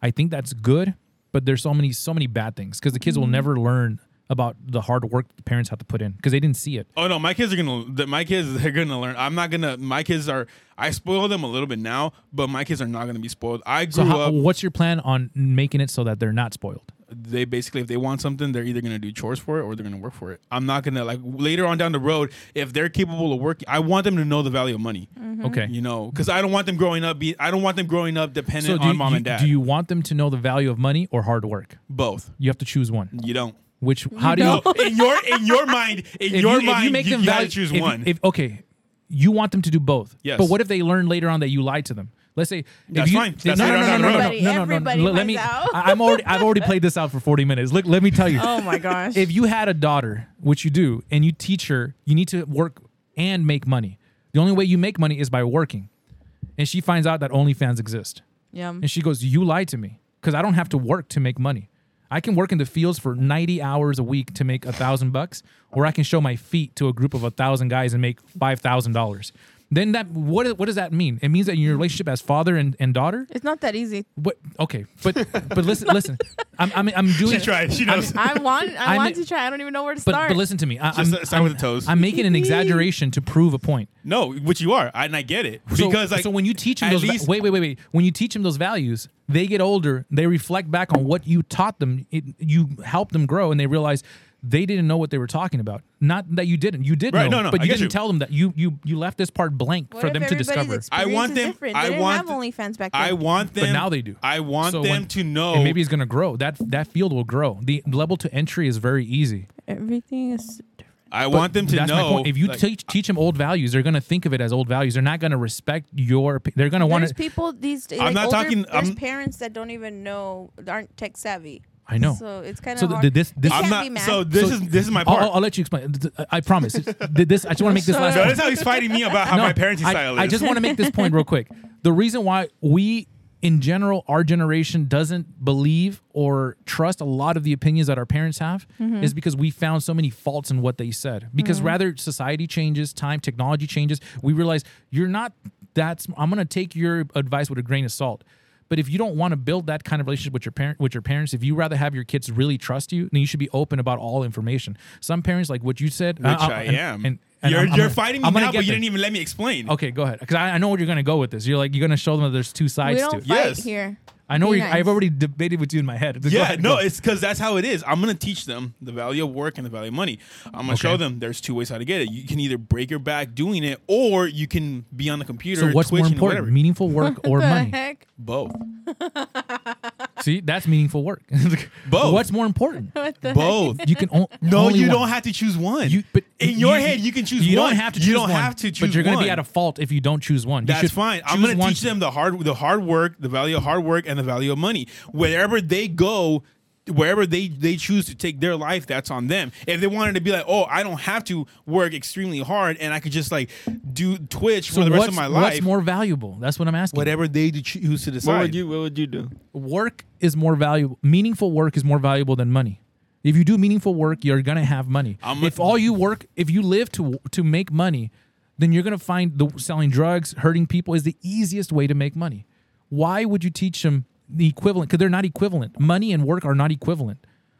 A: I think that's good, but there's so many so many bad things because the kids
B: Mm.
A: will never learn about the hard work the parents have to put in because they didn't see it.
B: Oh no, my kids are gonna. th- My kids, they're gonna learn. I'm not gonna. My kids are. I spoil them a little bit now, but my kids are not gonna be spoiled. I
A: So
B: grew
A: how,
B: up.
A: what's your plan on making it so that they're not spoiled?
B: They basically, if they want something, they're either gonna do chores for it or they're gonna work for it. I'm not gonna like later on down the road if they're capable of working. I want them to know the value of money.
C: Mm-hmm.
A: Okay.
B: You know, because I don't want them growing up. Be I don't want them growing up dependent
A: so do
B: on
A: you,
B: mom
A: you-
B: and dad.
A: do you want them to know the value of money or hard work?
B: both?
A: You have to choose one.
B: You don't.
A: Which how do
B: No,
A: you
B: in your in your mind, in
A: if
B: your
A: you,
B: mind,
A: if you make them
B: gotta
A: value-
B: choose
A: if-
B: one.
A: If, okay, you want them to do both.
B: Yes.
A: But what if they learn later on that you lied to them? Let's say if
B: That's
A: you,
B: fine.
A: No,
B: That's
A: no,
B: later
A: no,
B: on
A: no,
B: down the
A: no, no,
B: road.
A: no, no, no, no,
C: Everybody-
A: no. Let me.
C: everybody
A: I- I'm already. I've already played this out for 40 minutes. Look, let me tell you.
C: Oh my gosh.
A: If you had a daughter, which you do, and you teach her, you need to work and make money. The only way you make money is by working. And she finds out that OnlyFans exist.
C: Yum.
A: And she goes, You lied to me because I don't have to work to make money. I can work in the fields for 90 hours a week to make a thousand bucks, or I can show my feet to a group of a thousand guys and make $5,000. then that what what does that mean? It means that in your relationship as father and, and daughter.
C: It's not that easy.
A: What? Okay, but but listen, listen. I'm I'm, I'm doing.
B: She tried. She knows.
C: I want. I,
A: I'm-
C: want to try. I don't even know where to
A: But
C: start.
A: but listen to me. I,
B: Just
A: I'm,
B: start with the toes.
A: I'm making an exaggeration to prove a point.
B: no, which you are, I, and I get it
A: So-
B: because like
A: so when you teach them
B: at
A: those va-
B: least-
A: wait wait wait wait when you teach them those values they get older they reflect back on what you taught them it, you help them grow and they realize they didn't know what they were talking about not that you didn't you did
B: Right,
A: know
B: no, no,
A: but
B: I
A: you
B: get
A: didn't
B: you.
A: tell them that you you you left this part blank
C: What
A: for
C: if
A: them to
C: everybody's
A: discover
C: experience
B: I want
C: is
B: them-
C: Different?
B: I
C: They didn't
B: want
C: have
B: th-
C: OnlyFans back then.
B: I want them.
A: but now they do
B: I want
A: So
B: them
A: when-
B: to know.
A: and maybe it's going to grow that that field will grow the level to entry is very easy
C: Everything is.
B: I want them to
A: that's my
B: know.
A: point if you
B: like,
A: teach, teach them old values they're going to think of it as old values they're not going to respect your opi- they're going to want
C: There's
A: to
C: people these. days.
B: I'm
C: like
B: not
C: older,
B: talking-
C: There's
B: I'm-
C: parents that don't even know aren't tech savvy.
A: I know.
C: So it's kind of
A: So th-
C: hard.
A: this- this-
C: They
B: I'm
C: can't
B: not.
C: be mad.
B: So this
A: So-
B: is this is my
A: I'll,
B: part.
A: I'll- I'll let you explain. Th- th- I promise. Th- This I just want to make this last.
B: So
A: point.
B: that's how he's fighting me about how my parenting
A: I,
B: style is.
A: I just want to make this point real quick. The reason why we, in general, our generation doesn't believe or trust a lot of the opinions that our parents have is because we found so many faults in what they said. Because rather, society changes, time, technology changes. We realize you're not that. sm- I'm going to take your advice with a grain of salt. But if you don't want to build that kind of relationship with your parent, with your parents, if you rather have your kids really trust you, then you should be open about all information. Some parents, like what you said,
B: which I, am. you're you're fighting me now, but you didn't even let me explain.
A: Okay, go ahead. Because I, I know where you're going to go with this. You're like you're going to show them that there's two
C: we
A: sides to
C: don't
A: it.
C: fight
B: Yes.
C: here.
A: I know. Where
C: Be
A: you,
C: nice.
A: I've already debated with you in my head. Go
B: Yeah,
A: ahead,
B: no,
A: go.
B: it's because that's how it is. I'm gonna teach them the value of work and the value of money. I'm gonna show them there's two ways how to get it. You can either break your back doing it, or you can be on the computer.
A: so what's more
B: twitching,
A: important,
B: Whatever.
A: meaningful work or
C: The
A: money?
C: heck?
B: Both.
A: See, that's meaningful work.
B: Both.
A: What's more important?
B: Both.
A: You can on,
B: No,
A: only
B: you
A: one.
B: don't have to choose one.
A: You, but
B: in your head, you can choose.
A: You
B: one.
A: don't have to. Choose
B: You don't
A: one,
B: have to choose.
A: But you're gonna
B: one.
A: be at a fault if you don't choose one. You
B: That's
A: should
B: fine. I'm
A: choose
B: going to
A: one.
B: teach them the hard the hard work, the value of hard work, and the value of money. Wherever they go, wherever they they choose to take their life, that's on them. If they wanted to be like, oh, I don't have to work extremely hard, and I could just like do Twitch
A: So
B: for the rest
A: what's-
B: of my
A: What's
B: life,
A: more valuable? That's what I'm asking.
B: whatever they do choose to decide.
D: What would you What would you do?
A: work is more valuable. Meaningful work is more valuable than money. If you do meaningful work, you're gonna have money.
B: I'm-
A: if all you work, if you live to to make money, then you're gonna find the selling drugs, hurting people is the easiest way to make money. Why would you teach them the equivalent? Because they're not equivalent. Money and work are not equivalent.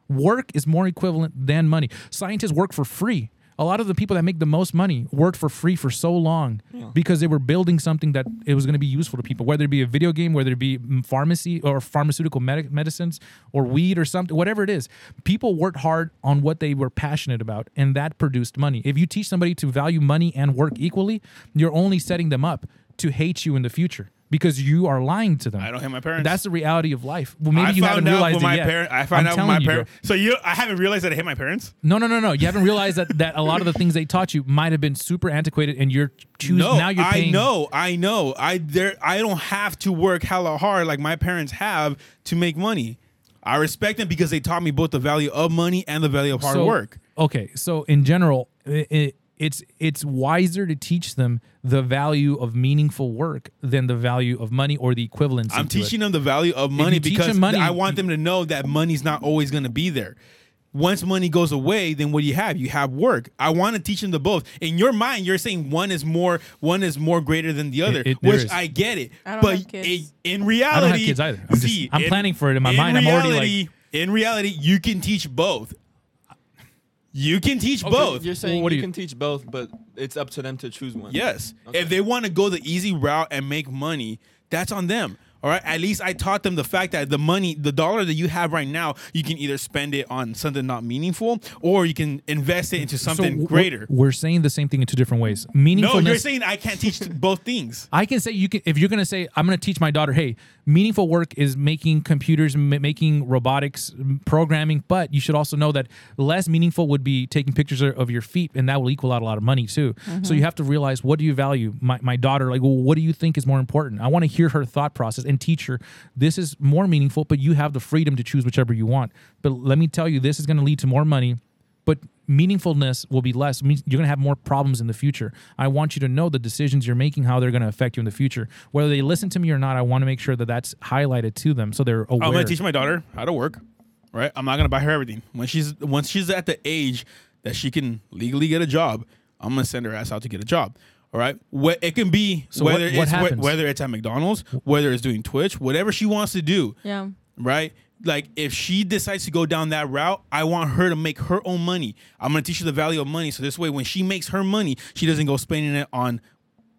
A: Work is more equivalent than money. Scientists work for free. A lot of the people that make the most money worked for free for so long because they were building something that it was going to be useful to people, whether it be a video game, whether it be mm, pharmacy or pharmaceutical medic medicines or weed or something, whatever it is. People worked hard on what they were passionate about, and that produced money. If you teach somebody to value money and work equally, you're only setting them up to hate you in the future because you are lying to them.
B: I don't hate my parents.
A: That's the reality of life. Well, maybe
B: I
A: you
B: found
A: haven't
B: out
A: realized it
B: when my
A: yet.
B: parents. I found
A: I'm
B: out when
A: telling
B: my
A: you, bro.
B: parents. So you, I haven't realized that I hate my parents.
A: No, no, no, no. You haven't realized that, that a lot of the things they taught you might have been super antiquated, and you're choosing
B: No,
A: now. You're paying.
B: I know, I know. I there I don't have to work hella hard like my parents have to make money. I respect them because they taught me both the value of money and the value of hard
A: So-
B: work.
A: Okay, so in general, i i it's it's wiser to teach them the value of meaningful work than the value of money or the equivalency.
B: I'm
A: to it.
B: teaching them the value of money
A: you teach
B: because
A: them money,
B: I want them to know that money's not always going to be there. Once money goes away, then what do you have? You have work. I want to teach them the both. In your mind, you're saying one is more, one is more greater than the other,
A: it- there
B: which
A: is.
B: I get it.
C: I don't
B: but
C: have kids.
B: it- in
A: I
B: reality,
A: don't have kids either. I'm, just-
B: see,
A: I'm
B: in-
A: planning for it in my
B: in
A: mind. I'm already
B: reality-
A: like,
B: in reality, you can teach both. You can teach both.
D: You're saying
A: What do
D: you,
A: you-
D: can teach both, but it's up to them to choose one.
B: Yes.
D: Okay.
B: If they want to go the easy route and make money, that's on them. All right. At least I taught them the fact that the money, the dollar that you have right now, you can either spend it on something not meaningful or you can invest it into
A: so
B: something
A: w-
B: greater.
A: We're saying the same thing in two different ways.
B: No,
A: Meaningfulness.
B: you're saying I can't teach both things.
A: I can say you can if you're gonna say I'm gonna teach my daughter, hey, meaningful work is making computers, m- making robotics, m- programming, but you should also know that less meaningful would be taking pictures of- of your feet, and that will equal out a lot of money too. So you have to realize what do you value, my, my daughter, like well, what do you think is more important? I want to hear her thought process and teach her this is more meaningful, but you have the freedom to choose whichever you want. But let me tell you, this is gonna lead to more money but meaningfulness will be less. Means You're going to have more problems in the future. I want you to know the decisions you're making, how they're going to affect you in the future. Whether they listen to me or not, I want to make sure that that's highlighted to them so they're aware.
B: I'm gonna teach my daughter how to work. Right. I'm not gonna buy her everything. When she's once she's at the age that she can legally get a job, I'm gonna send her ass out to get a job. All right, what it can be
A: So
B: whether
A: what- what
B: it's whe-
A: happens?
B: whether it's at McDonald's, whether it's doing Twitch, whatever she wants to do,
C: Yeah.
B: right? Like if she decides to go down that route, I want her to make her own money. I'm gonna teach her the value of money, so this way, when she makes her money, she doesn't go spending it on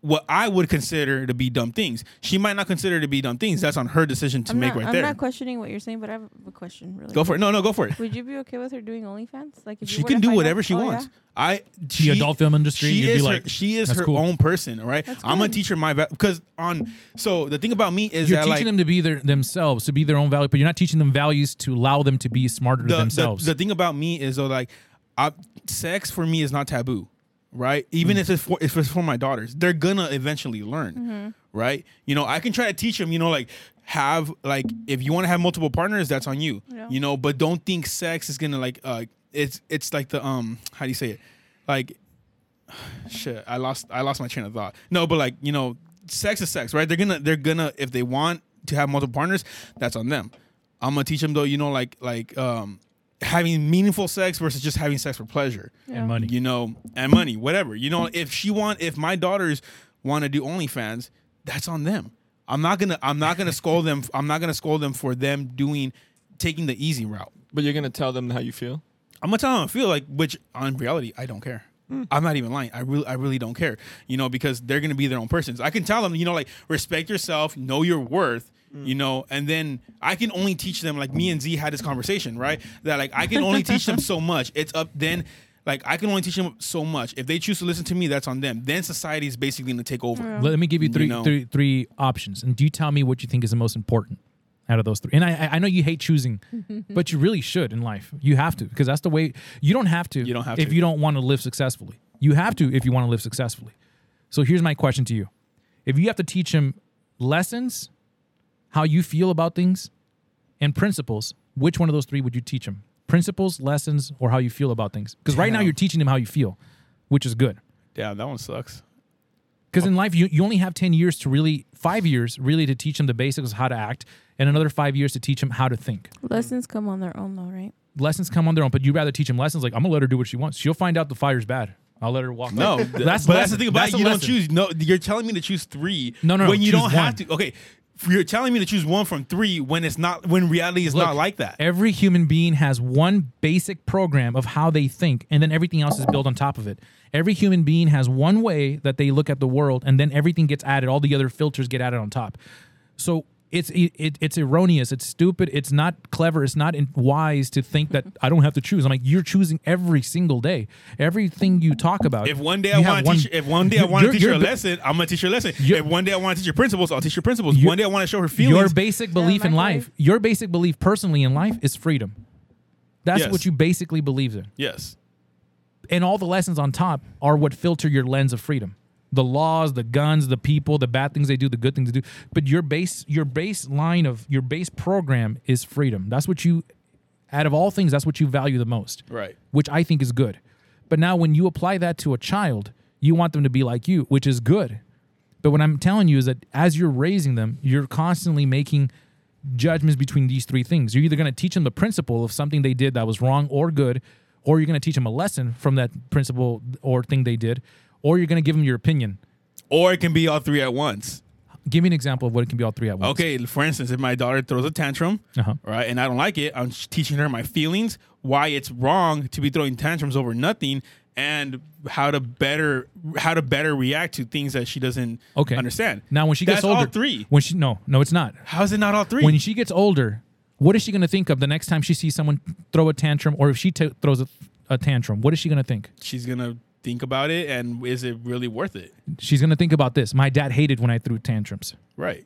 B: what I would consider to be dumb things. She might not consider to be dumb things. That's on her decision to
C: I'm
B: make
C: not,
B: right
C: I'm
B: there.
C: not questioning what you're saying, but I have a question. Really,
B: go for it. No, no, go for it.
C: Would you be okay with her doing OnlyFans? Like, if you
B: She
C: were
B: can
C: to
B: do
C: find
B: whatever
C: out-
B: she
C: Oh,
B: wants.
C: yeah?
B: I
A: The adult film industry,
B: She
A: you'd be
B: is
A: like,
B: her, she is
A: "That's
B: her
A: cool."
B: own person. All right, I'm gonna teach her my va- because on. So the thing about me is
A: You're
B: that
A: teaching
B: like
A: them to be their, themselves, to be their own value, but you're not teaching them values to allow them to be smarter
B: the,
A: themselves.
B: The, the thing about me is though, like, I, sex for me is not taboo, right?
A: Mm.
B: Even if it's for if it's for my daughters, they're gonna eventually learn,
C: Mm-hmm.
B: right? You know, I can try to teach them. You know, like have like if you want to have multiple partners, that's on you.
C: Yeah.
B: You know, but don't think sex is gonna like uh, it's it's like the um how do you say it like shit i lost i lost my train of thought no but like you know sex is sex right they're gonna they're gonna if they want to have multiple partners that's on them i'm gonna teach them though you know like like um having meaningful sex versus just having sex for pleasure
A: and money.
B: you know and money whatever you know if she want if my daughters want to do onlyfans that's on them i'm not gonna i'm not gonna scold them i'm not gonna scold them for them doing taking the easy route
D: But you're gonna tell them how you feel.
B: I'm gonna tell them how I feel like, which on reality, I don't care. I'm not even lying. I really, I really don't care. You know, because they're gonna be their own persons. I can tell them, you know, like respect yourself, know your worth. You know, and then I can only teach them like me and Z had this conversation, right? That like I can only teach them so much. It's up then. Like I can only teach them so much. If they choose to listen to me, that's on them. Then society is basically gonna take over.
A: Let me give you
B: You
A: three,
B: know.
A: three, three options, and do you tell me what you think is the most important out of those three? And I, I- I know you hate choosing, but you really should in life. You have to because that's the way. You don't have to.
B: You don't have
A: if
B: to.
A: you don't want to live successfully. You have to if you want to live successfully. So here's my question to you: If you have to teach him lessons, how you feel about things, and principles, which one of those three would you teach him? Principles, lessons, or how you feel about things? Because right now
B: Damn.
A: you're teaching him how you feel, which is good.
B: Yeah, that one sucks.
A: Because
B: Oh.
A: in life, you, you only have 10 years to really, five years really to teach them the basics of how to act, and another five years to teach them how to think.
C: Lessons come on their own, though, right?
A: Lessons come on their own, but you'd rather teach them lessons like, I'm going to let her do what she wants. She'll find out the fire's bad. I'll let her walk.
B: No,
A: Like,
B: th-
A: a
B: but that's the
A: lesson.
B: thing about
A: That's
B: it.
A: a
B: You
A: lesson.
B: don't choose. No, you're telling me to choose three.
A: No, no, no,
B: When you
A: choose
B: don't have
A: one.
B: to. Okay, f- you're telling me to choose one from three when it's not. When reality is not
A: Look,
B: like that.
A: Every human being has one basic program of how they think, and then everything else is built on top of it. Every human being has one way that they look at the world, and then everything gets added. All the other filters get added on top. So it's it, it- it's erroneous. It's stupid. It's not clever. It's not in- wise to think that I don't have to choose. I'm like you're choosing every single day. Everything you talk about.
B: If one day
A: you
B: I
A: have
B: want to teach, if one day I
A: Your-
B: want to
A: your-
B: teach her a
A: your-
B: lesson, I'm gonna teach her a lesson.
A: Your-
B: If one day I want to teach her principles, I'll teach her principles.
A: Your-
B: One day I want to show her
A: Your
B: feelings.
A: basic belief in
C: microwave.
A: life. Your basic belief personally in life is freedom. That's
B: Yes.
A: what you basically believe in.
B: yes.
A: and all the lessons on top are what filter your lens of freedom the laws the guns the people the bad things they do the good things they do but your base your baseline of your base program is freedom that's what you out of all things that's what you value the most
B: Right.
A: which i think is good but now when you apply that to a child you want them to be like you which is good but what i'm telling you is that as you're raising them you're constantly making judgments between these three things. You're either going to teach them the principle of something they did that was wrong or good, or you're going to teach them a lesson from that principle or thing they did, or you're going to give them your opinion.
B: Or it can be all three at once.
A: Give me an example of what it can be all three at once.
B: Okay, for instance, if my daughter throws a tantrum,
A: Uh-huh.
B: right, and I don't like it, I'm just teaching her my feelings, why it's wrong to be throwing tantrums over nothing, and how to better how to better react to things that she doesn't
A: Okay.
B: understand.
A: Now, when she gets
B: That's
A: older,
B: all three.
A: When she no, no, it's not.
B: How is it not all three?
A: When she gets older, what is she going to think of the next time she sees someone throw a tantrum, or if she t- throws a, a tantrum? What is she going to think?
B: She's gonna think about it, and is it really worth it?
A: She's going to think about this. My dad hated when I threw tantrums.
B: Right.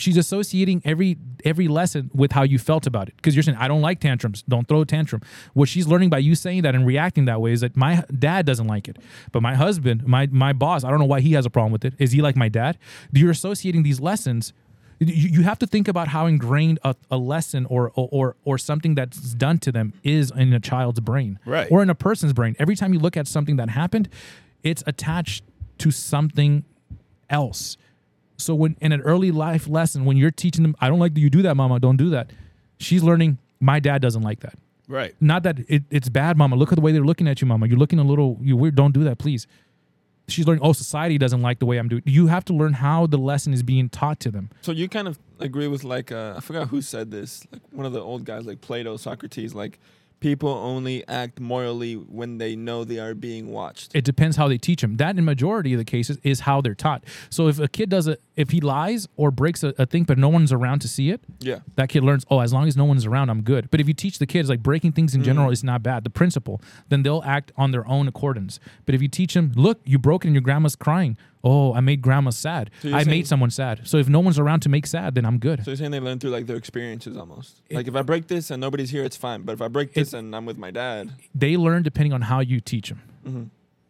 A: she's associating every every lesson with how you felt about it because you're saying i don't like tantrums don't throw a tantrum what she's learning by you saying that and reacting that way is that my dad doesn't like it but my husband my my boss i don't know why he has a problem with it is he like my dad you're associating these lessons you, you have to think about how ingrained a, a lesson or, or or or something that's done to them is in a child's brain
B: Right.
A: or in a person's brain every time you look at something that happened it's attached to something else so when in an early life lesson, when you're teaching them, I don't like that you do that, mama, don't do that. She's learning, my dad doesn't like that.
B: Right.
A: Not that it, it's bad, mama. Look at the way they're looking at you, mama. You're looking a little you weird. Don't do that, please. she's learning, oh, society doesn't like the way I'm doing. You have to learn how the lesson is being taught to them.
D: So you kind of agree with like uh, I forgot who said this, like one of the old guys, like Plato, Socrates, like people only act morally when they know they are being watched.
A: It depends how they teach them. That, in majority of the cases, is how they're taught. So if a kid does it, if he lies or breaks a, a thing, but no one's around to see it,
D: Yeah.
A: that kid learns, oh, as long as no one's around, I'm good. But if you teach the kids, like breaking things in
D: Mm.
A: general is not bad, the principle, then they'll act on their own accordance. But if you teach them, look, you broke it and your grandma's crying. Oh, I made grandma sad.
D: So you're
A: I
D: saying-
A: made someone sad. So if no one's around to make sad, then I'm good.
D: So you're saying they learn through like their experiences almost. like if I break this and nobody's here, it's fine. But if I break this and I'm with my dad,
A: they learn depending on how you teach them.
D: Mm-hmm.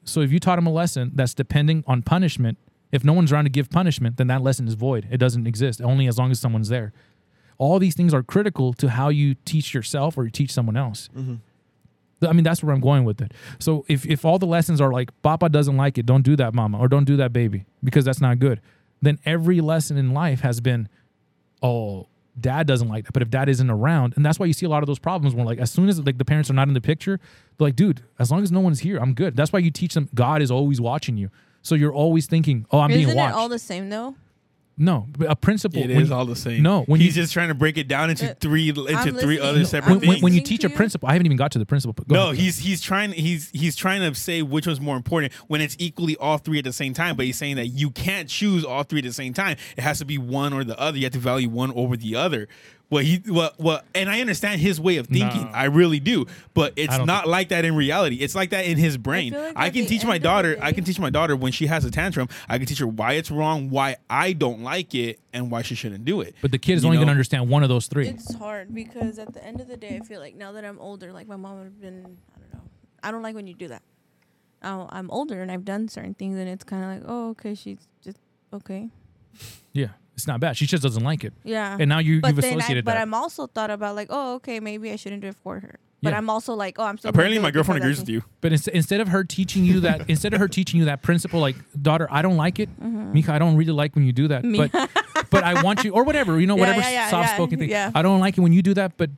A: So if you taught them a lesson that's depending on punishment, if no one's around to give punishment, then that lesson is void. It doesn't exist only as long as someone's there. All these things are critical to how you teach yourself or you teach someone else.
B: Mm-hmm.
A: Th- I mean, that's where I'm going with it. So if, if all the lessons are like, Papa doesn't like it, don't do that, Mama, or don't do that, baby, because that's not good, then every lesson in life has been, oh, dad doesn't like that. But if dad isn't around, and that's why you see a lot of those problems when like as soon as like the parents are not in the picture, they're like, dude, as long as no one's here, I'm good. That's why you teach them God is always watching you. So you're always thinking, oh, I'm
C: Isn't
A: being watched.
C: it all the same though?
A: no, but a principle.
B: It
A: when
B: is
A: you-
B: all the same.
A: No, when
B: he's
A: you-
B: just trying to break it down into
C: Uh,
B: three into three
C: listening.
B: other
C: No,
B: separate
A: when,
C: I'm
A: when,
B: things.
A: when you
C: listening
A: teach
C: to
A: a
C: you.
A: principle, I haven't even got to the principle. But go
B: no,
A: ahead.
B: he's he's trying he's he's trying to say which one's more important when it's equally all three at the same time. But he's saying that you can't choose all three at the same time. It has to be one or the other. You have to value one over the other. What he what what and I understand his way of thinking.
A: No.
B: I really do. But it's
A: don't
B: not like that in reality. It's like that in his brain.
C: feel like
B: I
C: at
B: can
C: the
B: teach
C: end
B: my
C: of the
B: daughter. I
C: day-
B: can teach my daughter when she has a tantrum. I can teach her why it's wrong, why I don't like it, and why she shouldn't do it.
A: but the kid is
B: you
A: only going to
B: know?
A: understand one of those three.
C: It's hard because at the end of the day, I feel like now that I'm older, like my mom would have been, I don't know, I don't like when you do that. Now I'm older and I've done certain things, and it's kind of like, oh, okay, she's just okay,
A: yeah, it's not bad. She just doesn't like it.
C: yeah.
A: And now you,
C: but
A: you've
C: then I,
A: associated
C: but
A: that.
C: I'm also thought about like, oh, okay, maybe I shouldn't do it for her. But
A: Yeah.
C: I'm also like, oh, I'm still. gonna
B: Apparently,
C: do
B: my
C: it
B: girlfriend agrees
C: because I
B: with you.
A: But inst- instead of her teaching you that, instead of her teaching you that principle, like daughter, I don't like it, Mika, I don't really like when you do that,
C: Mm-hmm. Me-
A: but but I want you, or whatever, you know,
C: Yeah,
A: whatever
C: yeah, yeah,
A: soft spoken
C: yeah,
A: thing.
C: yeah.
A: I don't like it when you do that, but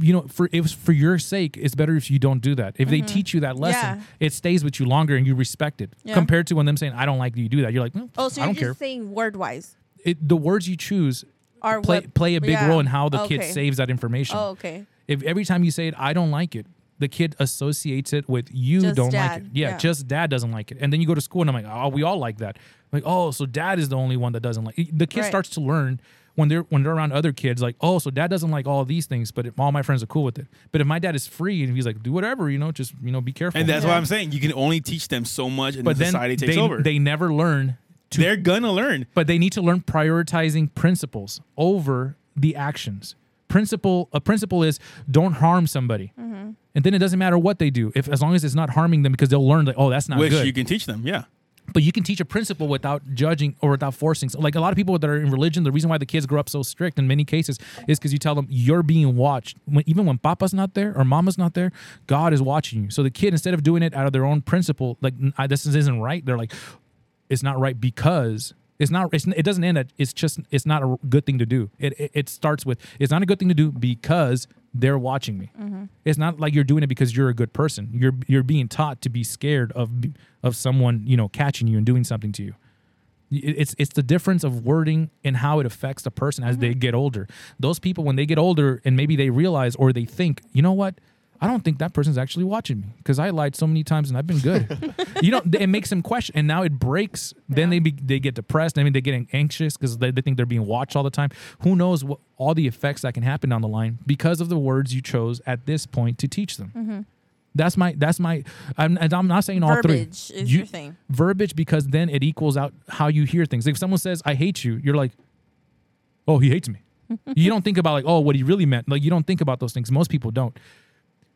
A: you know, for it was for your sake, it's better if you don't do that. If they teach you that lesson,
C: Mm-hmm. Yeah.
A: it stays with you longer and you respect it.
C: Yeah.
A: Compared to when them saying, I don't like that you do that, you're like, "Mm,
C: Oh, so
A: I
C: you're
A: don't
C: just
A: care.
C: saying word wise
A: It, the words you choose
C: or
A: play
C: what?
A: play a big
C: yeah.
A: role in how the kid
C: Okay.
A: saves that information.
C: Oh, okay.
A: If every time you say it, I don't like it, the kid associates it with you
C: Just
A: don't like
C: dad.
A: it. Yeah,
C: Yeah.
A: just dad doesn't like it. And then you go to school and I'm like, oh, we all like that. Like, oh, so dad is the only one that doesn't like. It. The kid
C: Right.
A: starts to learn when they're when they're around other kids. Like, oh, so dad doesn't like all these things, but if all my friends are cool with it. But if my dad is free and he's like, do whatever, you know, just you know, be careful.
B: And that's why I'm saying you can only teach them so much, and
A: but
B: then
A: then
B: society takes
A: they,
B: over.
A: They never learn to
B: They're gonna learn.
A: but they need to learn prioritizing principles over the actions. Principle a principle is don't harm somebody, and then it doesn't matter what they do if as long as it's not harming them because they'll learn like oh that's not
B: Which
A: good.
B: you can teach them, yeah.
A: but you can teach a principle without judging or without forcing. So, like a lot of people that are in religion, the reason why the kids grow up so strict in many cases is because you tell them you're being watched. When, even when Papa's not there or Mama's not there, God is watching you. So the kid instead of doing it out of their own principle, like "N- I, this isn't right, they're like, it's not right because it's not it's, it doesn't end at it's just it's not a good thing to do it, it it starts with it's not a good thing to do because they're watching me it's not like you're doing it because you're a good person you're you're being taught to be scared of b- of someone you know catching you and doing something to you It- it's it's the difference of wording and how it affects the person as they get older those people when they get older and maybe they realize or they think you know what I don't think that person's actually watching me because I lied so many times and I've been good. you know, th- it makes them question, and now it breaks. Then they be, they get depressed. I mean, they get anxious because they, they think they're being watched all the time. Who knows what all the effects that can happen down the line because of the words you chose at this point to teach them. That's my that's my. I'm, and I'm not saying all
C: Verbiage
A: three.
C: is
A: You-
C: your thing.
A: Verbiage because then it equals out how you hear things. If someone says "I hate you," you're like, "Oh, he hates me." you don't think about like, "Oh, what he really meant." Like you don't think about those things. Most people don't.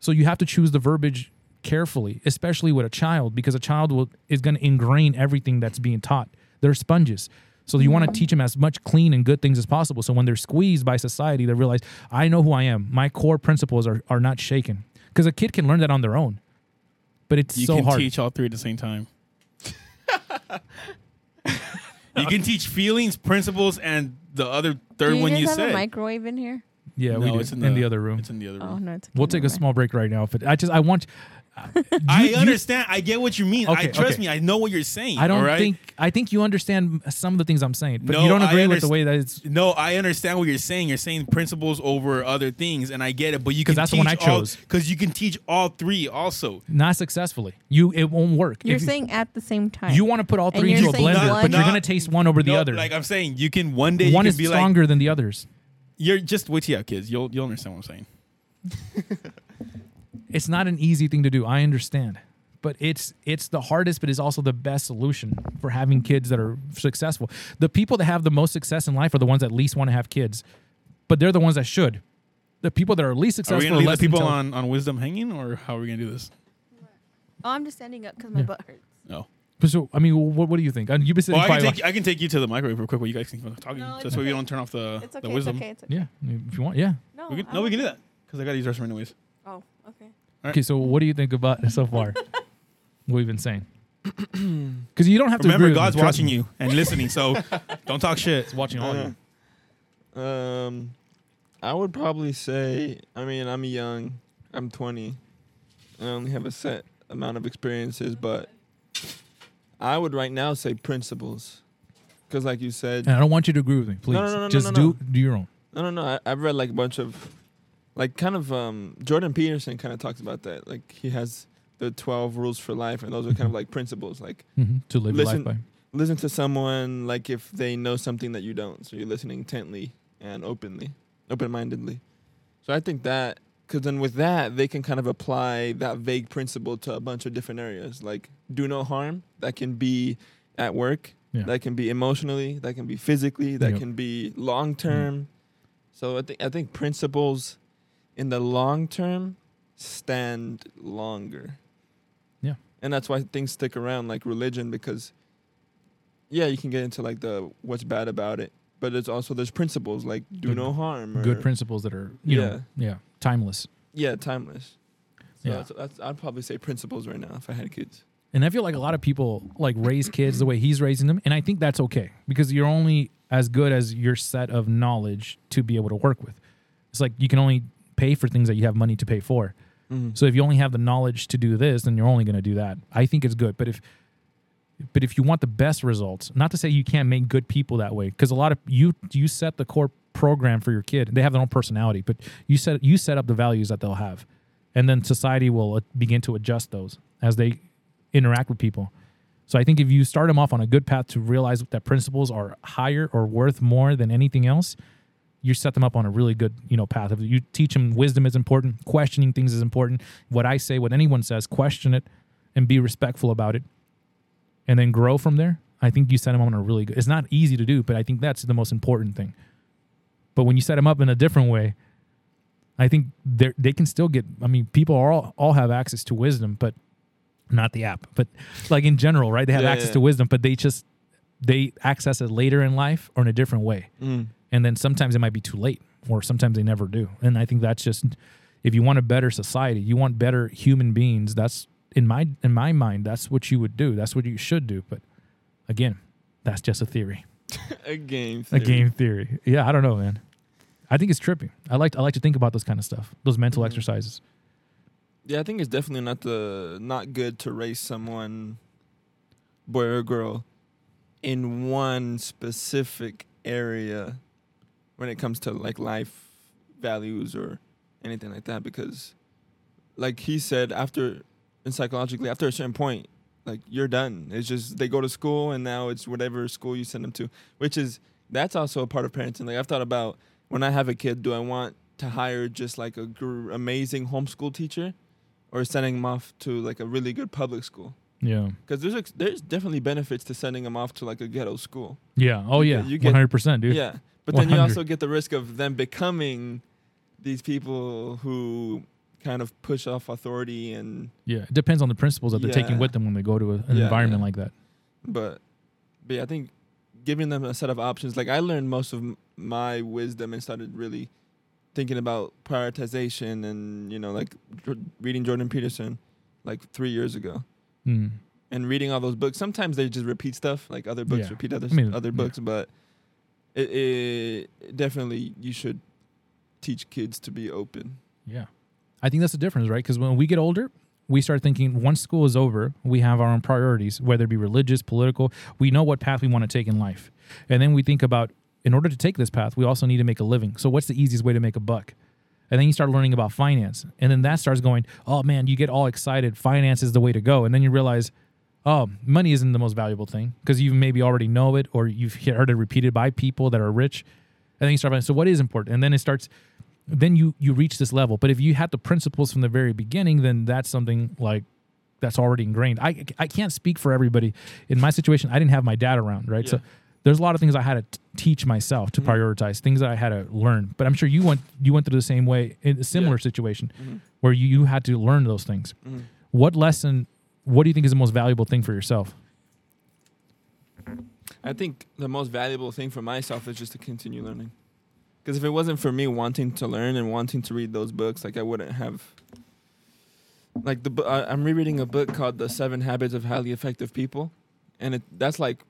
A: So you have to choose the verbiage carefully, especially with a child, because a child will is going to ingrain everything that's being taught. They're sponges. So you want to teach them as much clean and good things as possible. So when they're squeezed by society, they realize, I know who I am. My core principles are, are not shaken. Because a kid can learn that on their own. But it's
B: You
A: so
B: can
A: hard.
B: teach all three at the same time. you can teach feelings, principles, and the other third
C: do you
B: one
C: guys
B: you
C: have a
B: said.
C: microwave in here?
I: Yeah, we
J: No,
I: do.
J: it's in
I: in,
J: the-
I: the other room.
J: It's in the other
K: Oh
J: room.
K: no, it's
A: We'll take a small break right now. But I just I want.
B: I understand. I get what you mean. I
I: Okay,
B: trust
I: okay.
B: me. I know what you're saying.
A: I don't
B: all right?
A: think I think you understand some of the things I'm saying, but you
B: No,
A: don't
B: I
A: agree with the
B: underst-
A: way that it's
B: No, I understand what you're saying. You're saying principles over other things, and I get it. But you
A: 'Cause
B: can
A: that's the
B: teach
A: one I chose.
B: because you can teach all three also.
A: not successfully. You it won't work.
K: You're
A: If you-
K: saying at the same time.
A: you want to put all
K: and
A: three
K: you're
A: into a
K: saying
A: blender,
K: one-
A: but you're
B: No,
A: gonna taste one over the
B: No,
A: other.
B: like I'm saying, you can one day
A: one
B: you
A: is
B: can be like
A: stronger than the others.
B: you're just wait till you have kids. You'll you'll understand what I'm saying.
A: It's not an easy thing to do. I understand, but it's it's the hardest, but it's also the best solution for having kids that are successful. The people that have the most success in life are the ones that least want to have kids, but they're the ones that should. The people that are least
B: Are we
A: successful
B: gonna
A: are
B: leave the
A: less
B: people
A: intelligent.
B: on on wisdom hanging, or how are we gonna do this?
C: Oh, I'm just standing up because my
A: Yeah.
C: butt hurts.
B: No.
A: But So I mean, what, what do you think? And You've been sitting
B: Well, Oh, I
A: quiet.
B: can take I can take you to the microwave real quick while you guys can keep on talking.
C: No, it's
B: That's why we
C: okay.
B: don't turn off the
C: It's
B: the
C: okay. It's
B: wisdom.
C: okay. It's okay.
A: yeah, if you want. Yeah.
C: No,
B: We can,
C: I'm
B: no, we can do
C: okay.
B: that because I gotta use ours right anyways.
C: Oh, okay.
A: Okay. So what do you think about it so far? what we've been saying. Because you don't have to
B: Remember,
A: agree with me,
B: God's
A: trust
B: watching
A: me.
B: you and listening, so don't talk shit. Uh,
A: Watching all of you.
D: Um, I would probably say. I mean, I'm young. I'm 20. I only have a set amount of experiences, but I would right now say principles, because like you said,
A: And I don't want you to agree with me, please.
D: no, no, no,
A: Just
D: no, no.
A: do do your own.
D: no, no, no. I, I've read like a bunch of, like kind of um Jordan Peterson kind of talks about that. Like he has the 12 rules for life, and those are kind of like principles. Like
A: Mhm, To live your life
D: Listen-
A: by.
D: listen to someone like if they know something that you don't so you listen intently and openly open-mindedly so i think that because then with that they can kind of apply that vague principle to a bunch of different areas like do no harm that can be at work
A: Yeah.
D: that can be emotionally that can be physically that
A: Yep. Mm.
D: can be long term so i think i think principles in the long term stand longer
A: Yeah.
D: and that's why things stick around like religion because yeah, you can get into like the what's bad about it, but it's also there's principles like do
A: Good-
D: no harm. Or,
A: Good principles that are you know yeah timeless.
D: Yeah, timeless. So
A: Yeah.
D: that's, that's, I'd probably say principles right now if I had kids.
A: And I feel like a lot of people like raise kids the way he's raising them, and I think that's okay because you're only as good as your set of knowledge to be able to work with. It's like you can only pay for things that you have money to pay for. So if you only have the knowledge to do this, then you're only going to do that. I think it's good, but if but if you want the best results, not to say you can't make good people that way, because a lot of you you set the core program for your kid. They have their own personality, but you set you set up the values that they'll have, and then society will uh, begin to adjust those as they interact with people. So I think if you start them off on a good path to realize that principles are higher or worth more than anything else, you set them up on a really good you know path. If you teach them wisdom is important, questioning things is important. What I say, what anyone says, question it, and be respectful about it, and then grow from there. I think you set them on a really good. It's not easy to do, but I think that's the most important thing. But when you set them up in a different way, I think they they can still get. I mean, people are all all have access to wisdom, but not the app, but like in general, right? They have
D: Yeah,
A: access
D: yeah.
A: to wisdom, but they just they access it later in life or in a different way and then sometimes it might be too late or sometimes they never do and i think that's just if you want a better society you want better human beings that's in my in my mind that's what you would do that's what you should do but again that's just a theory
D: A game.
A: a
D: Theory.
A: game theory yeah i don't know man i think it's trippy i like i like to think about those kind of stuff those mental
D: Mhm.
A: exercises
D: Yeah, I think it's definitely not the not good to raise someone, boy or girl, in one specific area when it comes to like life values or anything like that because like he said after and psychologically after a certain point like you're done it's just they go to school and now it's whatever school you send them to which is that's also a part of parenting like i've thought about when i have a kid do i want to hire just like a gr- amazing homeschool teacher or sending them off to like a really good public school
A: yeah
D: because there's ex- there's definitely benefits to sending them off to like a ghetto school
A: yeah oh
D: You
A: yeah
D: get- you get-
A: 100% dude
D: yeah. But then you
A: 100.
D: also get the risk of them becoming these people who kind of push off authority and
A: yeah it depends on the principles that they're taking
D: Yeah.
A: with them when they go to a, an
D: Yeah,
A: environment
D: yeah.
A: like that
D: but but yeah, I think giving them a set of options like I learned most of m- my wisdom and started really thinking about prioritization and you know like Jor- reading Jordan Peterson like 3 years ago
A: Mm.
D: and reading all those books. Sometimes they just repeat stuff, like other books
A: Yeah.
D: repeat other
A: I mean,
D: other
A: yeah.
D: books, but it, it definitely you should teach kids to be open.
A: Yeah. I think that's the difference, right? Because when we get older, we start thinking once school is over, we have our own priorities, whether it be religious, political. We know what path we want to take in life. And then we think about in order to take this path, we also need to make a living. So, what's the easiest way to make a buck? And then you start learning about finance. And then that starts going, oh man, you get all excited. Finance is the way to go. And then you realize, oh, money isn't the most valuable thing because you maybe already know it or you've heard it repeated by people that are rich. And then you start, finding, so what is important? And then it starts, then you you reach this level. But if you had the principles from the very beginning, then that's something like that's already ingrained. I I can't speak for everybody. In my situation, I didn't have my dad around, right? So there's a lot of things I had to t- teach myself to prioritize, things that I had to learn. But I'm sure you went you went through the same way in a similar situation
D: Mm-hmm,
A: where you, you had to learn those things. What lesson what do you think is the most valuable thing for yourself?
D: I think the most valuable thing for myself is just to continue learning. Because if it wasn't for me wanting to learn and wanting to read those books, like I wouldn't have. Like the bu- I- I'm rereading a book called The Seven Habits of Highly Effective People, and it, that's like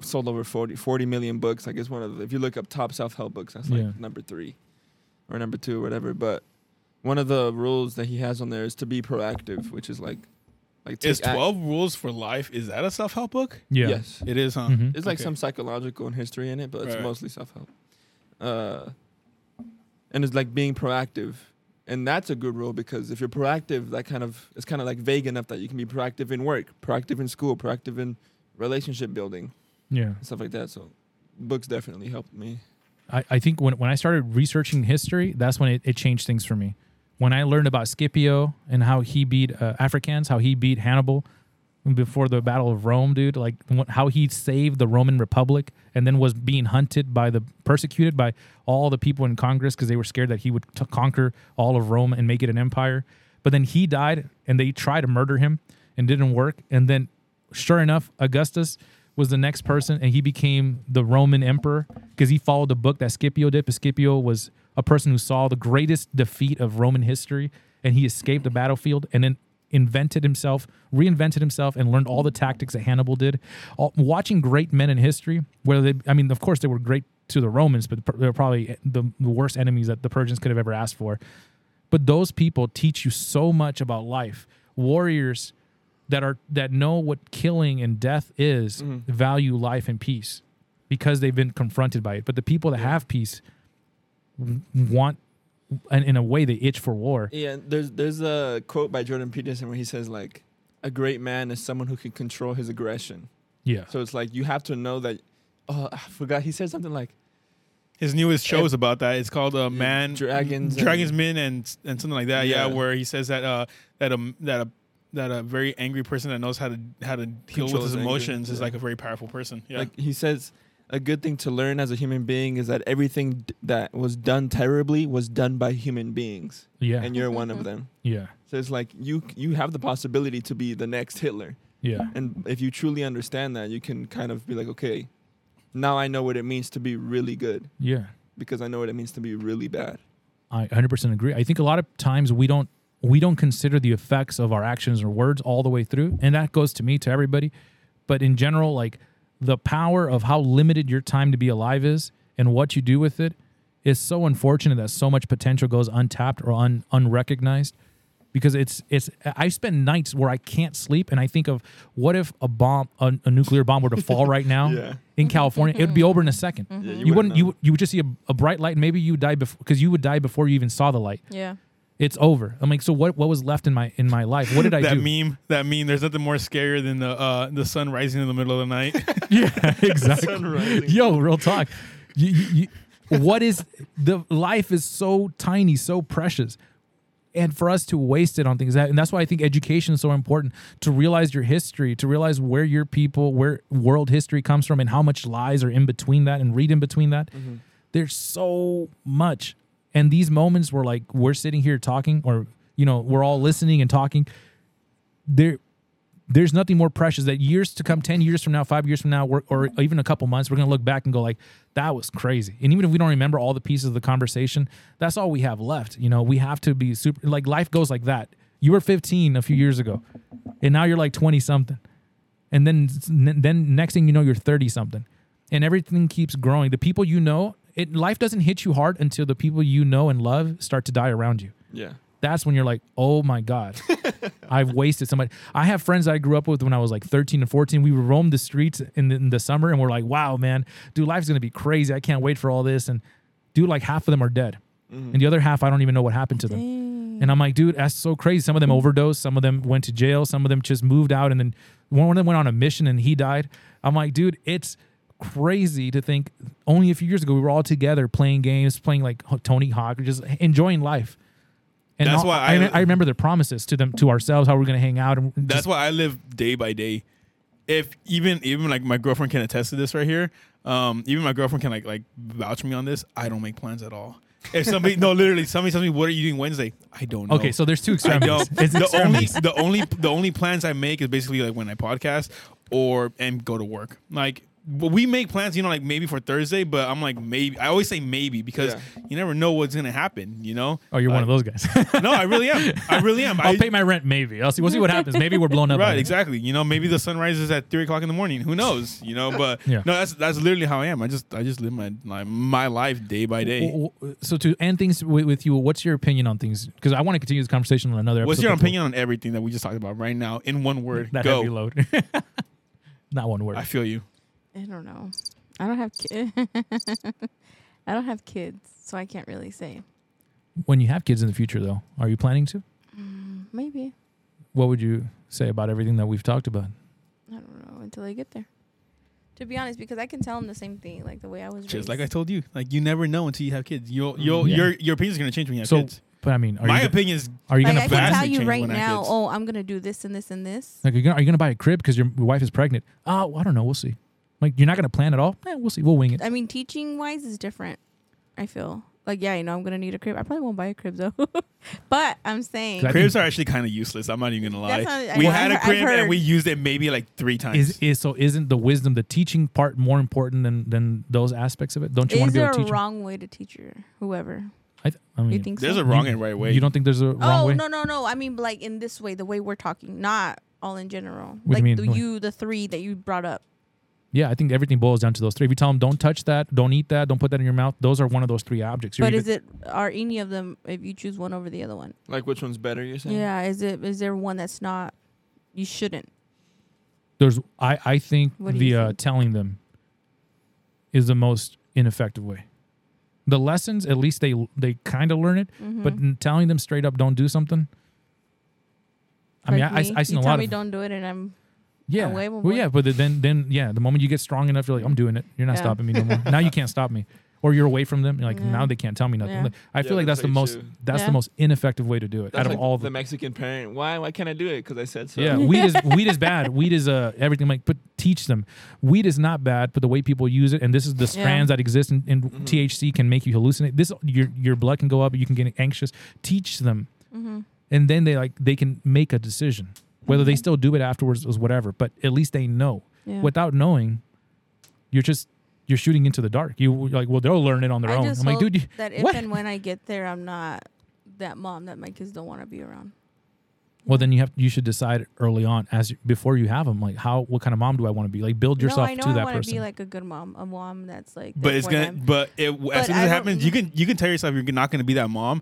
D: sold over 40, 40 million books. Like it's one of the, if you look up top self help books, that's like
A: Yeah.
D: number three, or number two, whatever. But one of the rules that he has on there is to be proactive, which is like, like take
B: Is
D: ac-
B: twelve rules for life? Is that a self help book?
A: Yeah.
D: Yes,
B: It is, huh?
A: Mhm.
D: It's like
B: Okay.
D: some psychological and history in it, but it's
B: Right.
D: mostly self help. Uh, and it's like being proactive, and that's a good rule because if you're proactive, that kind of it's kind of like vague enough that you can be proactive in work, proactive in school, proactive in relationship building,
A: Yeah.
D: and stuff like that. So, books definitely helped me.
A: I, I think when, when I started researching history, that's when it, it changed things for me. When I learned about Scipio and how he beat uh, Africans, how he beat Hannibal before the Battle of Rome, dude, like wh- how he saved the Roman Republic and then was being hunted by the persecuted by all the people in Congress because they were scared that he would t- conquer all of Rome and make it an empire. But then he died and they tried to murder him and didn't work. And then, sure enough, Augustus was the next person, and he became the Roman emperor because he followed the book that Scipio did. But Scipio was a person who saw the greatest defeat of Roman history, and he escaped the battlefield, and then invented himself, reinvented himself, and learned all the tactics that Hannibal did. All, watching great men in history, where they, I mean, of course, they were great to the Romans, but they were probably the worst enemies that the Persians could have ever asked for. But those people teach you so much about life. Warriors that are that know what killing and death is value life and peace because they've been confronted by it. But the people that have peace w- want, and in a way, they itch for war.
D: Yeah, and there's there's a quote by Jordan Peterson where he says like, a great man is someone who can control his aggression.
A: Yeah,
D: So it's like you have to know that. Oh, I forgot. He said something like
B: His newest show is about that. It's called uh, "Man
D: dragons and-
B: Dragons Men," and and something like that. Yeah,
D: Yeah.
B: where he says that uh, that a that a that a very angry person that knows how to how to deal
D: Control
B: with his
D: his anger,
B: emotions is
D: yeah.
B: like a very powerful person. Yeah,
D: Like he says, a good thing to learn as a human being is that everything d- that was done terribly was done by human beings,
A: yeah,
D: and you're one of them.
A: yeah,
D: So it's like you you have the possibility to be the next Hitler,
A: yeah.
D: and if you truly understand that, you can kind of be like, okay, now I know what it means to be really good
A: Yeah,
D: because I know what it means to be really bad.
A: I 100% agree. I think a lot of times we don't we don't consider the effects of our actions or words all the way through, and that goes to me to everybody. But in general, like the power of how limited your time to be alive is and what you do with it is so unfortunate that so much potential goes untapped or un, unrecognized because it's it's I spend nights where I can't sleep and I think of what if a bomb a, a nuclear bomb were to fall right now
D: Yeah.
A: in California it would be over in a 2nd
D: Yeah,
A: you, wouldn't you
D: know.
A: would- you would just see a, a bright light and maybe you would die before because you would die before you even saw the light
C: Yeah.
A: it's over i'm like so what what was left in my in my life what did i
B: that
A: do
B: meme. That meme. There's nothing more scarier than the uh, the sun rising in the middle of the night.
A: yeah exactly
D: Sunrising.
A: yo real talk you, you, you, what is the life is so tiny so precious and for us to waste it on things that and that's why i think education is so important to realize your history to realize where your people where world history comes from and how much lies are in between that and read in between that there's so much and these moments where like we're sitting here talking or you know we're all listening and talking there there's nothing more precious that years to come 10 years from now 5 years from now we're, or even a couple months we're going to look back and go like that was crazy and even if we don't remember all the pieces of the conversation that's all we have left you know we have to be super like life goes like that you were 15 a few years ago and now you're like 20 something and then then next thing you know you're 30 something and everything keeps growing the people you know it life doesn't hit you hard until the people you know and love start to die around you.
D: Yeah.
A: That's when you're like, oh my God, I've wasted somebody. I have friends I grew up with when I was like 13 and 14. We would roam the streets in the, in the summer and we're like, wow, man, dude, life's going to be crazy. I can't wait for all this. And dude, like half of them are dead.
B: Mm-hmm.
A: And the other half, I don't even know what happened to them. And I'm like, dude, that's so crazy. Some of
B: Mm.
A: them overdosed, some of them went to jail, some of them just moved out, and then one of them went on a mission and he died. I'm like, dude, it's crazy to think only a few years ago we were all together playing games, playing like Ho- Tony Hawk, just enjoying life. And
B: That's
A: all-
B: why
A: I,
B: I-
A: I remember the promises to them, to ourselves, how we're gonna hang out. And
B: That's why I live day by day. If even even like my girlfriend can attest to this right here. Um, even my girlfriend can like like vouch me on this. I don't make plans at all. If somebody no, literally somebody tells me what are you doing Wednesday? I don't know.
A: okay. So there's two
B: I
A: extremities.
B: don't.
A: It's
B: the only
A: extremities.
B: the only the only plans I make is basically like when I podcast or and go to work. Like w- we make plans, you know, like maybe for Thursday, but I'm like maybe. I always say maybe because
D: Yeah.
B: you never know what's gonna happen. You know.
A: oh, you're one of
B: Like,
A: those guys.
B: No, I really am. I really am.
A: I'll
B: I-
A: pay my rent. Maybe I'll see. We'll see what happens. Maybe we're blown up. by
B: Right,
A: it.
B: exactly. You know, maybe the sun rises at three o'clock in the morning. Who knows? You know, but
A: Yeah.
B: no, that's that's literally how I am. I just I just live my my, my life day by day.
A: W- w- So to end things with, with you, what's your opinion on things? Because I want to continue this conversation on another.
B: What's
A: episode,
B: your
A: but we'll-
B: opinion on everything that we just talked about right now in one word?
A: That
B: Go.
A: heavy load. Not one word.
B: I feel you.
C: I don't know. I don't have kids. I don't have kids, so I can't really say.
A: when you have kids in the future, though, are you planning to?
C: Mm, Maybe
A: What would you say about everything that we've talked about?
C: I don't know until I get there.
L: To be honest, because I can tell him the same thing, like the way I was
B: Just
L: raised.
B: like I told you, like you never know until you have kids. You'll you'll
A: Mm-hmm. Yeah.
B: your your opinion's gonna change when you have
A: So,
B: kids.
A: But I mean, are
B: My
A: you,
B: opinion is
A: are you
C: Like
A: gonna
C: I
A: buy,
C: can
B: vastly
C: tell you
B: change
C: right
B: when I have
C: now.
B: kids.
C: Oh, I'm gonna do this and this and this.
A: like, are you gonna, are you gonna buy a crib because your wife is pregnant? Oh, well, I don't know. We'll see. Like you're not gonna plan at all. Eh, we'll see. We'll wing it.
C: I mean, teaching wise is different. I feel like yeah, you know, I'm gonna need a crib. I probably won't buy a crib though, but I'm saying
A: That- I
B: cribs
A: think-
B: are actually kind of useless. I'm not even gonna lie.
C: That's not- I-
B: we
C: I've
B: had a
C: heard- I've
B: crib and
C: heard.
B: we used it maybe like three times.
A: Is, is so isn't the wisdom, the teaching part, more important than than those aspects of it? Don't you want
C: is
A: to be
C: there
A: able to
C: a
A: teach? 'em?
C: wrong way to teach your whoever
A: I, th- I mean,
C: you think?
B: There's
C: so?
B: a wrong
A: You-
B: and right way.
A: You don't think there's a wrong
C: oh
A: way?
C: no no no! I mean like in this way, the way we're talking, not all in general.
A: What do you
C: like
A: mean?
C: the
A: What?
C: you, the three that you brought up.
A: Yeah, I think everything boils down to those three. If you tell them don't touch that, don't eat that, don't put that in your mouth, those are one of those three objects. You're
C: but
A: either-
C: is it are any of them if you choose one over the other one?
D: Like which one's better? You're saying?
C: Yeah, is it is there one that's not? You shouldn't.
A: there's I I think
C: What do
A: the
C: you
A: uh,
C: think?
A: telling them is the most ineffective way. The lessons, at least they they kind of learn it,
B: Mm-hmm.
A: but
C: Mm-hmm.
A: n- telling them straight up don't do something. I mean,
C: Like
A: I, I,
C: me.
A: I seen
C: you
A: a
C: tell
A: lot
C: me
A: of
C: don't do it, and I'm
A: yeah,
C: away with
A: well,
C: what-
A: yeah, but then then yeah, the moment you get strong enough, you're like, I'm doing it. You're not
C: Yeah.
A: stopping me no more. now you can't stop me, or you're away from them. You're like
C: Yeah.
A: now they can't tell me nothing.
C: Yeah.
A: Like, I feel
D: Yeah,
A: like that's
D: that's
A: the
D: like
A: most
D: too.
A: that's the
C: Yeah.
A: most ineffective way to do it
D: That's
A: out
D: like
A: of all
D: the
A: the
D: Mexican parent. Why? Why can't I do it? Because I said so.
A: Yeah, weed is weed is bad. Weed is uh everything. Like, but teach them. Weed is not bad, but the way people use it, and this is the strands that exist, and, and
D: Mm-hmm.
A: THC can make you hallucinate. This your your blood can go up. You can get anxious. Teach them,
C: mm-hmm.
A: and then they like they can make a decision whether they still do it afterwards is whatever. But at least they know.
C: Yeah.
A: Without knowing, you're just you're shooting into the dark. You like, well, they'll learn it on their
C: I
A: own.
C: just
A: I'm like,
C: hope
A: dude, you,
C: that if
A: what?
C: and when I get there, I'm not that mom that my kids don't want to be around.
A: well, then you have you should decide early on as you- before you have them. Like, how what kind of mom do I want to be? Like, build
C: no,
A: yourself
C: I know
A: to
C: I
A: that
C: wanna
A: person.
C: be like a good mom, a mom that's like.
B: but
C: there
B: it's
C: for
B: gonna
C: them.
B: but it as soon
C: I
B: as it
C: don't-
B: happens you can you can tell yourself you're not gonna be that mom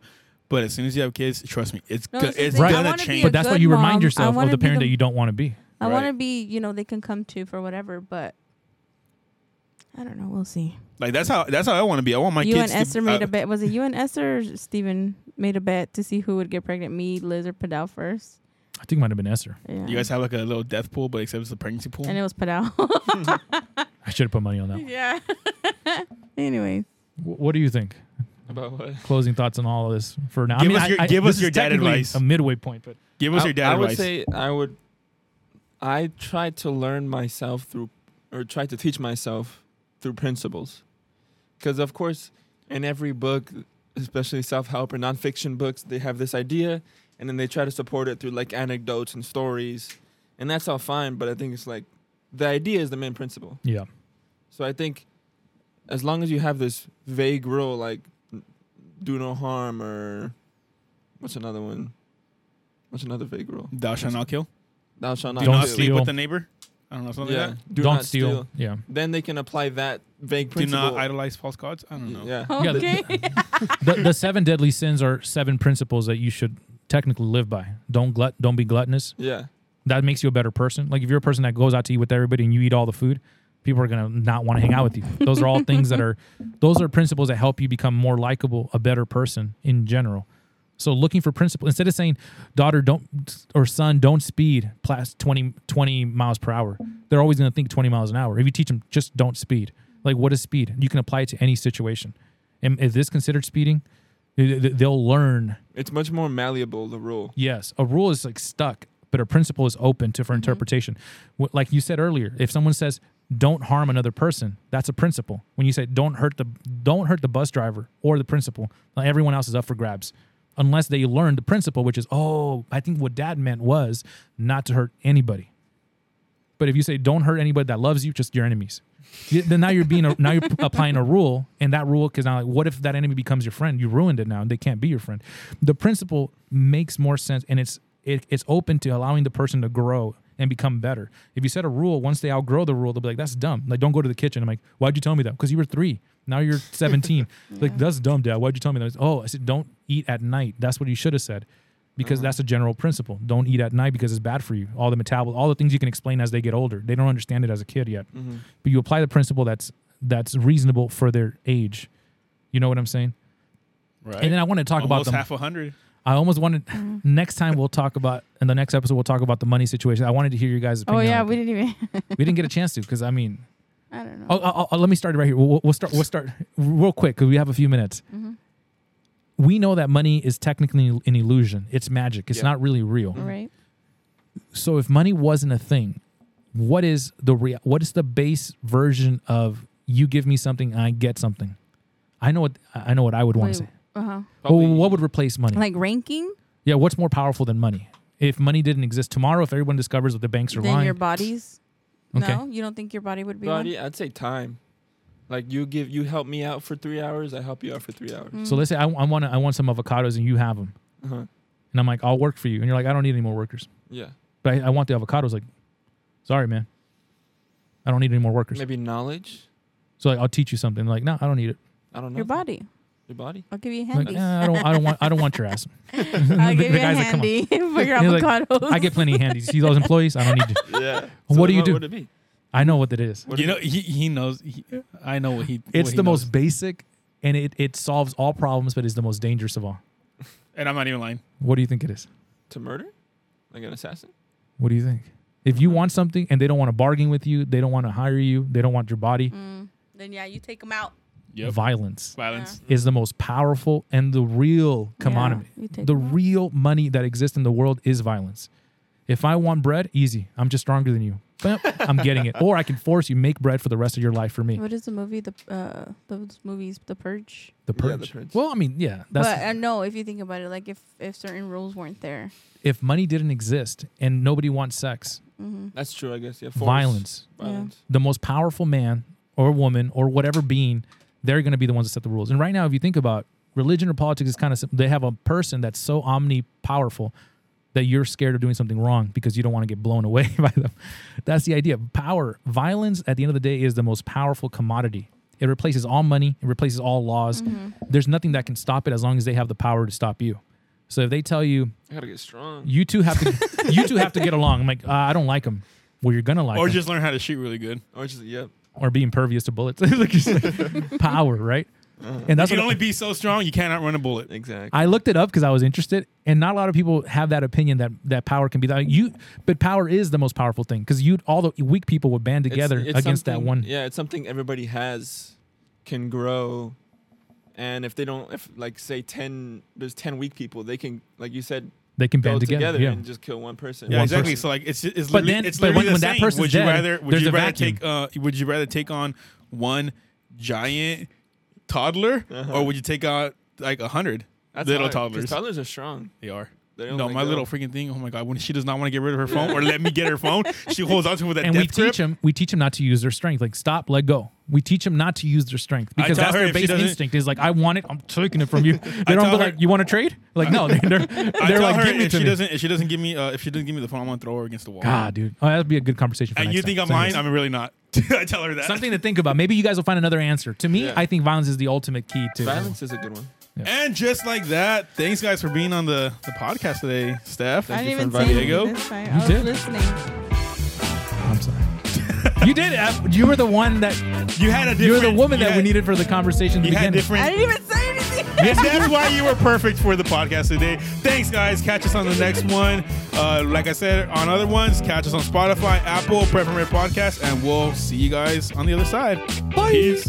B: but as soon as you have kids trust me it's
C: No,
B: go-
C: that's the
B: it's
C: thing. I
B: gonna
C: wanna be
B: change
A: but that's
C: good
A: why you remind
C: mom. I
A: yourself of
C: wanna
A: the
C: be
A: parent
C: the-
A: that you don't want to be.
C: I
B: Right.
C: want to be, you know, they can come to for whatever, but I don't know. We'll see.
B: like that's how that's how i want to be i want my
C: you and
B: kids
C: Esther
B: to,
C: made
B: uh,
C: a bet. Was it you and Esther or Steven made a bet to see who would get pregnant? Me, Liz, or Padal first?
A: I think it might have been Esther.
C: Yeah.
B: you guys have like a little death pool but except it's a pregnancy pool
C: and it was Padal.
A: I should have put money on that. one.
C: yeah. Anyways.
A: Wh- What do you think?
D: About what?
A: Closing thoughts on all of this for now. I
B: Give
A: mean,
B: us
A: I-
B: your-
A: I-
B: give us
A: this is
B: your dad
A: technically
B: advice.
A: A midway point, but
B: give us
D: I,
B: your dad
D: I would
B: advice
D: say I would. I try to learn myself through, or try to teach myself through principles, because of course, in every book, especially self-help or nonfiction books, they have this idea, and then they try to support it through like anecdotes and stories, and that's all fine. But I think it's like the idea is the main principle.
A: yeah,
D: So I think as long as you have this vague rule like n- do no harm or what's another one? What's another vague rule?
B: thou shalt not kill
D: Thou shalt not
B: do not
D: kill.
B: sleep
A: steal.
B: with the neighbor I don't know something
D: Yeah.
B: like that.
D: Do
A: Don't
D: not
A: steal. Yeah.
D: Then they can apply that vague
B: Do
D: principle.
B: not idolize false gods. I don't know.
D: Yeah.
A: Yeah,
C: Okay.
A: the, the seven deadly sins are seven principles that you should technically live by. Don't glut, don't be gluttonous.
D: Yeah.
A: That makes you a better person. Like if you're a person that goes out to eat with everybody and you eat all the food, people are gonna not want to hang out with you. Those are all things that are, those are principles that help you become more likable, a better person in general. So looking for principles instead of saying, daughter don't or son don't speed past 20, 20 miles per hour. They're always gonna think twenty miles an hour. If you teach them just don't speed, like what is speed? You can apply it to any situation. And is this considered speeding? Th- th- They'll learn.
D: It's much more malleable, the rule.
A: Yes, a rule is like stuck, but a principle is open to for interpretation. Wh- Like you said earlier, if someone says don't harm another person, that's a principle. When you say don't hurt the don't hurt the bus driver or the principal, like everyone else is up for grabs. Unless they learn the principle, which is oh, I think what dad meant was not to hurt anybody. But if you say don't hurt anybody that loves you, just your enemies. Y- Then now you're being a, now you're p- applying a rule, and that rule because now like what if that enemy becomes your friend? You ruined it now, and they can't be your friend. The principle makes more sense, and it's it, it's open to allowing the person to grow and become better. If you set a rule, once they outgrow the rule, they'll be like, "That's dumb." Like, don't go to the kitchen. I'm like, "Why'd you tell me that?" Because you were three. Now you're 17. Like, that's dumb, Dad. Why'd you tell me that? It's, oh, I said, don't eat at night. That's what you should have said because that's a general principle. Don't eat at night because it's bad for you. All the metabol, all the things you can explain as they get older. They don't understand it as a kid yet, but you apply the principle that's that's reasonable for their age. You know what I'm saying?
B: Right.
A: And then I want to talk
B: Almost
A: about them.
B: half a hundred.
A: I almost wanted
C: Mm.
A: next time we'll talk about in the next episode we'll talk about the money situation. I wanted to hear your guys'
C: oh
A: opinion.
C: yeah,
A: on it.
C: we didn't even.
A: we didn't get a chance to because I mean,
M: I don't know.
A: oh, oh, oh, let me start it right here. We'll, we'll start. We'll start real quick because we have a few minutes.
C: Mm-hmm.
A: We know that money is technically an illusion. It's magic. It's
D: Yeah. Mm-hmm.
A: not really real.
C: Right.
A: So if money wasn't a thing, what is the rea- what is the base version of you give me something I get something? I know what I know what I would want to say.
M: Uh huh.
A: Well,
D: Probably-
A: what would replace money?
C: uh-huh. Like ranking,
A: yeah, what's more powerful than money? If money didn't exist tomorrow, if everyone discovers that the banks are
C: then
A: lying,
C: your bodies.
A: Okay.
C: No, you don't think your body would be
D: Body, I'd say time. Like you give you help me out for three hours, I help you out for three hours.
A: so
C: Mm.
A: let's say I, I want I want some avocados and you have them,
C: Mm-hmm.
D: Uh-huh.
A: and I'm like I'll work for you, and you're like I don't need any more workers,
D: Yeah.
A: but I, I want the avocados. Like, sorry man, I don't need any more workers.
D: Maybe knowledge.
A: So like, I'll teach you something. Like no, I don't need it.
D: I don't know.
C: your body?
D: Your body.
C: I'll give you a
A: Like,
C: handy.
A: "Nah, I don't I don't want I don't want your ass.
C: I'll give you a
A: guy's like, "Come on."
C: handy for your
A: He's like,
C: avocados.
A: I get plenty of handy. You see those employees? I don't need to.
D: Yeah.
A: What do you do?
D: What would it be?
A: I know what it is.
D: What
B: You
D: is
B: know, he, he knows. He, I know what he.
A: It's
B: what he
A: the
B: knows.
A: most basic and it, it solves all problems, but is the most dangerous of all.
B: And I'm not even lying.
A: What do you think it is?
D: to murder? Like an assassin?
A: What do you think? If you want something and they don't want to bargain with you, they don't want to hire you, they don't want your body,
M: Mm. Then yeah, you take them out.
B: Yep.
A: violence
B: Violence.
A: is the most powerful and the real commodity.
C: you take
A: the
C: them out.
A: real money that exists in the world is violence. If I want bread, easy. I'm just stronger than you. Bam, I'm getting it. Or I can force you make bread for the rest of your life for me.
C: What is the movie? The uh, those movies, The Purge.
A: The
D: Yeah,
A: purge.
D: the purge.
A: Well, I mean, yeah, that's
M: But uh, no, if you think about it, like if if certain rules weren't there,
A: if money didn't exist and nobody wants sex,
M: Mm-hmm.
D: That's true, I guess. Yeah. force,
A: violence,
D: Violence.
A: the most powerful man or woman or whatever being, they're going to be the ones that set the rules. And right now, if you think about religion or politics, is kind of they have a person that's so omni powerful that you're scared of doing something wrong because you don't want to get blown away by them. That's the idea. Power, violence, at the end of the day, is the most powerful commodity. It replaces all money. It replaces all laws.
M: Mm-hmm.
A: There's nothing that can stop it as long as they have the power to stop you. So if they tell you
D: I gotta get strong.
A: you two have to you two have to get along. I'm like, uh, I don't like him. Well, you're gonna like
B: Or
A: him.
B: just learn how to shoot really good.
D: Or just yep.
A: or be impervious to bullets. It's like, it's like power, right? And that's
B: Uh-huh. you
A: what
B: can only be so strong. You cannot run a bullet.
D: Exactly.
A: I looked it up because I was interested, and not a lot of people have that opinion that that power can be that you. But power is the most powerful thing because you all the weak people would band
D: It's-
A: together
D: it's
A: against that
D: something-
A: one.
D: Yeah, it's something everybody has, can grow, and if they don't, if like say ten, there's ten weak people, they can, like you said,
A: They can
D: go
A: band together.
D: together,
A: yeah.
D: and just kill one person.
B: Yeah,
A: One
B: exactly.
A: person.
B: So like, it's it's
A: But
B: literally,
A: then-
B: it's
A: but
B: literally
A: when- when
B: the
A: that
B: same.
A: person's
B: would you
A: dead,
B: rather would
A: there's
B: you
A: a
B: rather
A: vacuum.
B: take uh would you rather take on one giant Uh-huh. toddler or would you take out like a hundred
D: That's
B: little
D: hard, 'cause
B: toddlers?
D: Toddlers are strong.
B: they are.
D: They don't
B: No,
D: let
B: my
D: go.
B: little freaking thing. Oh my god, when she does not want to get rid of her phone or let me get her phone, she holds onto it with that
A: and
B: death
A: we
B: grip.
A: teach them we teach them not to use their strength like stop let go we teach them not to use their strength
B: I
A: because
B: tell
A: that's
B: her
A: their
B: if she
A: base
B: doesn't-
A: instinct is like i want it i'm taking it from you they
B: tell
A: don't be
B: her-
A: like you want to trade like no they're, they're,
B: I
A: they're
B: tell
A: like
B: her
A: give me
B: if
A: to
B: she
A: me
B: doesn't if she doesn't give me uh, if she doesn't give me the phone, I'm gonna throw her against the wall.
A: god dude oh, that'd be a good conversation for
B: and
A: next
B: you think
A: time.
B: I'm
A: So
B: lying?
A: anyways,
B: I'm really not. I tell her that.
A: something to think about maybe you guys will find another answer to me
D: Yeah.
A: i think violence is the ultimate key to
D: Violence is a good one.
B: And just like that, thanks guys for being on the, the podcast today, Steph.
C: I
D: you
C: didn't
D: for
C: even say
D: inviting me.
C: anything this time.
A: You
C: I was
A: did.
C: listening.
A: i'm sorry you did it Ab. you were the one that
B: You had a different.
A: you were the woman
B: you
A: that we
B: had-
A: needed for the conversation at the
B: You had
A: beginning.
B: different.
C: I didn't even say anything.
B: And that's why you were perfect for the podcast today. Thanks, guys. Catch us on the next one. Uh, like I said, on other ones, catch us on Spotify, Apple, Prep and Rare Podcast, and we'll see you guys on the other side. Peace.